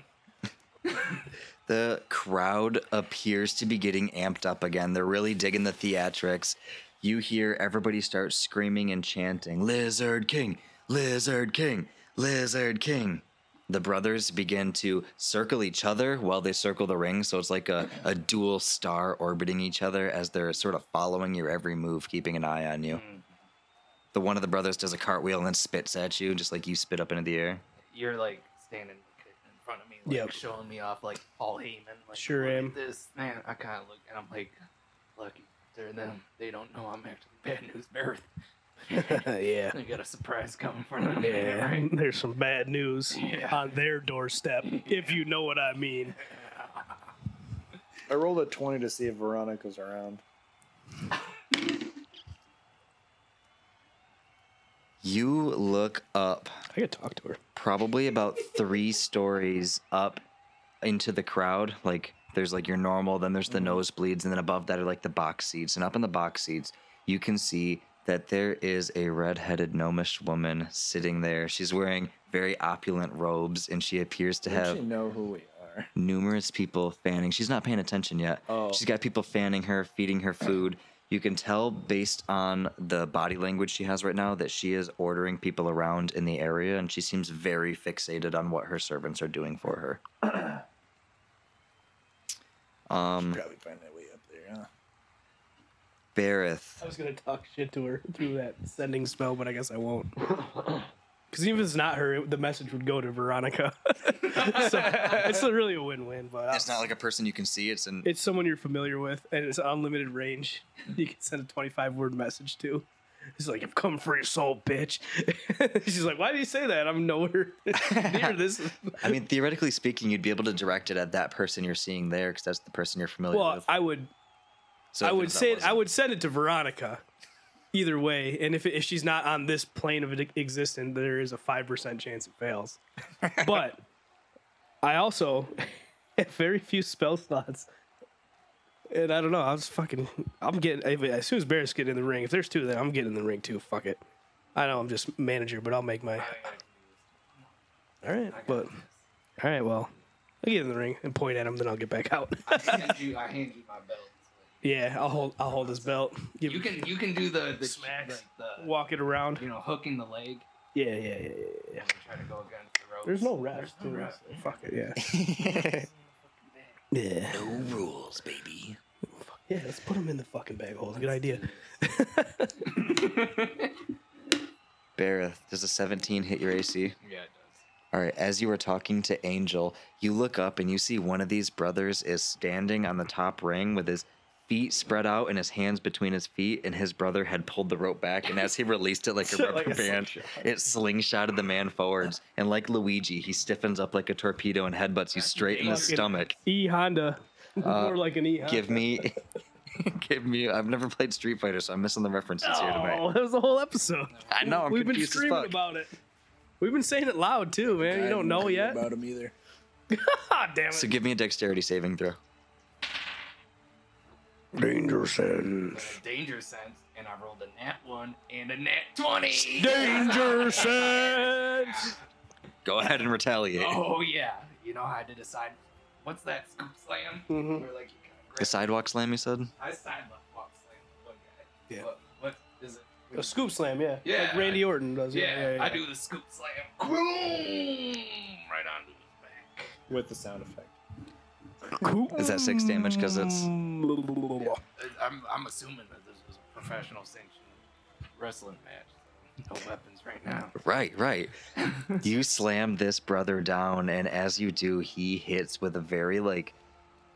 S2: The crowd appears to be getting amped up again. They're really digging the theatrics. You hear everybody start screaming and chanting, Lizard King, Lizard King, Lizard King. The brothers begin to circle each other while they circle the ring. So it's like a, a dual star orbiting each other as they're sort of following your every move, keeping an eye on you.
S5: Hmm.
S2: The one of the brothers does a cartwheel and then spits at you, just like you spit up into the air.
S5: You're like standing in front of me, like
S3: Yep.
S5: showing me off like Paul Heyman. Like,
S3: Sure
S5: look at
S3: am.
S5: This man, I kind of look and I'm like, lucky they're them. They don't know I'm actually bad news bears.
S3: yeah.
S5: They got a surprise coming for them.
S3: Yeah,
S5: right?
S3: there's some bad news
S5: Yeah.
S3: on their doorstep, if you know what I mean.
S4: I rolled a 20 to see if Veronica's around.
S2: You look up
S3: I could talk to her.
S2: probably about three stories up into the crowd. Like there's like your normal, then there's the
S3: Mm-hmm.
S2: nosebleeds, and then above that are like the box seats. And up in the box seats, you can see that there is a redheaded gnomish woman sitting there. She's wearing very opulent robes, and she appears to
S7: Does
S2: have
S7: she know who we are?
S2: numerous people fanning. She's not paying attention yet.
S7: Oh.
S2: She's got people fanning her, feeding her food. You can tell based on the body language she has right now that she is ordering people around in the area and she seems very fixated on what her servants are doing for her. Um
S7: Probably find that way up there, huh?
S2: Bareth.
S3: I was gonna talk shit to her through that sending spell, but I guess I won't. Because even if it's not her, it, the message would go to Veronica. so it's not really a win-win, but I'll-
S2: It's not like a person you can see, it's an
S3: it's someone you're familiar with, and it's unlimited range. You can send a 25 word message to. He's like, "I've come for your soul, bitch." She's like, "Why do you say that? I'm nowhere near this."
S2: I mean theoretically speaking you'd be able to direct it at that person you're seeing there cuz that's the person you're familiar
S3: Well,
S2: with.
S3: I would,
S2: So
S3: I
S2: if
S3: would
S2: that
S3: say, it, I
S2: wasn't-
S3: would send it to Veronica. Either way, and if, it, if she's not on this plane of e-, existence, there is a five percent chance it fails. but I also have very few spell slots, and I don't know. I was fucking. I'm getting if- as soon as Barrett's getting in the ring. If there's two of them, I'm getting in the ring too. Fuck it. I know I'm just manager, but I'll make my. All right, but all right, well, I'll get in the ring and point at him, then I'll get back out.
S5: I hand you, I hand you my belt.
S3: yeah, I'll hold. I'll hold his belt. Give,
S5: You can you can do the the
S3: Smacks.
S5: like the
S3: walk it around.
S5: you know hooking the leg
S3: Yeah, yeah, yeah, yeah, yeah.
S5: and try to go against the ropes.
S3: There's no rest.
S5: There's no
S3: dude.
S5: rest.
S3: Fuck it, yeah. Yeah.
S2: no rules, baby.
S3: Fuck Yeah, let's put him in the fucking bag hole. Good idea.
S2: Bareth, does a 17 hit your AC?
S5: Yeah, it does.
S2: All right, as you were talking to Angel, you look up and you see one of these brothers is standing on the top ring with his feet spread out and his hands between his feet, and his brother had pulled the rope back, and as he released it like a rubber band, it slingshotted the man forwards, and like Luigi, he stiffens up like a torpedo and headbutts you straight in the
S3: Fucking-
S2: stomach.
S3: E Honda.
S2: Uh,
S3: More like an E Honda.
S2: Give me, give me. I've never played Street Fighter, so I'm missing the references here tonight.
S3: Oh, that was the whole episode.
S2: I know I'm
S3: We've been
S2: confused as
S3: screaming
S2: fuck.
S3: about it. We've been saying it loud too, man. You don't know yet.
S7: about him either.
S3: God damn it.
S2: so give me a dexterity saving throw.
S4: Danger sense.
S5: But a danger sense, and I rolled a nat one and a nat twenty.
S3: Danger sense.
S2: Go ahead and retaliate.
S5: Oh yeah, you know I had to decide. What's that scoop slam?
S3: Mhm.
S5: Where like you kind of grab.
S2: The sidewalk slam, you said.
S5: I side left walk slam. One guy.
S3: Yeah.
S5: What, what is it?
S3: A scoop slam, yeah. Like
S5: Yeah.
S3: Randy Orton does.
S5: Yeah,
S3: yeah, yeah,
S5: I do the scoop slam. Boom! Right onto his back.
S8: with the sound effect.
S2: Is that six damage? Because it's
S3: Mm,
S5: Uh, I'm, I'm assuming that this was a professional sanctioned wrestling match. No weapons right now.
S2: right, right. you slam this brother down, and as you do, he hits with a very like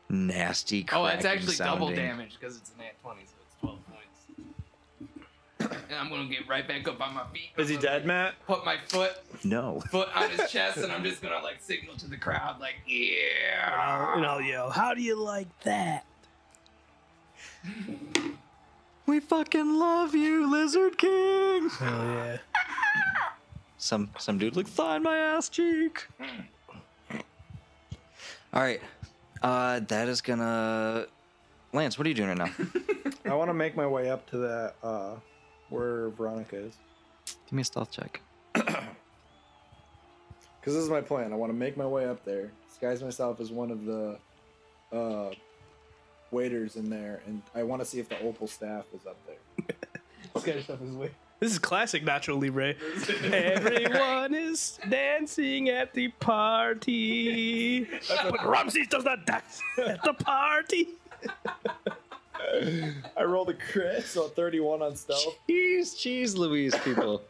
S2: nasty.
S5: Oh, it's
S2: cracking eh?
S5: actually double
S2: sounding-
S5: damage because it's an at 20, so it's 12 points. And I'm going to get right back up on my feet.
S8: Is he dead, Matt?
S5: Put my foot
S2: No.
S5: foot on his chest, and I'm just going to like signal to the crowd, like, yeah.
S3: And I'll yell, "How do you like that?"
S2: We fucking love you, Lizard King.
S3: Hell yeah.
S2: Some some dude like thigh in my ass cheek. All right, uh, that is gonna. Lance, what are you doing right now? Give
S7: I want to make my way up to that uh, where Veronica is
S2: me a stealth check.
S7: because this is my plan. I want to make my way up there, disguise myself as one of the uh, waiters in there, and I want to see if the opal staff is up there.
S3: This is classic Nacho Libre. Everyone is dancing at the party. but Ramses does not dance at the party.
S7: I rolled a crit, so 31 on stealth.
S2: Cheese, cheese, Louise, people.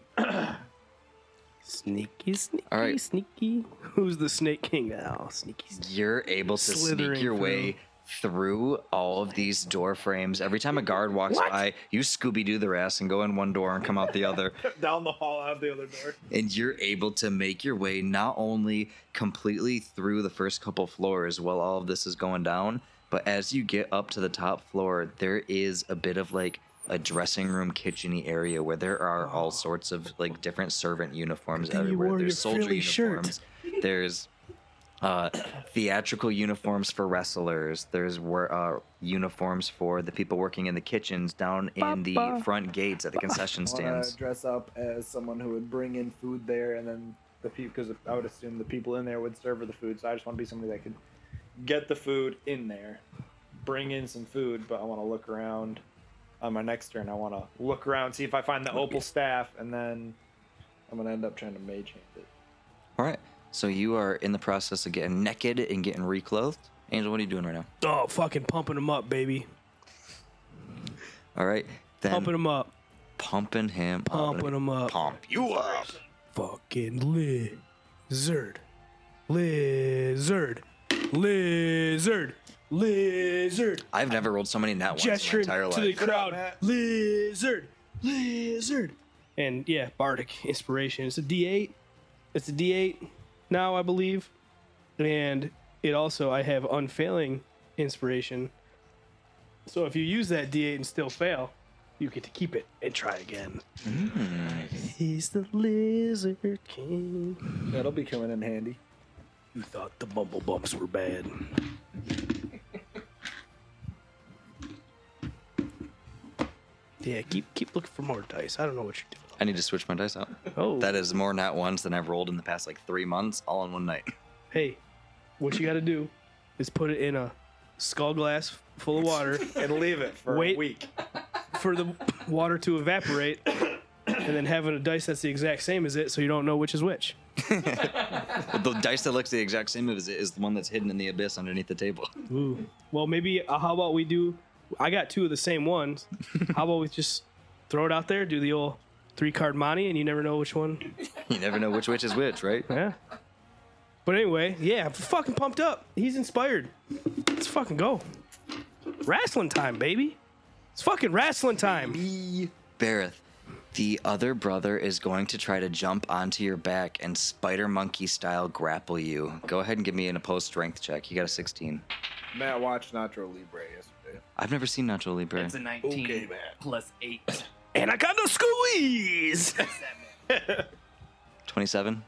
S3: Sneaky, sneaky,
S2: All right.
S3: sneaky. Who's the Snake King now? Sneaky, sneaky.
S2: you're able to
S3: Slithering
S2: sneak your way through all of these door frames. Every time a guard walks
S3: What?
S2: by, you Scooby Doo their ass and go in one door and come out the other.
S8: Down the hall, out the other door.
S2: And you're able to make your way not only completely through the first couple floors while all of this is going down, but as you get up to the top floor, there is a bit of like a dressing room kitcheny area where there are all sorts of like different servant uniforms
S3: Then you
S2: everywhere.
S3: wore
S2: There's
S3: your
S2: soldier
S3: frilly shirt.
S2: uniforms. There's uh, theatrical uniforms for wrestlers. There's wor- uh, uniforms for the people working in the kitchens down in the
S3: Papa.
S2: front gates at the concession
S7: I want
S2: stands.
S7: to dress up as someone who would bring in food there, and then the people, because I would assume the people in there would serve her the food. So I just want to be somebody that could
S8: Get the food in there. Bring in some food, but I want to look around. On my next turn, I want to look around, see if I find the opal staff, and then
S7: I'm gonna end up trying to mage hand it.
S2: All right. So you are in the process of getting naked and getting reclothed. Angel, what are you doing right now?
S3: Oh, fucking pumping him up, baby.
S2: All right. Then
S3: Pumping him up.
S2: pumping him.
S3: Pumping him up.
S2: Pump you up.
S3: Fucking lizard. Lizard. Lizard. Lizard.
S2: I've never rolled so many net ones
S3: Gesturing
S2: in my entire
S3: to
S2: life.
S3: the crowd. lizard. Lizard. And yeah, Bardic inspiration. It's a D8. It's a D8 now, I believe. And it also, I have unfailing inspiration. So if you use that D8 and still fail, you get to keep it and try again.
S2: Mm.
S3: He's the lizard king.
S7: That'll be coming in handy.
S3: You thought the bumble bumps were bad. yeah, keep keep looking for more dice. I don't know what you're doing.
S2: I need to switch my dice out.
S3: Oh,
S2: That is more net ones than I've rolled in the past like three months, all in one night.
S3: hey, what you got to do is put it in a skull glass full of water
S8: and leave it for
S3: Wait.
S8: a week.
S3: for the water to evaporate, and then having a dice that's the exact same as it, so you don't know which is which.
S2: the dice that looks the exact same as it is the one that's hidden in the abyss underneath the table.
S3: Ooh. Well, maybe uh, how about we do? I got two of the same ones. how about we just throw it out there, do the old three card money, and you never know which one.
S2: You never know which witch is which, right?
S3: Yeah. But anyway, yeah, I'm fucking pumped up. He's inspired. Let's fucking go. Wrestling time, baby. It's fucking wrestling time.
S2: Barith, the other brother is going to try to jump onto your back and spider monkey style grapple you. Go ahead and give me an opposed strength check. You got a 16.
S7: Matt watched Nacho Libre yesterday.
S2: I've never seen Nacho Libre.
S5: That's a 19
S7: Okay, man.
S5: plus 8.
S3: And I got the squeeze.
S2: 27?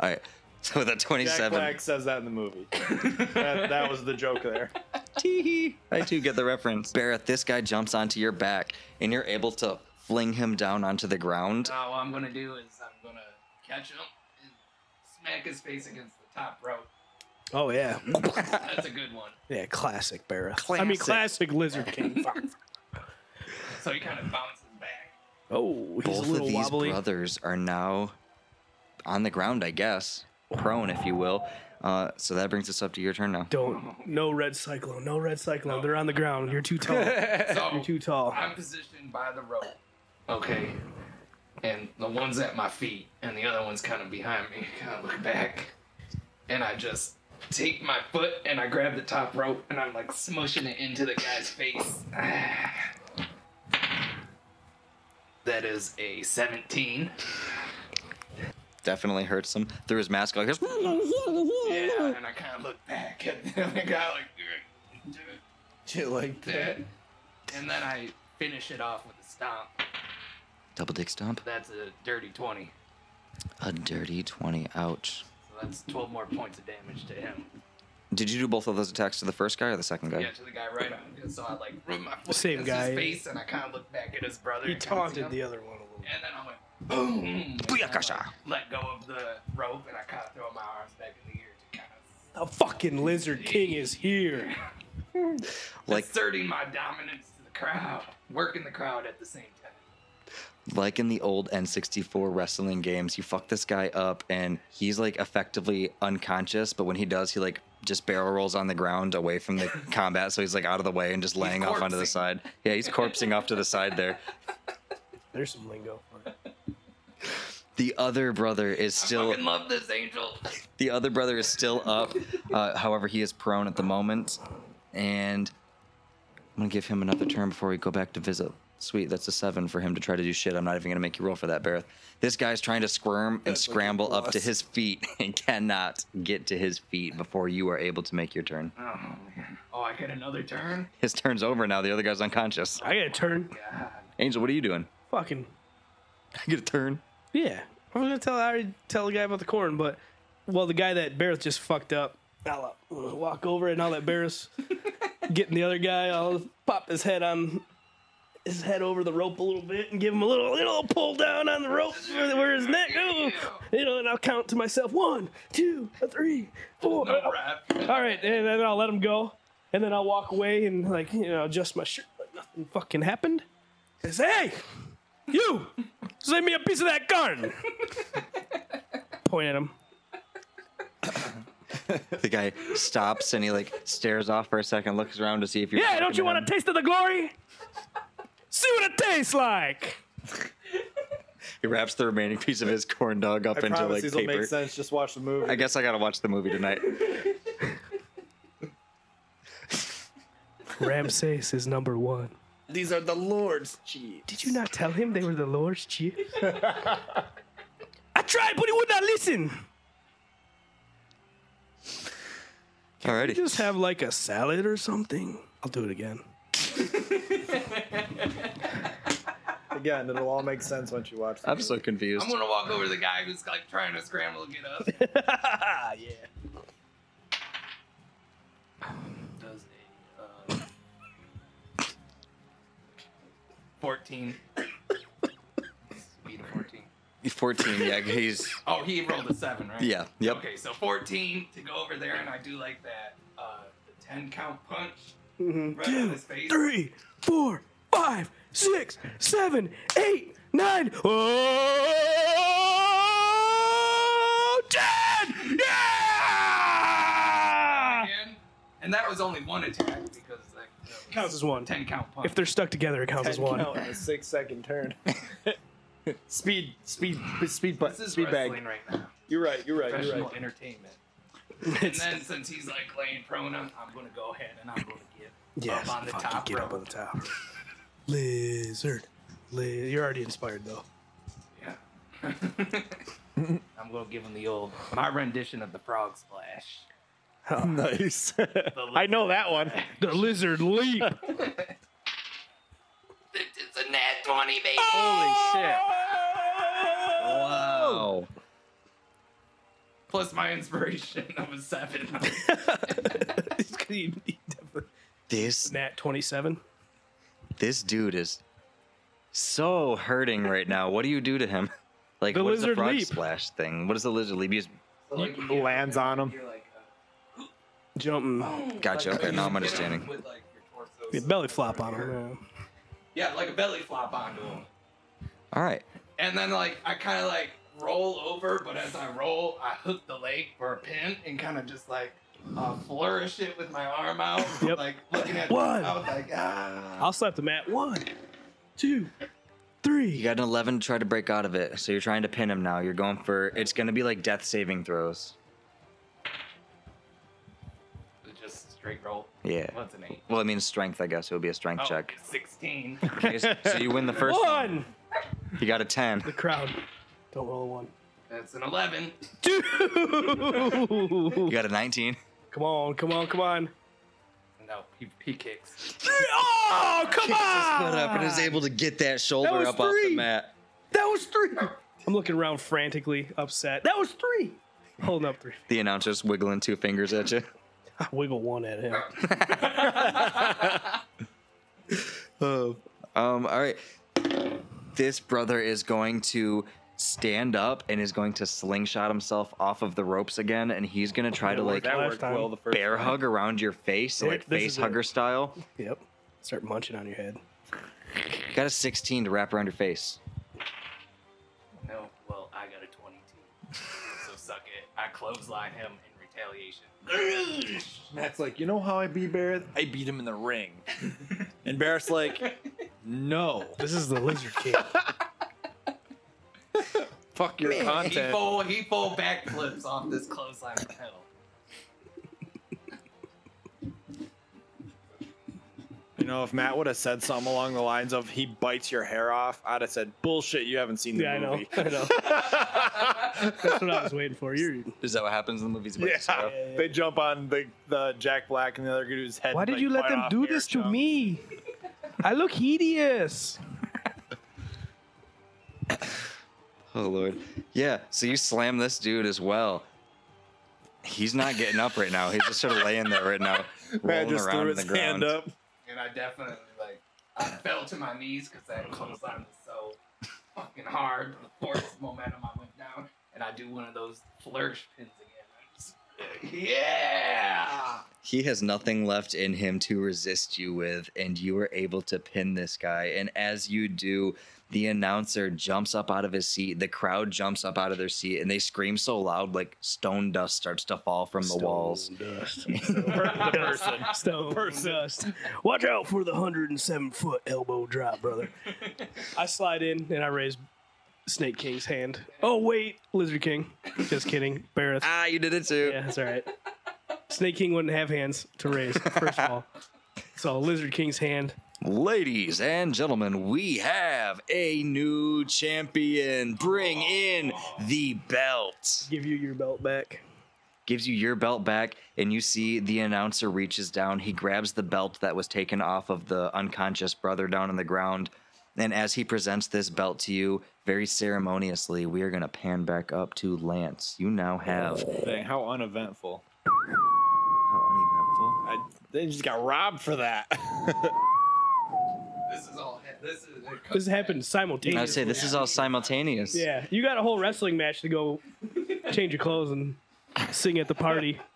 S2: All right. So with a
S8: Jack
S2: 27,
S8: Black says that in the movie. that, that was the joke there.
S2: I too get the reference. Barith, this guy jumps onto your back and you're able to fling him down onto the ground.
S5: Now, what I'm going to do is I'm going to catch him and smack his face against the top rope.
S3: oh yeah,
S5: That's a good one.
S3: yeah, classic Barra. I mean, classic Lizard King. Fuck.
S5: So he kind of bounces back.
S3: oh, he's
S2: Both
S3: a
S2: of
S3: little
S2: these
S3: wobbly.
S2: brothers are now on the ground, I guess, prone, if you will. Uh, so that brings us up to your turn now.
S3: Don't. No red cyclone. No red cyclone. They're on the ground. You're too tall. You're
S5: So
S3: too tall.
S5: I'm positioned by the rope. Okay. And the one's at my feet, and the other one's kind of behind me. Kind of look back. And I just take my foot and I grab the top rope and I'm like smushing it into the guy's face. that is a 17.
S2: Definitely hurts him. Through his mask, like,
S5: Yeah, and I kind of look back at the other guy like,
S4: like
S5: that. And then I finish it off with a stomp.
S2: double dick stomp.
S5: That's a dirty 20.
S2: A dirty 20. Ouch.
S5: So that's 12 more points of damage to him.
S2: Did you do both of those attacks to the first guy or the second guy?
S5: Yeah, to the guy right on. So I like rubbed my foot
S3: Same
S5: against
S3: guy.
S5: his face, and I kind of looked back at his brother.
S3: He
S5: and kinda
S3: taunted
S5: seen
S3: the
S5: him.
S3: other one a little.
S5: And then I went boom. and then I,
S2: Booyakasha.
S5: like, let go of the rope, and I kind of throw my arms back in the air to kind of
S3: The fucking Lizard King is here.
S2: Like-
S5: asserting my dominance to the crowd, working the crowd at the same time.
S2: Like in the old N64 wrestling games, you fuck this guy up and he's like effectively unconscious, but when he does, he like just barrel rolls on the ground away from the combat, so he's like out of the way and just laying off onto the
S5: corpsing.
S2: side. Yeah, he's corpsing off to the side there.
S3: There's some lingo.
S2: The other brother is
S5: I
S2: still
S5: fucking love this angel.
S2: the other brother is still up. Uh, however, he is prone at the moment, and I'm gonna give him another turn before we go back to visit. Sweet, that's a seven for him to try to do shit. I'm not even gonna make you roll for that, Barrett. This guy's trying to squirm and scramble up to his feet and cannot get to his feet before you are able to make your turn.
S5: Oh man. Oh, I get another turn.
S2: His turn's over now. The other guy's unconscious.
S3: I got a turn.
S5: God.
S2: Angel, what are you doing?
S3: Fucking
S2: I get a turn.
S3: yeah. I was gonna tell. I already tell the guy about the corn, but well, the guy that Barris just fucked up. I'll uh, walk over and I'll let Barris getting the other guy. I'll pop his head on his head over the rope a little bit and give him a little little pull down on the rope where, where his neck. Oh, you know, and I'll count to myself one, two, three, four.
S5: No rap.
S3: All right, and then I'll let him go, and then I'll walk away and like you know adjust my shirt like nothing fucking happened. I say, hey, you, send me a piece of that gun. Point at him.
S2: The guy stops and he like stares off for a second, looks around to see if you're.
S3: Yeah, don't you want a taste of the glory? See what it tastes like.
S2: He wraps the remaining piece of his corn dog up
S8: I
S2: into
S8: promise
S2: like
S8: these
S2: paper.
S8: will make sense. Just watch the movie.
S2: I guess I gotta watch the movie tonight.
S3: Ramses is number one.
S4: These are the Lord's cheese.
S3: Did you not tell him they were the Lord's chief? I tried, but he would not listen.
S2: Alrighty.
S3: Just have like a salad or something. I'll do it again.
S8: Again, it'll all make sense once you watch. The
S2: I'm
S8: movie.
S2: so confused.
S5: I'm gonna walk over to the guy who's like trying to scramble to get up.
S3: Ah, yeah.
S5: Does uh, a uh, 14. Speed of 14.
S2: 14, yeah, he's.
S5: Oh, he rolled a 7, right?
S2: Yeah, yep.
S5: Okay, so 14 to go over there, and I do like that uh, the 10 count punch
S3: Mm-hmm.
S5: right on his face.
S3: three, four, five, six, seven, eight, nine, oh, ten! Yeah!
S5: And, and that was only one attack because like that
S3: Counts as one.
S5: ten count punch.
S3: If they're stuck together, it counts as one.
S8: Count in a six second turn. speed, speed, speed, bu-
S5: this is
S8: speed
S5: wrestling
S8: bag.
S5: right now.
S8: You're right. You're right. You're
S5: Professional
S8: right.
S5: entertainment. and then since he's like laying prone, I'm, I'm gonna go ahead and I'm gonna get
S3: Yes,
S5: up on the
S3: fucking
S5: top
S3: get up
S5: rope.
S3: on the top. Lizard. Liz- You're already inspired, though.
S5: Yeah. I'm gonna give him the old my rendition of the frog splash.
S8: Nice.
S3: I know that one. The lizard leap.
S5: It's a nat twenty, baby.
S6: Holy shit.
S2: Wow.
S5: Plus my inspiration of a seven.
S2: This
S3: Nat 27.
S2: this dude is so hurting right now. What do you do to him? Like
S3: The
S2: what is the
S3: lizard
S2: frog
S3: leap.
S2: splash thing? What is the lizard leap? You just
S5: So, like, you get-
S8: Lands on him.
S5: You're like, uh,
S3: Jumping.
S5: Oh,
S2: Gotcha, okay, now I'm understanding.
S5: With, like, your torso
S3: Yeah,
S5: so-
S3: belly flop on him. yeah.
S5: Yeah, like a belly flop onto him.
S2: all right.
S5: And then like I kind of like roll over, but as I roll, I hook the leg for a pin and kind of just like uh, flourish it with my arm out.
S3: Yep.
S5: Like looking at
S3: One.
S5: I was like, ah.
S3: I'll slap the mat. One, two, three.
S2: You got an 11 to try to break out of it. So you're trying to pin him now. You're going for it's going to be like death saving throws.
S5: Just straight roll.
S2: Yeah.
S5: What's an eight?
S2: Well, I mean strength, I guess. It would be a strength
S5: Oh,
S2: check.
S5: 16.
S2: Okay, so so you win the first one.
S3: one.
S2: You got a 10.
S3: The crowd. Don't roll a one.
S5: That's an 11.
S3: Two.
S2: You got a 19.
S3: come on, come on, come on.
S5: No, he, he kicks.
S3: Three. Oh, come on.
S2: able to get that shoulder
S3: was three.
S2: mat.
S3: that was three. I'm looking around frantically, upset. That was three. Holding up three.
S2: The announcer's wiggling two fingers at you.
S3: I wiggle one at him.
S2: Um, all right. This brother is going to stand up and is going to slingshot himself off of the ropes again, and he's going to try to like
S8: That
S3: Last
S8: worked
S3: time.
S8: well the first
S2: bear
S8: time.
S2: hug around your face,
S3: Yeah,
S2: like
S3: this
S2: face
S3: is it.
S2: hugger style.
S3: Yep. Start munching on your head.
S2: You got a 16 to wrap around your face.
S5: No, well, I got a 22. So suck it. I clothesline him in retaliation.
S8: Matt's like, you know how I beat Barrett? I beat him in the ring. and Barrett's like, no.
S3: This is the lizard king.
S8: Fuck your
S5: He
S8: content.
S5: full, he full backflips off this clothesline pedal.
S8: You know, if Matt would have said something along the lines of "he bites your hair off," I'd have said, "Bullshit! You haven't seen the
S3: yeah, I know.
S8: movie."
S3: I know. That's what I was waiting for. You're.
S2: Is that what happens in the movies?
S8: Yeah. they jump on the, the Jack Black and the other dude's head.
S3: Why
S8: and,
S3: did
S8: like,
S3: you let
S8: bite
S3: them
S8: off
S3: do
S8: their
S3: this to
S8: chunk.
S3: me? I look hideous.
S2: Oh lord. Yeah. So you slam this dude as well. He's not getting up right now. He's just sort of laying there right now,
S8: Matt
S2: rolling
S8: just
S2: around
S8: threw
S2: in
S8: his
S2: the
S8: hand
S2: ground.
S8: up.
S5: And I definitely, like, I fell to my knees because that clothesline was so fucking hard. The force momentum, I went down, and I do one of those flourish pins again. I'm just, yeah!
S2: He has nothing left in him to resist you with, and you are able to pin this guy. And as you do, the announcer jumps up out of his seat. The crowd jumps up out of their seat, and they scream so loud, like stone dust starts to fall from the walls.
S3: Dust. the person. Stone person. dust. Watch out for the 107 foot elbow drop, brother. I slide in and I raise Snake King's hand. Oh, wait, Lizard King. Just kidding. Barrett.
S2: Ah, you did it too.
S3: Yeah, that's all right. Snake King wouldn't have hands to raise, first of all. So, Lizard King's hand.
S2: Ladies and gentlemen, we have a new champion. Bring in the belt.
S3: Give you your belt back.
S2: Gives you your belt back, and you see the announcer reaches down. He grabs the belt that was taken off of the unconscious brother down on the ground. And as he presents this belt to you, very ceremoniously, we are going to pan back up to Lance. You now have.
S8: Dang, how uneventful!
S2: How
S8: I, they just got robbed for that.
S5: This is all, this is, it
S3: This happened
S2: uneventful.
S3: simultaneously.
S2: I'd say this is all simultaneous.
S3: Yeah, you got a whole wrestling match to go change your clothes and sing at the party.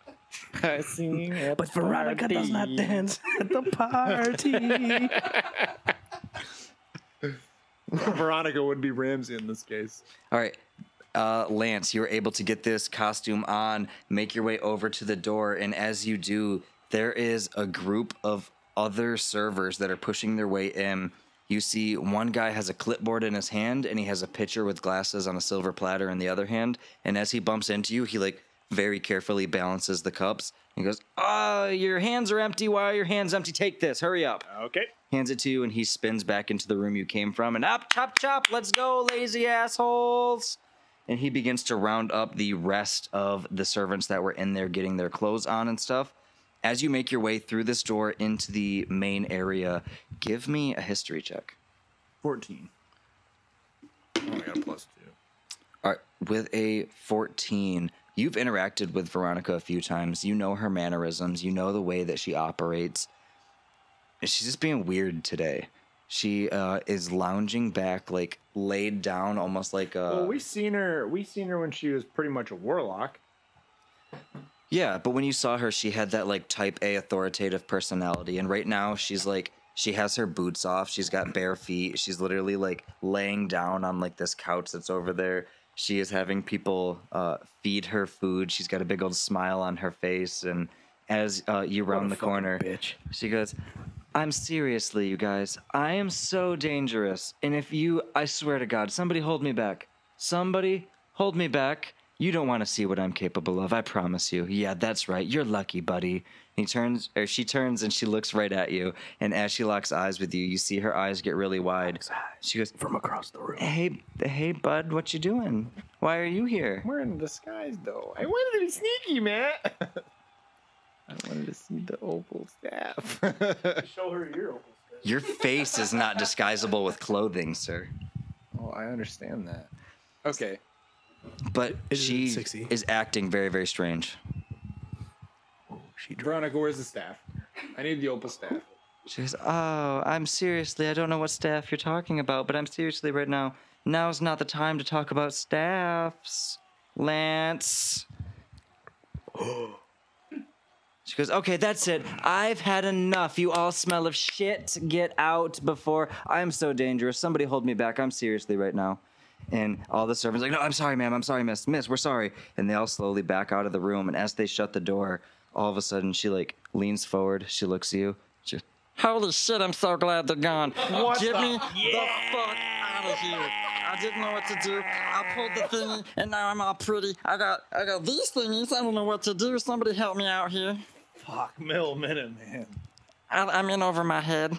S3: But Veronica does not dance at the party.
S8: Veronica would be Ramsey in this case.
S2: All right. Uh, Lance, you're able to get this costume on, make your way over to the door, and as you do, there is a group of other servers that are pushing their way in. You see one guy has a clipboard in his hand and he has a pitcher with glasses on a silver platter in the other hand. And as he bumps into you, he like very carefully balances the cups and goes, Ah, your hands are empty. Why are your hands empty? Take this. Hurry up
S8: Okay.
S2: hands it to you, and he spins back into the room you came from. And up, chop, chop, let's go, lazy assholes. And he begins to round up the rest of the servants that were in there getting their clothes on and stuff. As you make your way through this door into the main area, give me a history check.
S7: 14.
S4: I got a plus two.
S2: All right, with a 14, you've interacted with Veronica a few times. You know her mannerisms, you know the way that she operates. And She's just being weird today. She uh, is lounging back, like laid down, almost like a.
S8: Well, we seen her. We seen her when she was pretty much a warlock.
S2: Yeah, but when you saw her, she had that like type A authoritative personality. And right now, she's like, she has her boots off. She's got bare feet. She's literally like laying down on like this couch that's over there. She is having people uh, feed her food. She's got a big old smile on her face. And as uh, you round the corner,
S3: bitch.
S2: she goes, I'm seriously, you guys. I am so dangerous. And if you, I swear to God, somebody hold me back. Somebody hold me back. You don't want to see what I'm capable of, I promise you. Yeah, that's right. You're lucky, buddy. And he turns, or she turns and she looks right at you. And as she locks eyes with you, you see her eyes get really wide. She goes,
S3: From across the room.
S2: Hey, hey, bud, what you doing? Why are you here?
S8: We're in disguise, though. I wanted to be sneaky, man. I wanted to see the opal staff.
S3: Show her your open.
S2: Your face is not disguisable with clothing, sir.
S8: oh, I understand that. Okay.
S2: But
S3: It is
S2: she
S3: 60.
S2: is acting very, very strange.
S8: Veronica, where's the staff? I need the opal staff.
S2: She goes, Oh, I'm seriously, I don't know what staff you're talking about, but I'm seriously right now. Now's not the time to talk about staffs, Lance. she goes, Okay, that's it. I've had enough. You all smell of shit. Get out before I'm so dangerous. Somebody hold me back. I'm seriously right now. And all the servants are like, no, I'm sorry, ma'am. I'm sorry, miss. Miss, we're sorry. And they all slowly back out of the room. And as they shut the door, all of a sudden she like leans forward. She looks at you. She goes, Holy shit, I'm so glad they're gone. Get me the fuck out of here. I didn't know what to do. I pulled the thingy and now I'm all pretty. I got I got these thingies. I don't know what to do. Somebody help me out here.
S8: Fuck, mill minute, man.
S2: I, I'm in over my head.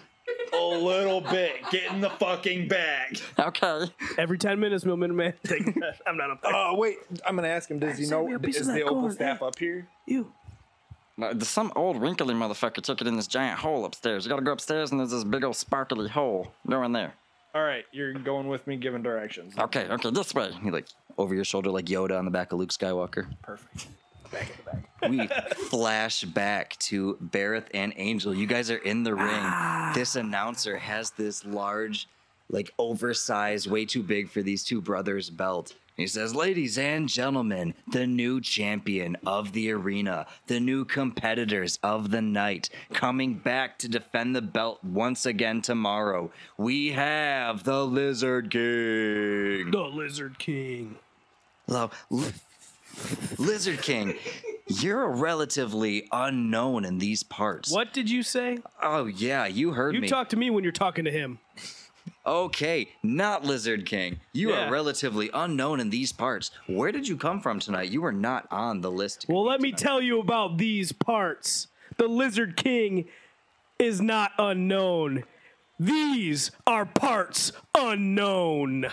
S8: A little bit. Get in the fucking bag.
S2: Okay.
S3: Every 10 minutes, Milman Man. Take that. I'm not up there.
S7: Uh,
S4: Oh wait, I'm gonna ask him. Does he know?
S3: Samuel, piece
S4: Is
S3: of
S4: the
S3: that
S4: opal
S3: corn,
S4: staff
S3: eh?
S4: up here?
S3: You.
S2: Uh, there's some old wrinkly motherfucker took it in this giant hole upstairs. You gotta go upstairs and there's this big old sparkly hole. Go in there.
S8: All right, you're going with me, giving directions.
S2: Okay, okay, this way. He like over your shoulder like Yoda on the back of Luke Skywalker.
S8: Perfect.
S2: we flash back to Barrett and Angel. You guys are in the ring. This announcer has this large, like oversized, way too big for these two brothers belt. He says, Ladies and gentlemen, the new champion of the arena, the new competitors of the night, coming back to defend the belt once again tomorrow. We have the Lizard King.
S3: The Lizard King.
S2: Hello. Li- Lizard King, you're relatively unknown in these parts.
S3: What did you say?
S2: Oh, yeah, you heard
S3: You
S2: me.
S3: talk to me when you're talking to him.
S2: okay, not Lizard King. You
S3: Yeah.
S2: are relatively unknown in these parts. Where did you come from tonight? You were not on the list.
S3: Well, let me tell you about these parts. The Lizard King is not unknown. These are parts unknown.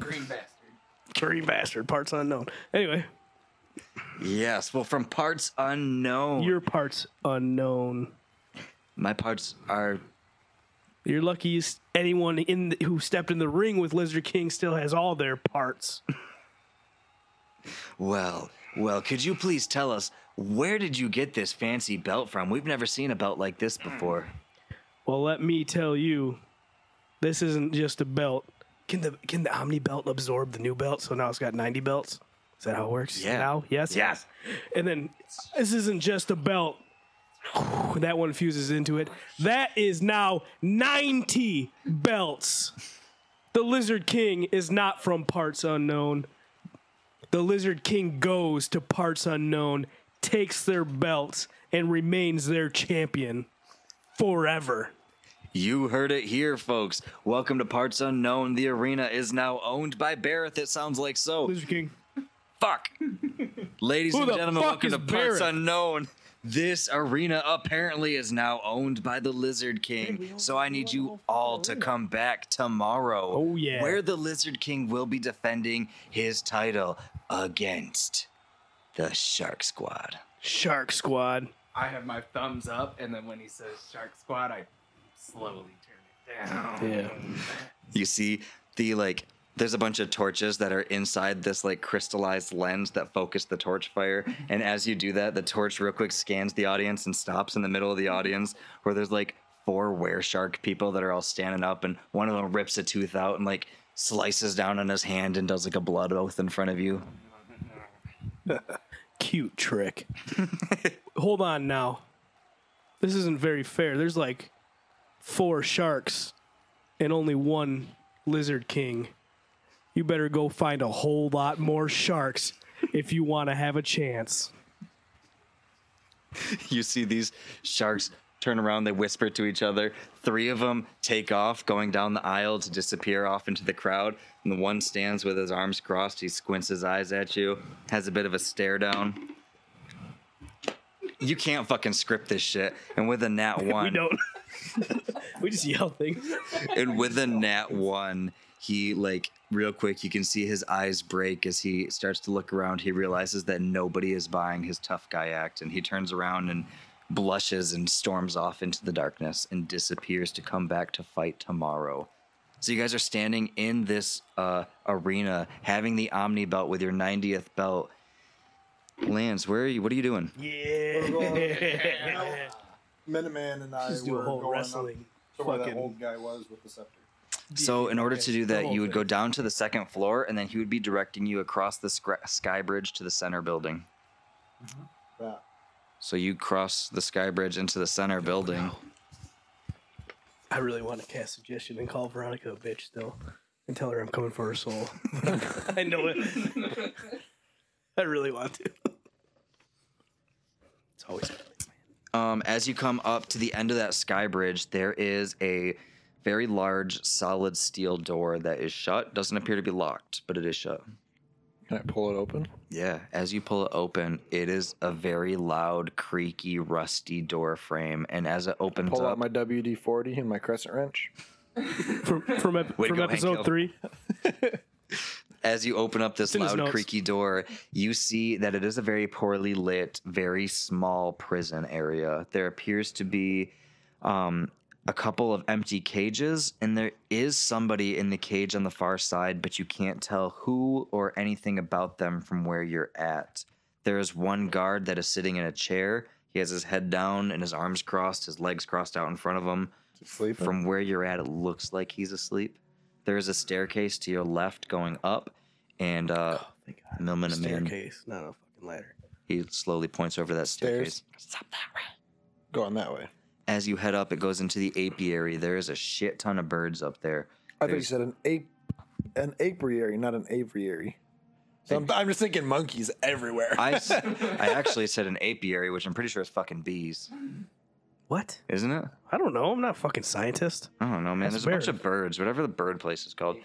S6: Green bastard.
S3: Green bastard, parts unknown. Anyway,
S2: yes, well, from parts unknown.
S3: your parts unknown.
S2: My parts are.
S3: You're lucky s- anyone in the, who stepped in the ring with Lizard King still has all their parts.
S2: Well, well, could you please tell us where did you get this fancy belt from? We've never seen a belt like this before.
S3: Well, let me tell you, this isn't just a belt. Can the can the Omni belt absorb the new belt? So now it's got 90 belts. Is that how it works?
S2: Yeah.
S3: Now, yes,
S2: Yes.
S3: And then this isn't just a belt. That one fuses into it. That is now 90 belts. The Lizard King is not from parts unknown. The Lizard King goes to parts unknown, takes their belts, and remains their champion forever.
S2: You heard it here, folks. Welcome to Parts Unknown. The arena is now owned by Barrett. It sounds like so.
S3: Lizard King.
S2: Fuck. Ladies
S3: Who
S2: and
S3: the
S2: gentlemen,
S3: fuck
S2: welcome
S3: is
S2: to Parts
S3: Barrett?
S2: Unknown. This arena apparently is now owned by the Lizard King. So I need you all to come back tomorrow.
S3: Oh, yeah.
S2: Where the Lizard King will be defending his title against the Shark Squad.
S3: Shark Squad.
S5: I have my thumbs up, and then when he says Shark Squad, I slowly turn it down.
S3: Yeah.
S2: You see the like there's a bunch of torches that are inside this like crystallized lens that focus the torch fire. And as you do that, the torch real quick scans the audience and stops in the middle of the audience where there's like four were shark people that are all standing up and one of them rips a tooth out and like slices down on his hand and does like a blood oath in front of you.
S3: Cute trick. Hold on now. This isn't very fair. There's like four sharks and only one lizard king. You better go find a whole lot more sharks if you want to have a chance.
S2: you see these sharks turn around they whisper to each other three of them take off going down the aisle to disappear off into the crowd and the one stands with his arms crossed he squints his eyes at you has a bit of a stare down you can't fucking script this shit and with a nat one
S3: We don't. we just yell things.
S2: and with a nat one, he like real quick. You can see his eyes break as he starts to look around. He realizes that nobody is buying his tough guy act, and he turns around and blushes and storms off into the darkness and disappears to come back to fight tomorrow. So you guys are standing in this uh, arena, having the Omni belt with your 90th belt. Lance, where are you? What are you doing?
S3: Yeah.
S4: Miniman and I
S3: Just do a
S4: were
S3: whole
S4: going
S3: wrestling
S4: up to where
S3: fucking-
S4: that old guy was with the scepter.
S2: So, in order to do that,
S3: whole
S2: you would go down to the second floor, and then he would be directing you across the scra- sky bridge to the center building.
S4: That.
S2: So you cross the sky bridge into the center building.
S3: I really want to cast suggestion and call Veronica a bitch still and tell her I'm coming for her soul. I know it. I really want to. It's always
S2: Um, as you come up to the end of that sky bridge, there is a very large, solid steel door that is shut. Doesn't appear to be locked, but it is shut.
S4: Can I pull it open?
S2: Yeah, as you pull it open, it is a very loud, creaky, rusty door frame. And as it opens
S4: Pull
S2: up,
S4: out my WD forty and my crescent wrench.
S3: from from, ep-
S2: Way to
S3: from
S2: go,
S3: episode
S2: Hank Hill.
S3: three.
S2: as you open up this
S3: in his
S2: loud
S3: notes.
S2: creaky door you see that it is a very poorly lit very small prison area there appears to be um, a couple of empty cages and there is somebody in the cage on the far side but you can't tell who or anything about them from where you're at there is one guard that is sitting in a chair he has his head down and his arms crossed his legs crossed out in front of him
S4: Sleep.
S2: from where you're at, it looks like he's asleep. There is a staircase to your left going up, and uh,
S3: Oh, thank God.
S2: Milman and Man,
S3: Staircase, not a fucking ladder.
S2: he slowly points over to that staircase.
S4: Stairs. Going that way.
S2: As you head up, it goes into the apiary. There is a shit ton of birds up there.
S4: I thought you
S2: There's-
S4: said an ape, an apiary, not an aviary. So I'm, I'm just thinking monkeys everywhere.
S2: I, s- uh, I actually said an apiary, which I'm pretty sure is fucking bees,
S3: What?
S2: isn't it?
S3: I don't know. I'm not a fucking scientist.
S2: I don't know, man.
S3: That's
S2: There's a bunch of birds, whatever the bird place is called.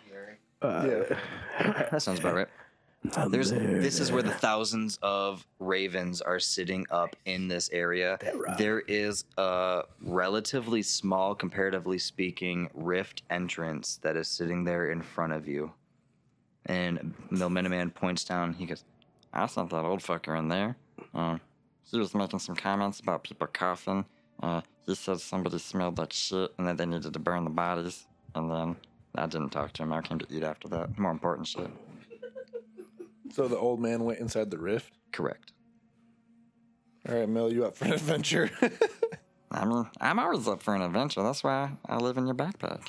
S3: Uh,
S4: yeah.
S2: That sounds about right.
S3: I'm
S2: Uh, There's
S3: there.
S2: this is where the thousands of ravens are sitting up in this area.
S3: rock.
S2: There is a relatively small, comparatively speaking, rift entrance that is sitting there in front of you. And the Miniman points down. He goes, "I saw that old fucker in there. Uh, he was making some comments about people coughing. Uh, he said somebody smelled that shit and that they needed to burn the bodies. And then I didn't talk to him. I came to eat after that. More important shit.
S4: So the old man went inside the rift.
S2: Correct."
S4: All right, Mill, you up for an adventure?
S2: I mean, I'm always up for an adventure. That's why I live in your backpack.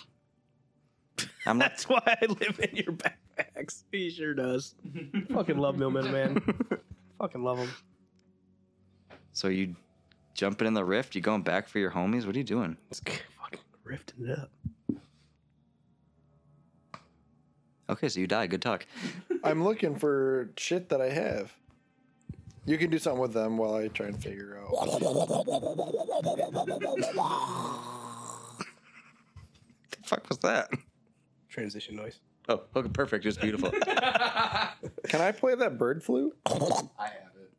S2: I'm not.
S3: That's why I live in your backpacks. He sure does. fucking love Milman, man. fucking love him.
S2: so you Jumping in the rift? You going back for your homies? What are you doing?
S3: It's fucking rifting it up.
S2: Okay, so you die. Good talk.
S4: I'm looking for shit that I have. You can do something with them while I try and figure out.
S2: the fuck was that?
S3: Transition noise.
S2: Oh, okay, perfect. It's beautiful.
S4: Can I play that bird flute? I have it.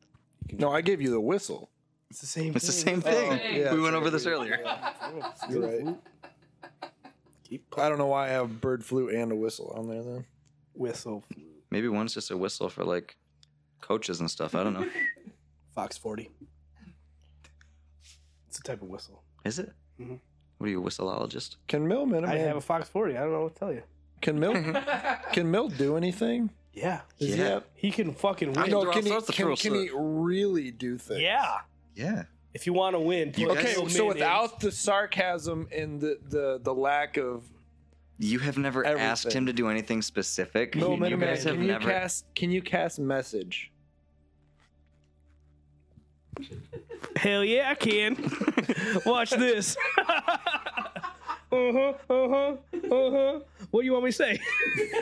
S4: No, I gave you the whistle.
S3: It's the same.
S2: Oh, it's the
S3: thing.
S2: same thing.
S4: yeah,
S2: we went over this earlier.
S4: You're right. I don't know why I have bird flute and a whistle on there then.
S3: Whistle.
S2: Maybe one's just a whistle for like coaches and stuff. I don't know.
S3: Fox 40. It's a type of whistle.
S2: Is it?
S4: Mm-hmm.
S3: Mhm.
S2: What are you, a whistleologist?
S4: Can Mill Miniman?
S3: I have a Fox 40. I don't know what to tell you.
S4: Can Mill? can Mill do anything?
S3: Yeah.
S4: Does he
S2: Yeah.
S4: have-
S3: He can fucking
S2: I
S3: win.
S2: know.
S4: no,
S2: throw
S4: can, he,
S2: sorts of
S4: can,
S2: throws
S4: can
S2: to
S4: he really do things?
S3: Yeah.
S2: Yeah.
S3: If you want to win, put
S4: Okay,
S3: Mill
S4: so
S3: Min in.
S4: without the sarcasm and the, the, the lack of
S2: You have never asked him
S4: Everything.
S2: to do anything specific.
S4: Mill
S2: You
S4: Miniman,
S2: guys have
S4: can you
S2: never.
S4: cast can you cast message?
S3: Hell yeah, I can. Watch this. uh huh. Uh huh. Uh huh. What do you want me to say?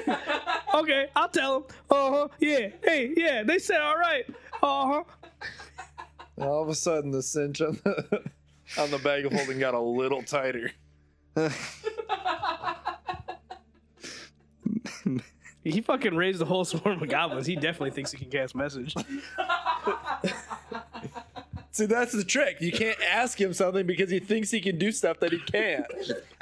S3: okay, I'll tell him. Uh huh. Yeah. Hey. Yeah. They said all right. Uh huh.
S4: And all of a sudden, the cinch on the on the bag of holding got a little tighter.
S3: He fucking raised the whole swarm of goblins. He definitely thinks he can cast message.
S4: See, that's the trick. You can't ask him something because he thinks he can do stuff that he can't.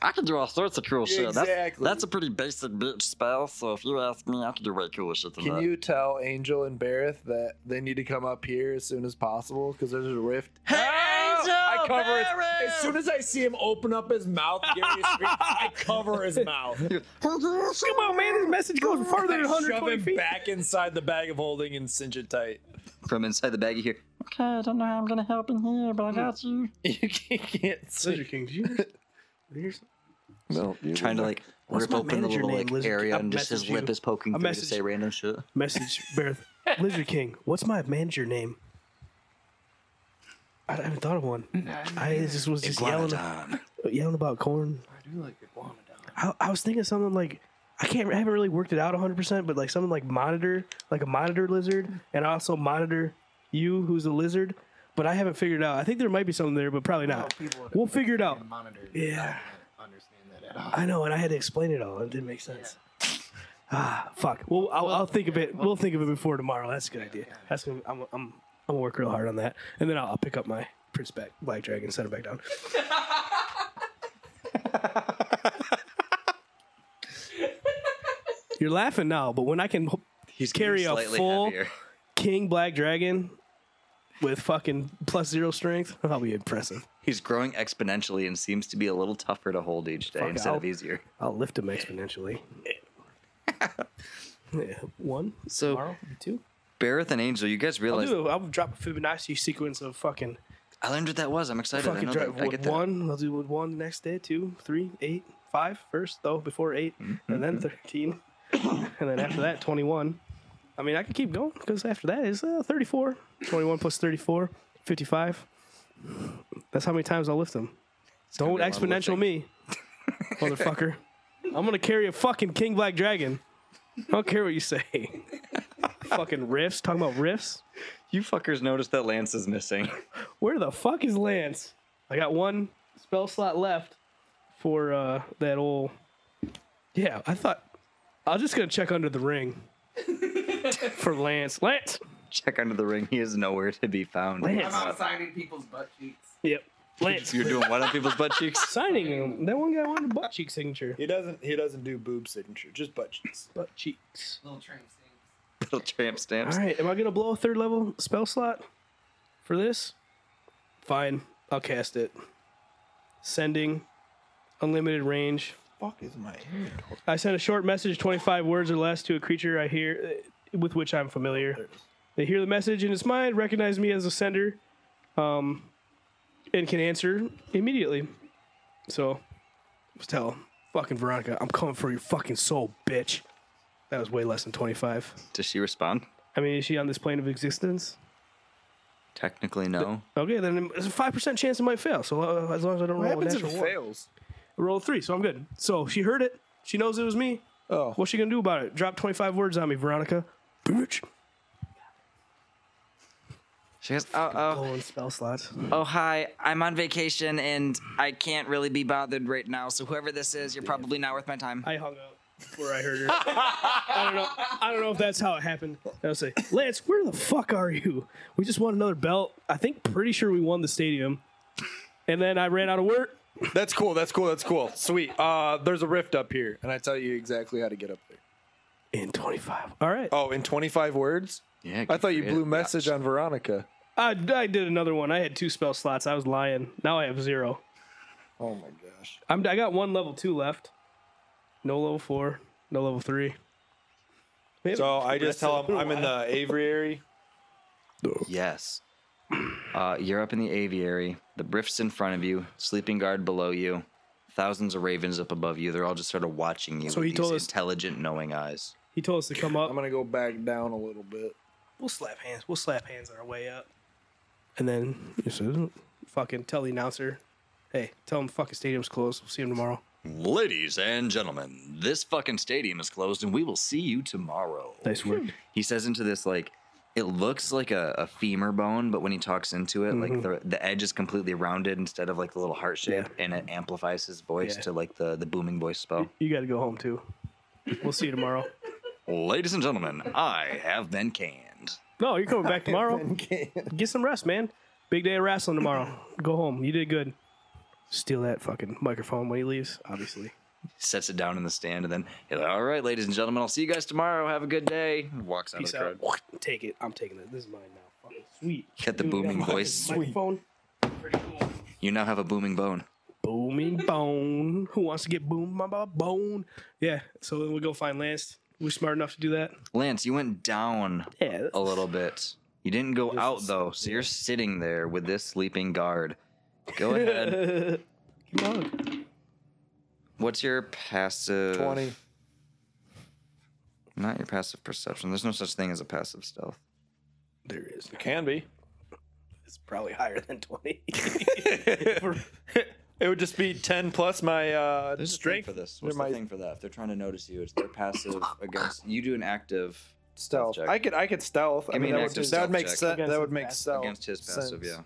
S2: I can do all sorts of cool shit. That's,
S4: Exactly.
S2: that's a pretty basic bitch spell, so if you ask me, I can do way cooler shit than
S4: Can
S2: that.
S4: you tell Angel and Barrett that they need to come up here as soon as possible because there's a rift?
S2: Hey, Angel!
S4: I cover it
S2: Barrett!
S4: as soon as I see him open up his mouth. Gary is screaming,
S8: I cover his mouth,
S3: Come on, man. This message goes farther than
S8: shove
S3: 120
S8: him
S3: feet.
S8: back inside the bag of holding, and cinch it tight.
S2: From inside the bag, you hear, okay, I don't know how I'm gonna help in here, but I got you.
S4: you can't see.
S3: King, did you hear something?
S4: No, you-
S2: Trying to like
S3: What's
S2: rip
S3: my
S2: open the
S3: manager
S2: little
S3: name,
S2: like
S3: Lizard?
S2: area
S3: I'll
S2: and just his
S3: message you.
S2: lip is poking
S3: I'll
S2: through to
S3: message
S2: say
S3: you.
S2: random shit.
S3: Message Bareth. Lizard King. What's my manager name? I haven't thought of one. I just was just yelling,
S2: Iguanodon.
S3: yelling about corn.
S5: I do like Iguanodon.
S3: I, I was thinking something like I can't I haven't really worked it out 100%, but like something like monitor, like a monitor lizard, and also monitor you, who's a lizard. But I haven't figured it out. I think there might be something there, but probably not. We'll figure it out.
S5: Monitor.
S3: Yeah.
S5: I don't understand that at all.
S3: I know, and I had to explain it all. It didn't make sense. Ah, fuck. Well, I'll, I'll think of it. We'll think of it before tomorrow. That's a good idea. That's gonna. I'm. I'm. I'm gonna work real hard on that, and then I'll, I'll pick up my Prince back Black Dragon, set it back down. You're laughing now, but when I can h-
S2: He's
S3: Carry
S2: getting
S3: a
S2: slightly
S3: full-
S2: heavier.
S3: King Black Dragon with fucking plus zero strength, that'll be impressive.
S2: He's growing exponentially and seems to be a little tougher to hold each day
S3: Fuck,
S2: instead
S3: I'll-
S2: of easier.
S3: I'll lift him exponentially. Yeah, One
S2: So-
S3: tomorrow, two.
S2: Barrett and Angel, you guys
S3: I'll
S2: realize
S3: do. I'll drop a Fibonacci sequence of fucking
S2: I learned what that was. I'm excited. I
S3: fucking
S2: know
S3: drive.
S2: that, I get
S3: With
S2: that.
S3: one, I'll do with one next day, two, three, eight, five first though before 8
S2: Mm-hmm.
S3: and then thirteen, and then after that twenty-one. I mean, I could keep going because after that is uh, 34. 21 plus 34, 55. That's how many times I'll lift them.
S2: gonna
S3: Don't
S2: be a lot of
S3: exponential me, motherfucker. I'm gonna carry a fucking king black dragon. I don't care what you say. fucking riffs. Talking about riffs.
S2: You fuckers noticed that Lance is missing.
S3: Where the fuck is Lance? I got one spell slot left for uh that old Yeah, I thought I'm just gonna check under the ring for Lance. Lance!
S2: Check under the ring. He is nowhere to be found.
S5: I'm
S3: Lance.
S5: out signing people's butt cheeks.
S3: Yep. Lance.
S2: You're doing what on people's butt cheeks?
S3: Signing him. That one guy wanted a butt cheek signature.
S4: He doesn't. He doesn't do boob signature. Just butt cheeks.
S3: Butt cheeks.
S5: Little tramp stamps.
S2: Little tramp stamps.
S3: Alright, am I gonna blow a third level spell slot for this? Fine. I'll cast it. Sending unlimited range.
S4: Fuck is my hand.
S3: I send a short message, 25 words or less, to a creature I hear uh, with which I'm
S4: Oh,
S3: familiar. They hear the message in its mind, recognize me as a sender, um, and can answer immediately. So, just tell fucking Veronica, I'm coming for your fucking soul, bitch. That was way less than 25.
S2: Does she respond?
S3: I mean, is she on this plane of existence?
S2: Technically, no.
S3: Okay, then there's a five percent chance it might fail. So uh, as long as I don't
S4: What
S3: roll a
S4: happens if
S3: natural
S4: it
S3: one,
S4: fails?
S3: I rolled three, so I'm good. So she heard it. She knows it was me.
S4: Oh,
S3: What's she gonna do about it? Drop twenty five words on me, Veronica. Bitch.
S9: She
S2: uh,
S9: goes, oh, oh,
S3: Oh, and spell slots.
S9: oh, hi. I'm on vacation and I can't really be bothered right now. So whoever this is, you're probably not worth my time.
S3: I hung up before I heard her. I don't know. I don't know if that's how it happened. I'll say, Lance, where the fuck are you? We just won another belt. I think pretty sure we won the stadium. And then I ran out of work.
S4: that's cool. That's cool. That's cool. Sweet. Uh, there's a rift up here, and I tell you exactly how to get up there.
S3: In 25. All right.
S4: Oh, in 25 words?
S2: Yeah.
S4: I
S2: good
S4: thought you
S2: for ya.
S4: blew message on Veronica.
S3: I, I did another one. I had two spell slots. I was lying. Now I have zero.
S4: Oh my gosh.
S3: I'm, I got one level two left. No level four. No level three. Maybe-
S4: So I just tell him I'm in the aviary.
S2: Yes. Uh, you're up in the aviary. The rift's in front of you. Sleeping guard below you. Thousands of ravens up above you. They're all just sort of watching you.
S3: So
S2: with
S3: he told
S2: these
S3: us-
S2: intelligent, knowing eyes.
S3: he told us to come up.
S4: I'm gonna go back down a little bit.
S3: we'll slap hands. We'll slap hands on our way up. And then he says, fucking tell the announcer, hey, tell him the fucking stadium's closed. We'll see him tomorrow.
S2: Ladies and gentlemen, this fucking stadium is closed, and we will see you tomorrow.
S3: Nice work.
S2: He says into this like, it looks like a, a femur bone, but when he talks into it,
S3: Mm-hmm.
S2: like the the edge is completely rounded instead of like the little heart shape, and it amplifies his voice
S3: Yeah.
S2: to like the the booming voice spell.
S3: You got to go home too. We'll see you tomorrow.
S2: Ladies and gentlemen, I have been canned.
S3: No, you're coming back tomorrow. Get some rest, man. Big day of wrestling tomorrow. Go home. You did good. Steal that fucking microphone when he leaves, obviously.
S2: sets it down in the stand, and then he's like, "All right, ladies and gentlemen, I'll see you guys tomorrow. Have a good day." Walks out
S3: Peace
S2: of the
S3: out.
S2: crowd.
S3: Take it. I'm taking it. This is mine now. Fucking sweet.
S2: Get the
S3: Dude, I
S2: booming
S3: got my
S2: voice.
S3: Microphone.
S2: You now have a booming bone.
S3: Booming bone. Who wants to get boomed by my bone? Yeah. So then we go find Lance. We're smart enough to do that.
S2: Lance, you went down
S3: Yeah.
S2: a little bit. You didn't go out though, so you're sitting there with this sleeping guard. Go ahead. What's your passive?
S4: 20.
S2: Not your passive perception. There's no such thing as a passive stealth.
S3: There is.
S4: Can be.
S3: It's probably higher than 20.
S4: It would just be 10 plus my uh,
S2: There's
S4: strength
S2: a thing for this. What's
S4: There
S2: the
S4: might-
S2: thing for that? If they're trying to notice you, it's their passive against you. Do an active
S4: stealth.
S2: check.
S4: I could I could stealth. I
S2: Give me
S4: mean
S2: an
S4: that would,
S2: active
S4: that would
S2: stealth
S4: make
S2: check.
S4: sense.
S3: Against
S4: That
S3: his
S4: would make
S3: passive.
S4: stealth
S2: against his passive.
S4: sense.
S2: Yeah.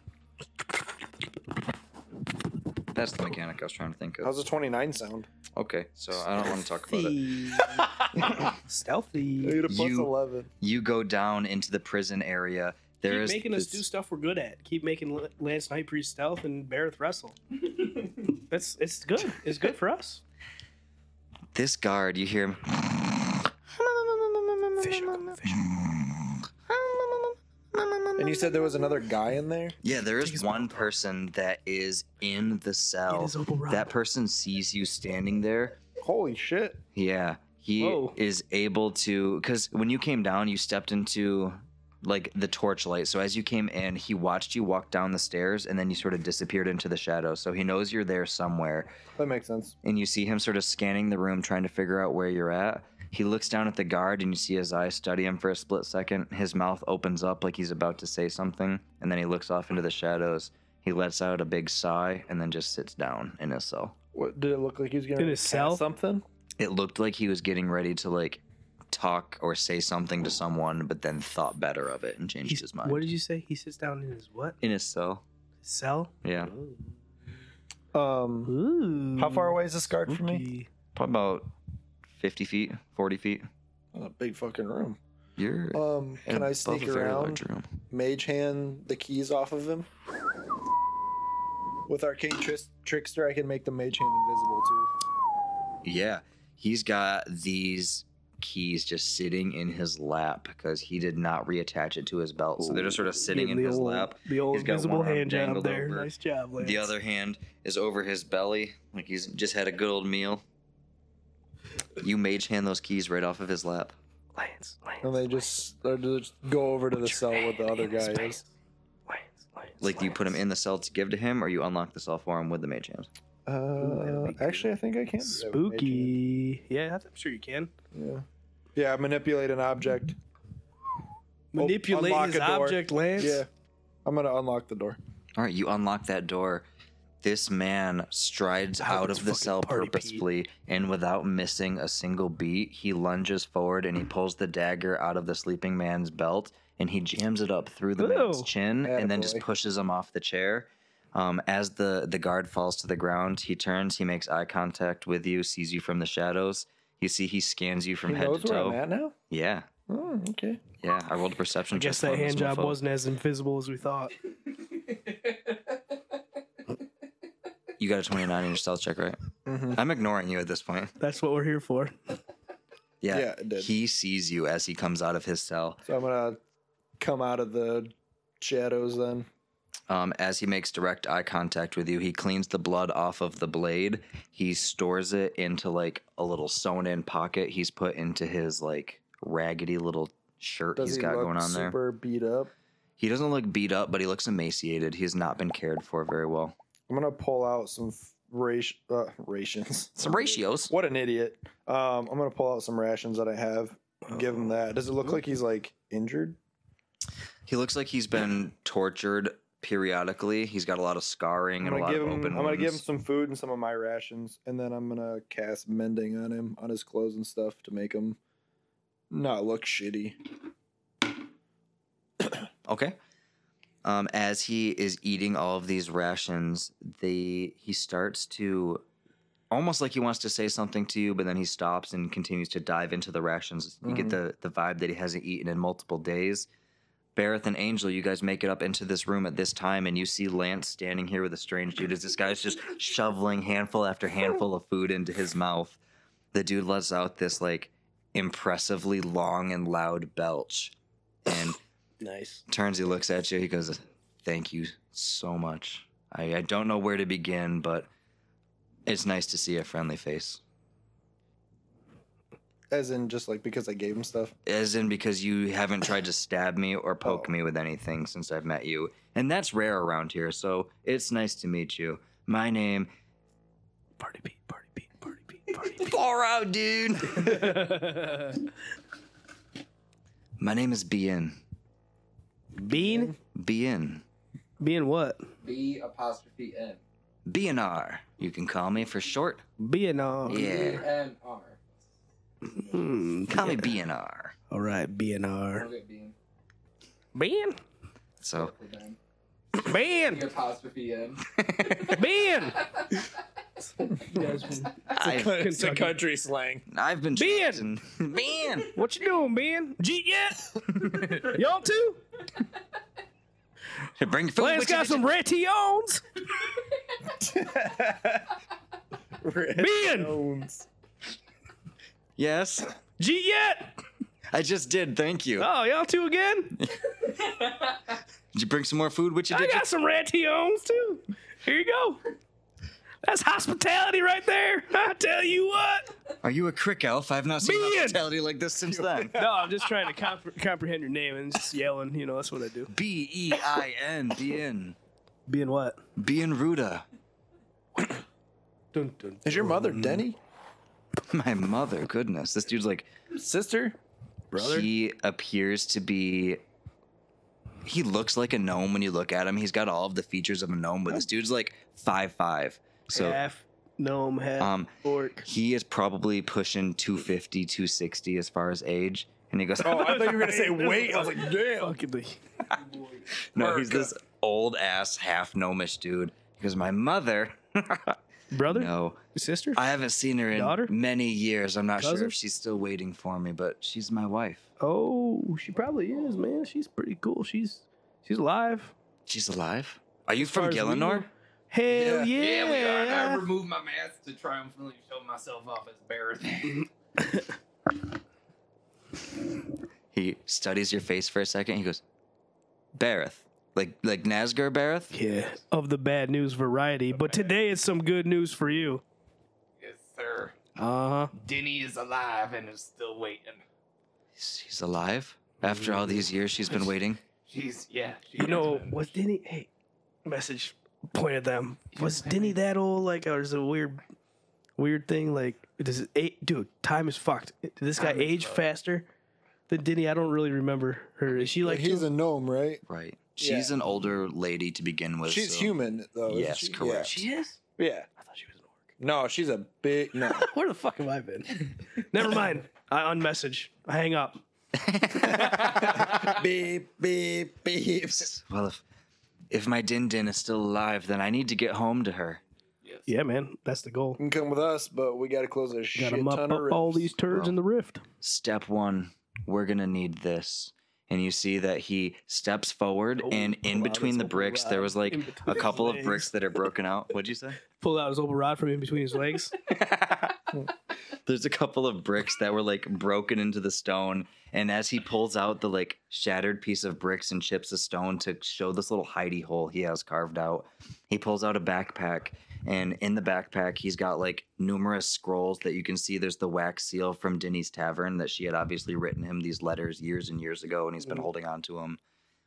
S2: That's the mechanic I was trying to think of.
S4: How's a 29 sound?
S2: Okay, so I don't want to talk about it.
S3: Stealthy.
S4: I get a plus
S2: You-
S4: 11.
S2: You go down into the prison area. There
S3: Keep
S2: is
S3: making us
S2: this-
S3: do stuff we're good at. Keep making L- Lance Knight Priest stealth and Barrett wrestle. That's it's good. It's good for us.
S2: this guard. You hear him.
S4: And you said there was another guy in there?
S2: Yeah, there is one person that is in the cell.
S3: is Opal Rock.
S2: That person sees you standing there.
S4: Holy shit.
S2: Yeah, he
S3: Whoa.
S2: is able to because when you came down, you stepped into like the torchlight. So as you came in, he watched you walk down the stairs, and then you sort of disappeared into the shadows. So he knows you're there somewhere,
S4: That makes sense.
S2: and you see him sort of scanning the room, trying to figure out where you're at. He looks down at the guard, and you see his eyes study him for a split second. His mouth opens up like he's about to say something, and then he looks off into the shadows. He lets out a big sigh and then just sits down in his cell.
S4: What did it look like he was gonna
S3: In his
S4: cast
S3: cell?
S4: something?
S2: it looked like he was getting ready to like talk or say something to someone, but then thought better of it and changed
S3: He's-
S2: his mind.
S3: What did you say? He sits down in his what?
S2: in his cell.
S3: Cell?
S2: Yeah,
S4: Um
S3: Ooh.
S4: how far away is this guard from me?
S3: Spooky.
S2: probably about fifty feet, forty feet.
S4: That's a big fucking room.
S2: You're
S4: Um can
S2: above
S4: I sneak
S2: a very
S4: around?
S2: large room.
S4: mage hand the keys off of him. With arcane tris- trickster, I can make the mage hand invisible too.
S2: Yeah, he's got these keys just sitting in his lap because he did not reattach it to his belt, so they're just sort of sitting in
S3: the
S2: his
S3: old,
S2: lap.
S3: The old
S2: He's got
S3: invisible
S2: one arm
S3: hand job
S2: dangled
S3: there.
S2: over.
S3: Nice job, Lance.
S2: The other hand is over his belly, like he's just had a good old meal. You mage hand those keys right off of his lap.
S3: Lance, Lance.
S4: And they just, they just go over to the
S3: Put your
S4: cell with
S3: hand
S4: the other
S3: in his
S4: guy is.
S3: pants. Lance, Lance,
S2: Like, do you put him in the cell to give to him, or you unlock the cell for him with the mage hand?
S4: Uh, actually, I think I can. do that with mage hand.
S3: Spooky. Yeah, I'm sure you can.
S4: Yeah. Yeah, manipulate an object.
S3: Manipulate
S4: unlock
S3: his
S4: a door.
S3: object, Lance.
S4: Yeah. I'm gonna unlock the door.
S2: All right, you unlock that door. This man strides out
S4: it's
S2: of the
S4: fucking
S2: cell
S4: party, Pete.
S2: purposefully, and without missing a single beat, he lunges forward and he pulls the dagger out of the sleeping man's belt and he jams it up through the man's
S3: Ew.
S2: chin and then just
S4: Attaboy.
S2: pushes him off the chair. Um, as the, the guard falls to the ground, he turns, he makes eye contact with you, sees you from the shadows. You see, he scans you from
S4: he
S2: head
S4: knows
S2: to
S4: where I'm
S2: toe.
S4: at now.
S2: Yeah,
S4: Oh, okay.
S2: yeah. I rolled a perception
S3: I
S2: check.
S3: guess
S2: for
S3: that
S2: this
S3: hand job
S2: mofo.
S3: wasn't as invisible as we thought.
S2: You got a 29 in your stealth check, right?
S4: Mm-hmm.
S2: I'm ignoring you at this point.
S3: That's what we're here for.
S4: Yeah.
S2: Yeah.
S4: it did.
S2: He sees you as he comes out of his cell.
S4: so I'm gonna come out of the shadows then.
S2: Um, as he makes direct eye contact with you, he cleans the blood off of the blade. He stores it into like a little sewn in pocket he's put into his like raggedy little shirt
S4: Does
S2: he's
S4: he
S2: got
S4: look
S2: going on there.
S4: super beat up?
S2: He doesn't look beat up, but he looks emaciated. He has not been cared for very well.
S4: I'm gonna pull out some f- ration, uh, rations.
S2: Some ratios.
S4: What an idiot! Um, I'm gonna pull out some rations that I have. Give him that. Does it look like he's like injured?
S2: He looks like he's been tortured periodically. He's got a lot of scarring
S4: I'm
S2: and a
S4: gonna
S2: lot
S4: give
S2: of
S4: him.
S2: open
S4: I'm gonna
S2: wounds.
S4: give him some food and some of my rations, and then I'm gonna cast mending on him, on his clothes and stuff, to make him not look shitty.
S2: Okay. Um, as he is eating all of these rations, the he starts to almost like he wants to say something to you, but then he stops and continues to dive into the rations. You get
S4: Mhm.
S2: the the vibe that he hasn't eaten in multiple days. Barrett and Angel, you guys make it up into this room at this time, and you see Lance standing here with a strange dude. As this guy's just shoveling handful after handful of food into his mouth, the dude lets out this like impressively long and loud belch, and
S3: Nice.
S2: turns, he looks at you, he goes, Thank you so much. I, I don't know where to begin, but it's nice to see a friendly face.
S4: As in, just like because I gave him stuff.
S2: As in, because you haven't tried to stab me or poke
S4: Oh.
S2: me with anything since I've met you. And that's rare around here, so it's nice to meet you. My name,
S3: Party beat, party beat, party beat, party beat.
S2: far out, dude. My name is Bien.
S3: Bean?
S2: Bien.
S3: Bean what?
S6: B apostrophe N.
S2: BNR. You can call me for short.
S3: Being on.
S2: Yeah.
S6: N R.
S3: Hmm.
S2: Call me BNR.
S3: All right, BNR.
S6: Okay, Bean.
S3: Bean?
S2: So,
S3: Bean!
S6: apostrophe N.
S3: Bean!
S2: I've,
S8: It's a country slang.
S2: I've been.
S3: Bien!
S2: Bien!
S3: What you doing, Bean? Jeet yet? Y'all too?
S2: Bring your food
S3: Lance
S2: with you,
S3: got
S2: bitches.
S3: some retions. Bean!
S2: Yes,
S3: Jeet yet?
S2: I just did. Thank you.
S3: Oh, y'all two again?
S2: Did you bring some more food with you?
S3: I
S2: Did you?
S3: got some rations too. Here you go. That's hospitality right there. I tell you what.
S2: Are you a crick elf? I've not seen
S3: Bien!
S2: hospitality like this since then.
S3: No, I'm just trying to comp- comprehend your name and just yelling. You know, that's what I do.
S2: B E I N, Bien.
S3: Being what?
S2: Bien Ruda.
S3: Dun, dun.
S4: Is your mother
S2: Mm-hmm.
S4: Denny?
S2: My mother, goodness. This dude's like,
S4: Sister?
S2: he appears to be. He looks like a gnome when you look at him. He's got all of the features of a gnome, but this dude's like five five. So
S3: half gnome, half
S2: Um,
S3: orc.
S2: he is probably pushing 250, 260 as far as age. And he goes,
S8: Oh, I thought you were gonna say wait. I was like, damn.
S3: Fucking
S2: No, he's this old ass half gnomish dude. He goes, My mother.
S3: brother,
S2: no,
S3: sister.
S2: I haven't seen her in
S3: Daughter?
S2: many years. I'm not sure
S3: Cousin?
S2: if she's still waiting for me, but she's my wife.
S3: oh, she probably is, man. She's pretty cool. She's she's alive.
S2: She's alive? Are you from
S3: far as we
S2: Gillinor?
S3: know. Hell yeah!
S5: Yeah, we are. And I removed my mask to triumphantly show myself off as Baratheon.
S2: He studies your face for a second. He goes, Bareth. Like like Nazgûl Bareth?
S3: Yeah, of the bad news variety. But today is some good news for you.
S5: yes, sir.
S3: Uh huh.
S5: Denny is alive and is still waiting.
S2: She's alive? After all these years she's been waiting?
S5: She's yeah. She
S3: You
S5: is,
S3: know,
S5: man.
S3: was Denny? Hey, message point at them. Was Denny that old? Like, or is it a weird, weird thing? Like, does it? a dude, time is fucked. Did this guy
S5: Time is
S3: age
S5: fucked.
S3: faster than Denny? I don't really remember her. Is she like?
S4: he's
S3: too-
S4: a gnome, right?
S2: Right. She's an older lady to begin with.
S4: She's
S2: so-
S4: human though. isn't
S2: Yes,
S4: she?
S2: correct.
S3: She is?
S4: Yeah. yeah.
S3: I thought she was an orc.
S4: No, she's a big no.
S3: Where the fuck have I been? Never mind. I unmessage. I hang up.
S4: beep beep beep.
S2: Well, if if my Din Din is still alive, then I need to get home to her.
S3: Yeah, man. That's the goal.
S4: You can come with us, but we got to close a shit
S3: Got him
S4: ton
S3: up,
S4: of
S3: up all
S4: rifts.
S3: these turds in the rift.
S2: Step one, we're gonna need this. And you see that he steps forward, and in
S3: wow,
S2: between the
S3: that's Oh, a
S2: bricks, there
S3: rod
S2: was like
S3: in between
S2: a
S3: his
S2: couple of
S3: legs.
S2: bricks that are broken out. What'd you say?
S3: Pull out his oval rod from in between his legs.
S2: There's a couple of bricks that were like broken into the stone, and as he pulls out the like shattered piece of bricks and chips of stone to show this little hidey hole he has carved out, he pulls out a backpack, and in the backpack he's got like numerous scrolls that you can see. There's the wax seal from Denny's Tavern that she had obviously written him these letters years and years ago, and he's been holding on to them.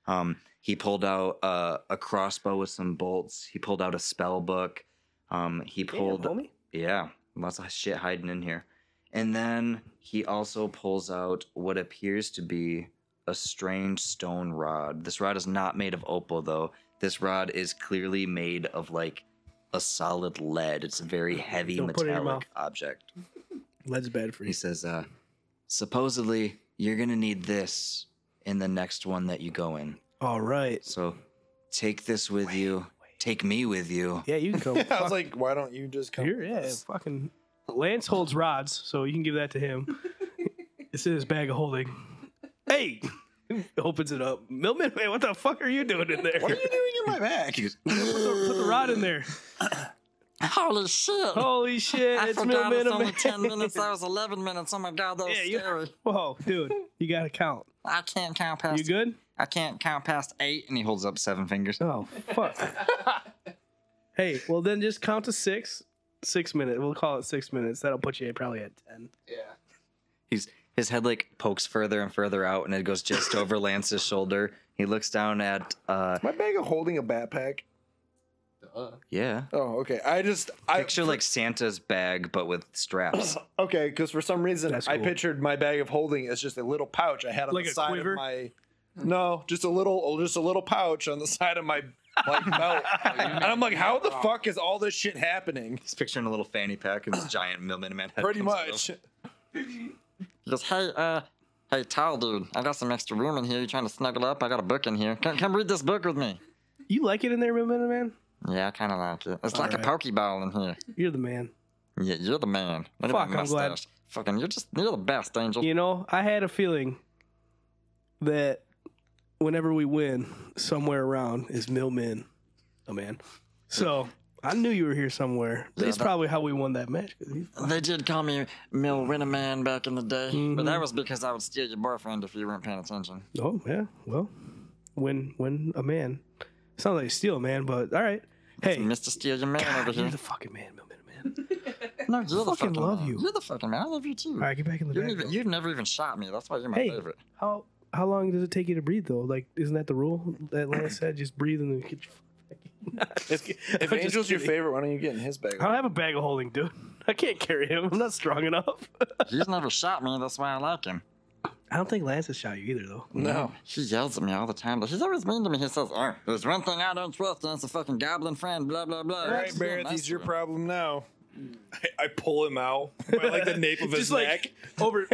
S2: Um, he pulled out uh, a crossbow with some bolts. He pulled out a spell book. Um, he pulled
S3: homie.
S2: yeah, lots of shit hiding in here. And then he also pulls out what appears to be a strange stone rod. This rod is not made of opal, though. This rod is clearly made of like a solid lead. It's a very heavy
S3: Don't put it in your
S2: metallic object.
S3: Lead's bad for
S2: He
S3: you.
S2: says, uh, supposedly you're gonna need this in the next one that you go in.
S3: All right.
S2: So take this with you. Take me with you.
S3: Yeah, you can come.
S4: I was
S3: Fuck
S4: like, why don't you just come?
S3: Here,
S4: with
S3: yeah,
S4: us?
S3: fucking Lance holds rods, so you can give that to him. it's in his bag of holding. Hey, opens it up. Milman, man, what the fuck are you doing in there?
S4: What are you doing in my bag?
S3: Put the, put the rod in there.
S2: Holy shit!
S3: Holy shit,
S2: I
S3: Oh, it's
S2: forgot
S3: Milman.
S2: it's only
S3: man.
S2: 10 minutes. That was 11 minutes. Oh my god, that was
S3: Yeah, you-
S2: scary.
S3: Whoa, dude, you gotta count.
S2: I can't count
S3: You
S2: past.
S3: good?
S2: I can't count past eight. And he holds up seven fingers.
S3: Oh fuck. hey, well then just count to six. Six minutes. We'll call it six minutes. That'll put you probably at ten.
S2: He's his head like pokes further and further out, and it goes just over Lance's shoulder. He looks down at uh
S4: My bag of holding a backpack.
S2: yeah.
S4: Oh, okay. I just I
S2: Picture like Santa's bag, but with straps.
S4: okay because for some reason
S3: That's
S4: I
S3: cool.
S4: pictured my bag of holding as just a little pouch I had on
S3: Like
S4: the
S3: a
S4: side
S3: quiver?
S4: of my. No, just a little, oh, just a little pouch on the side of my like belt, and I'm like, how the fuck is all this shit happening?
S2: He's picturing a little fanny pack and this giant Milman man. head
S4: Pretty
S2: comes out.
S4: much.
S2: He goes, "Hey, uh, hey, tall dude, I got some extra room in here. You trying to snuggle up? I got a book in here. Come, come read this book with me."
S3: You like it in there, Milman man?
S2: Yeah, I kind of like it. It's like a
S3: Alright.
S2: pokeball in here.
S3: You're the man.
S2: Yeah, you're the man. What
S3: Fuck,
S2: about
S3: I'm glad.
S2: mustache? Fucking, you're just you're the best, Angel.
S3: You know, I had a feeling that whenever we win, somewhere around is Millman, a man. So I knew you were here somewhere.
S2: Yeah,
S3: That's
S2: that-
S3: probably how we won that match. 'cause he's-
S2: They did call me Mill Winneman back in the day, but that
S3: Mhm.
S2: was because I would steal your boyfriend if you weren't paying attention.
S3: Oh yeah, well, when when a man sounds like steal a man, but all right. Hey,
S2: Mr. Steal Your Man
S3: God,
S2: over
S3: you're
S2: here.
S3: the fucking man, Millman, man.
S2: no, you're the
S3: fucking
S2: fucking
S3: love
S2: man.
S3: you.
S2: You're the fucking man. I love you too.
S3: All right, get back in the
S2: You've
S3: bag.
S2: never, you've never even shot me. That's why you're my
S3: Hey.
S2: favorite.
S3: How how long does it take you to breathe though? Like, isn't that the rule that Lance said? Just breathe and then get your.
S4: If, if
S3: just
S4: Angel's your
S3: kidding.
S4: favorite, why don't you get in his bag?
S3: I don't have a bag of holding, dude. I can't carry him. I'm not strong enough.
S2: He's never shot me. That's why I like him.
S3: I don't think Lance has shot you either, though.
S4: No,
S2: He yells at me all the time, but he's always mean to me. He says, oh, "There's one thing I don't trust, and it's a fucking goblin friend." Blah blah blah.
S4: all right, Barrett, these your problem now. I, I pull him out by like the nape of his
S3: Just like-
S4: neck.
S3: Over.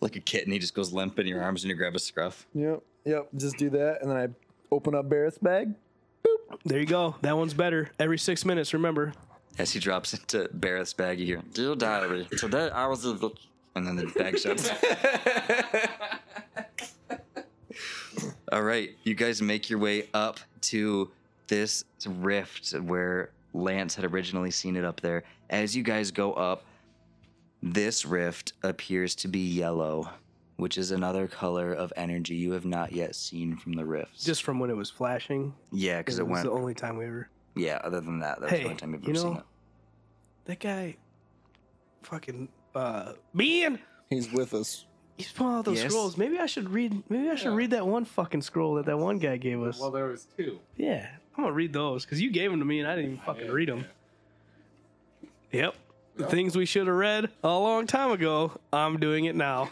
S2: like a kitten. He just goes limp in your arms, and you grab a scruff.
S4: Yep, yep. Just do that, and then I open up Barrett's bag.
S3: there you go. That one's better. Every six minutes, remember.
S2: As he drops into Barrett's bag, you hear, Dear diary, today I was a vic-" And then the bag shuts. All right, you guys make your way up to this rift where Lance had originally seen it up there. As you guys go up, this rift appears to be yellow, which is another color of energy you have not yet seen from the rifts.
S3: Just from when it was flashing.
S2: yeah, because
S3: It
S2: it
S3: was
S2: went.
S3: the only time we ever.
S2: yeah, other than that, that was
S3: Hey,
S2: the only time you've
S3: you
S2: ever seen
S3: know-
S2: it.
S3: That guy. Fucking. Uh, man,
S4: He's with us.
S3: he's pulling out those
S2: Yes.
S3: scrolls. Maybe I should read. Maybe I should read that one fucking scroll that that one guy gave us.
S6: well, there was two.
S3: yeah, I'm gonna read those because you gave them to me and I didn't even fucking read them. Yep. The things we should have read a long time ago. I'm doing it now.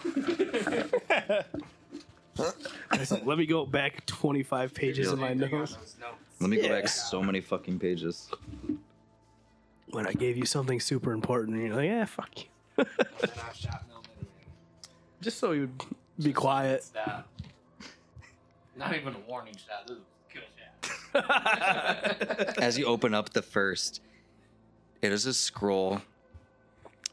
S3: Let me go back 25 pages in my notes.
S2: Let me go back so many fucking pages.
S3: When I gave you something super important, and you're like, yeah, fuck you. Just so you'd be quiet.
S5: Stop. uh, Not even a warning shot. This is a kill shot.
S2: As you open up the first, it is a scroll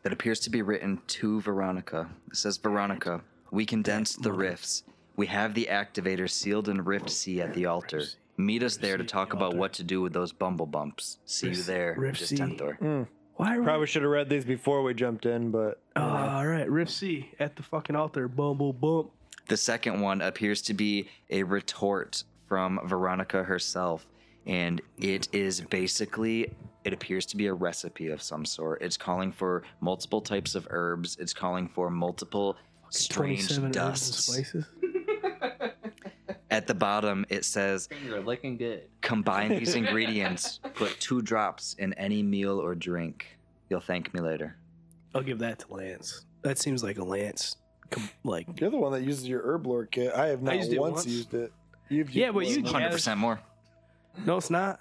S2: that appears to be written to Veronica. It says, Veronica, we condensed the rifts. We have the activator sealed in Rift C at the altar. Meet us there to talk about what to do with those bumble bumps. See you
S3: Rift-
S2: there,
S3: Rift C.
S2: Distenthor.
S3: Why are we?
S10: Probably should have read these before we jumped in, but
S3: Uh, all right, Rip C at the fucking altar. Bumble bump.
S2: The second one appears to be a retort from Veronica herself. And it is basically, it appears to be a recipe of some sort. It's calling for multiple types of herbs, it's calling for multiple strange
S3: 27 herbs and
S2: dusts.
S3: spices.
S2: At the bottom, it says
S6: You're looking good.
S2: combine these ingredients, put two drops in any meal or drink. You'll thank me later.
S3: I'll give that to Lance. That seems like a Lance. Com- like,
S4: You're the one that uses your herb lord kit. I have not
S3: used it
S4: once,
S3: once.
S4: used it. You've
S3: Yeah,
S4: used
S3: but
S4: it
S3: you-
S4: once.
S2: 100% more.
S3: no, it's not.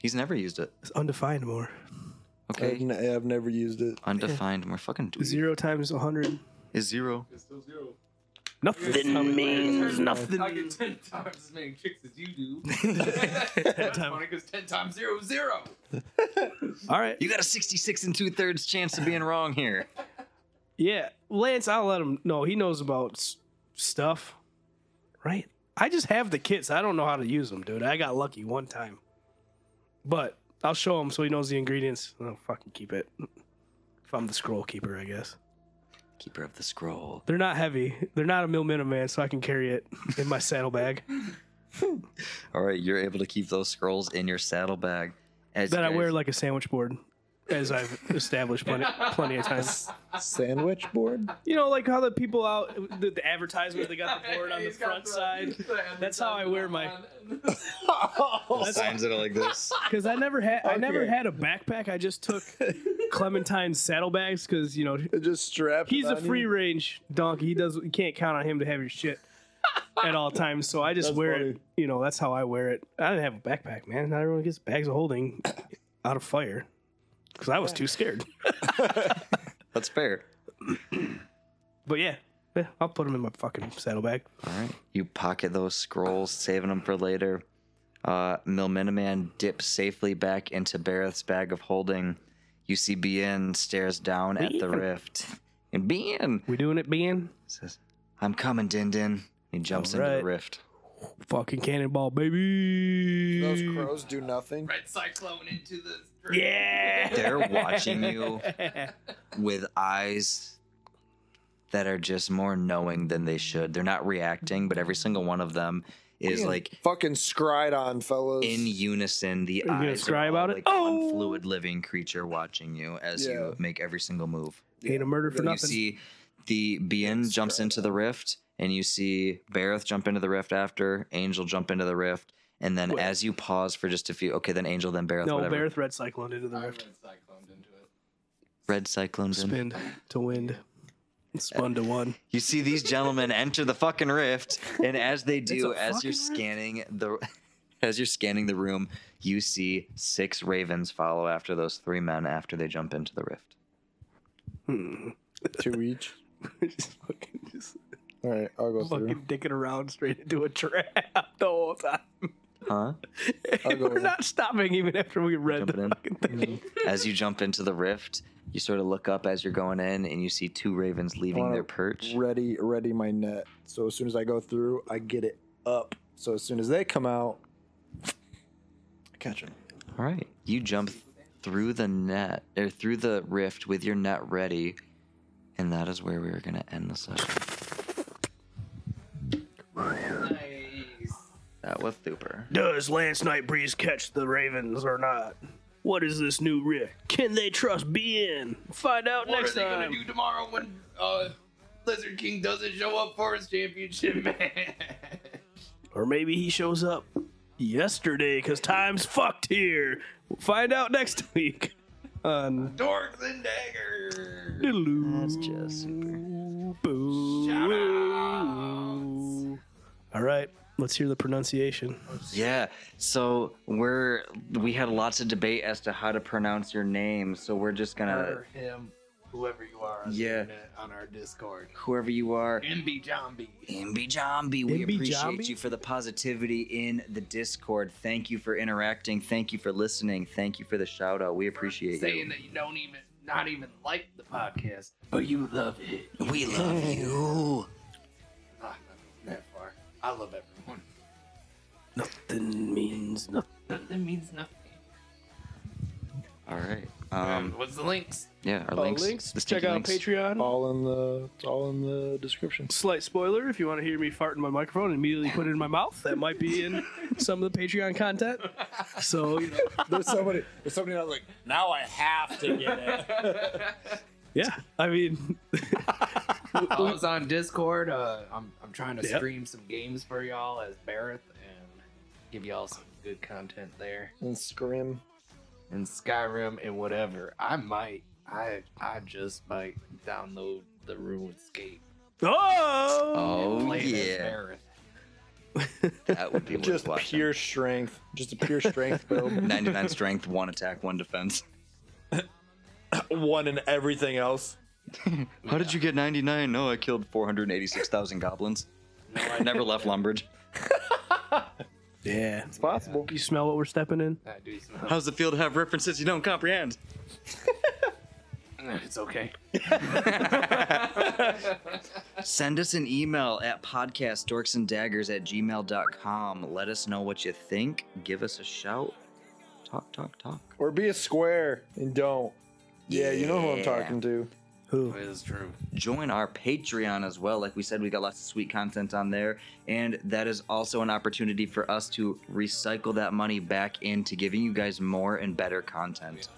S2: He's never used it.
S3: It's undefined more.
S4: I've,
S2: Okay.
S4: n- I've never used it.
S2: Undefined. More fucking dweeb.
S3: Uh, Zero times a 100.
S2: is zero.
S3: Nothing means Mm, nothing.
S6: I get ten times as many chicks as you do.
S3: That's
S6: That's
S3: time.
S6: funny because ten times zero is zero.
S3: All right.
S2: You got a 66 and two thirds chance of being wrong here.
S3: Yeah, Lance, I'll let him know. He knows about s- stuff, right? I just have the kits. I don't know how to use them, dude. I got lucky one time, but I'll show him so he knows the ingredients. I'll fucking keep it. If I'm the scroll keeper, I guess
S2: Keeper of the scroll.
S3: they're not heavy. They're not a mill man, so I can carry it in my saddlebag
S2: All right, you're able to keep those scrolls in your saddlebag. As
S3: that
S2: you
S3: I
S2: guys-
S3: wear like a sandwich board, as I've established plenty, plenty of times.
S4: Sandwich board?
S3: You know, like how the people out the, the advertisement they got the board on the
S6: He's got
S3: front
S6: the-
S3: side.
S6: the
S3: That's how I wear my.
S2: He signs it like this.
S3: Because I never had I never had a backpack. I just took Clementine's saddlebags because you know
S4: It just strapped.
S3: he's
S4: it
S3: a
S4: on
S3: free
S4: you?
S3: range donkey. He does you can't count on him to have your shit at all times. So I just
S4: That's
S3: wear it.
S4: funny.
S3: You know that's how I wear it. I didn't have a backpack, man. Not everyone gets bags of holding out of fire because I was too scared.
S2: That's fair.
S3: But yeah, yeah, I'll put him in my fucking saddlebag.
S2: All right. You pocket those scrolls, saving them for later. Uh, Milminiman dips safely back into Bareth's bag of holding. You see Bien stares down at the
S3: Bien.
S2: rift. And Bien
S3: We doing it, being
S2: says, I'm coming, Din Din. He jumps into
S3: Alright.
S2: the rift.
S3: fucking cannonball, baby.
S4: Those crows do nothing.
S5: Red cyclone into the.
S3: Yeah,
S2: They're watching you with eyes that are just more knowing than they should. They're not reacting, but every single one of them is like
S4: Fucking scried on, fellas.
S2: in unison. The
S3: you gonna
S2: eyes
S3: scry
S2: are all
S3: about it?
S2: like
S3: Oh!
S2: one fluid living creature watching you as
S4: Yeah.
S2: you make every single move.
S3: ain't a murder for
S2: you
S3: nothing.
S2: see the Bien jumps into the rift, and you see Bareth jump into the rift after Angel jump into the rift, and then as you pause for just a few, okay, then Angel, then Bareth,
S3: no,
S2: whatever.
S3: Bareth Red Cyclone into the rift.
S2: Red cyclones. In.
S3: Spin to wind. Spun to one.
S2: You see these gentlemen enter the fucking rift, and as they do,
S3: a
S2: as you're
S3: fucking rift.
S2: scanning the, as you're scanning the room, you see six ravens follow after those three men after they jump into the rift.
S4: Two each.
S3: just fucking, just
S4: All right, I'll go through.
S3: fucking dicking around straight into a trap the whole time.
S2: Huh?
S4: I'll go
S3: We're
S4: with
S3: not stopping even after we read the
S2: Jumping in.
S3: fucking thing.
S2: as you jump into the rift, you sort of look up as you're going in, and you see two ravens leaving
S4: Wanna
S2: their perch.
S4: ready, ready my net. So as soon as I go through, I get it up. So as soon as they come out, I catch them.
S2: All right, you jump through the net or through the rift with your net ready, and that is where we are going to end the session. That was super.
S3: Does Lance Nightbreeze catch the Ravens or not? What is this new rift? Can they trust BN? Find out
S5: What
S3: next
S5: are they
S3: time.
S5: gonna do tomorrow when uh, Lizard King doesn't show up for his championship match?
S3: Or maybe he shows up yesterday because time's fucked here. We'll find out next week on
S5: Dorks and daggers.
S3: Diddaloo.
S2: That's just super.
S3: Boo.
S5: Shoutouts.
S3: All right, let's hear the pronunciation.
S2: Yeah. So we're we had lots of debate as to how to pronounce your name. So we're just gonna
S5: Her, him, whoever you are on,
S2: Yeah.
S5: the internet, on our Discord.
S2: whoever you are.
S5: MB Zombie.
S2: Imbi Jambi, we
S3: Imbi
S2: appreciate
S3: Jambi?
S2: you for the positivity in the Discord. Thank you for interacting. Thank you for listening. Thank you for the shout out. We appreciate
S5: Saying
S2: you.
S5: that you don't even, not even like the podcast, but you love it.
S2: We love you.
S5: Ah, not that far. I love everyone.
S3: Nothing means nothing.
S5: Nothing means nothing.
S2: All right.
S5: Um,
S2: Um.
S5: What's the links?
S2: Yeah. Our
S4: Uh,
S2: links.
S4: links,
S2: the
S3: Check
S2: stinky
S3: out
S2: links.
S3: Patreon.
S4: All in the it's all in the description.
S3: Oh. Slight spoiler: if you want to hear me fart in my microphone and immediately put it in my mouth, that might be in some of the Patreon content. So you know,
S7: There's somebody. There's somebody out like
S8: Now I have to get it.
S3: yeah, I mean,
S5: I was on Discord. Uh, I'm, I'm trying to
S3: Yep.
S5: stream some games for y'all as Barrett and give y'all some good content there.
S4: And scrim.
S5: And Skyrim and whatever. I might, I I just might download the RuneScape.
S3: oh,
S5: and
S2: Oh
S5: play it as
S2: yeah.
S5: Barrett.
S2: That would be
S4: Just
S2: worth watching.
S4: pure strength. Just a pure strength build.
S2: 99 strength, one attack, one defense.
S10: One in everything else.
S2: How did you get 99? No, I killed 486,000 goblins.
S5: No, I,
S2: Never left Lumbridge.
S3: yeah.
S4: It's possible.
S3: You smell what we're stepping in?
S5: I do some-
S2: How's the feel to have references you don't comprehend?
S5: It's okay.
S2: Send us an email at podcastdorksanddaggers at gmail.com. Let us know what you think. Give us a shout. Talk, talk, talk.
S4: Or be a square and don't. Yeah, you know who I'm talking to.
S3: Who?
S5: It's true.
S2: join our Patreon as well. Like we said, we got lots of sweet content on there. And that is also an opportunity for us to recycle that money back into giving you guys more and better content.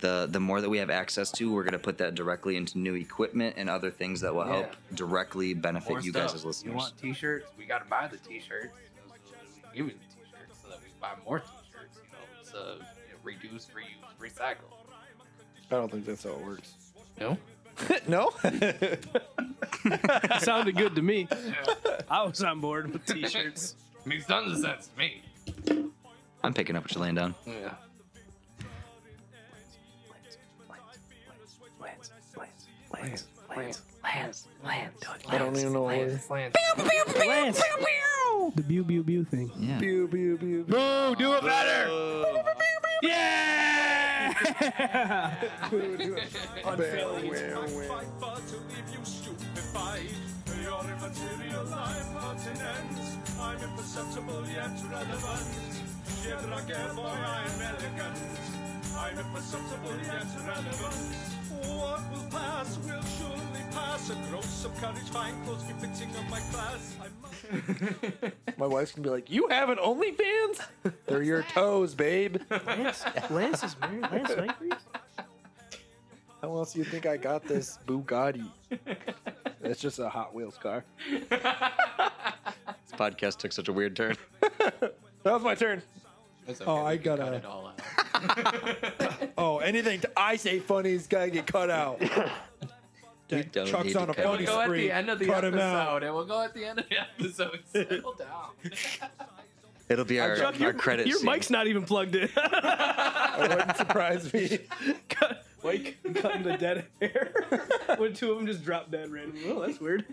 S2: The, the more that we have access to, we're going to put that directly into new equipment and other things that will help directly benefit
S5: More
S2: you guys
S5: stuff.
S2: as listeners.
S5: You want t-shirts? We gotta buy the t-shirts. So that we can Give you the t-shirts so that we can buy more t-shirts. You know, it's uh, you know, reduce, reuse, recycle.
S4: I don't think that's how it works.
S5: No.
S4: no?
S3: Sounded good to me. I was on board with t-shirts.
S5: Makes tons of sense to me.
S2: I'm picking up what you're laying down.
S5: Yeah. Lance, Lance, Lance, Lance, Lance.
S4: I don't even know what it
S5: Lance,
S4: is.
S5: Lance.
S3: Lance, the pew pew pew thing.
S2: Yeah.
S4: Pew, pew, pew, pew.
S5: Do it better.
S3: Yeah.
S4: Well, well, well. My wife's gonna be like, "You have an OnlyFans? They're your toes, babe.
S3: Lance, Lance is married. Lance Langford.
S4: How else do you think I got this Bugatti? That's just a Hot Wheels car.
S2: This podcast took such a weird turn.
S4: That was my turn.
S5: It's
S7: Oh, I
S5: we can cut
S7: gotta-
S5: it all out.
S7: oh anything.
S4: I say funny's gotta get cut out.
S2: We don't
S7: Chuck's
S2: need to
S7: on a
S2: cut
S7: funny
S2: it
S5: Go
S2: out.
S5: at the
S7: Spree,
S5: end of the
S7: cut him out.
S5: episode, and we'll go at the end of the episode. Settle down.
S2: It'll be our,
S3: Chuck,
S2: our
S3: your,
S2: credit
S3: your
S2: scene.
S3: mic's not even plugged in.
S4: It wouldn't surprise me.
S3: Cut, like cutting the dead hair. when two of them just drop dead randomly. Oh, that's weird.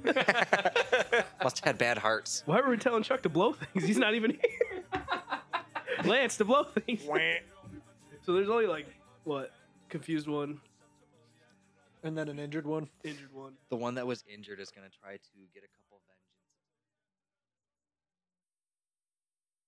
S2: Must have had bad hearts.
S3: Why were we telling Chuck to blow things? He's not even here. Lance to blow things. so there's only like what? Confused one,
S4: And then an injured one.
S3: injured one.
S2: The one that was injured is going to try to get a couple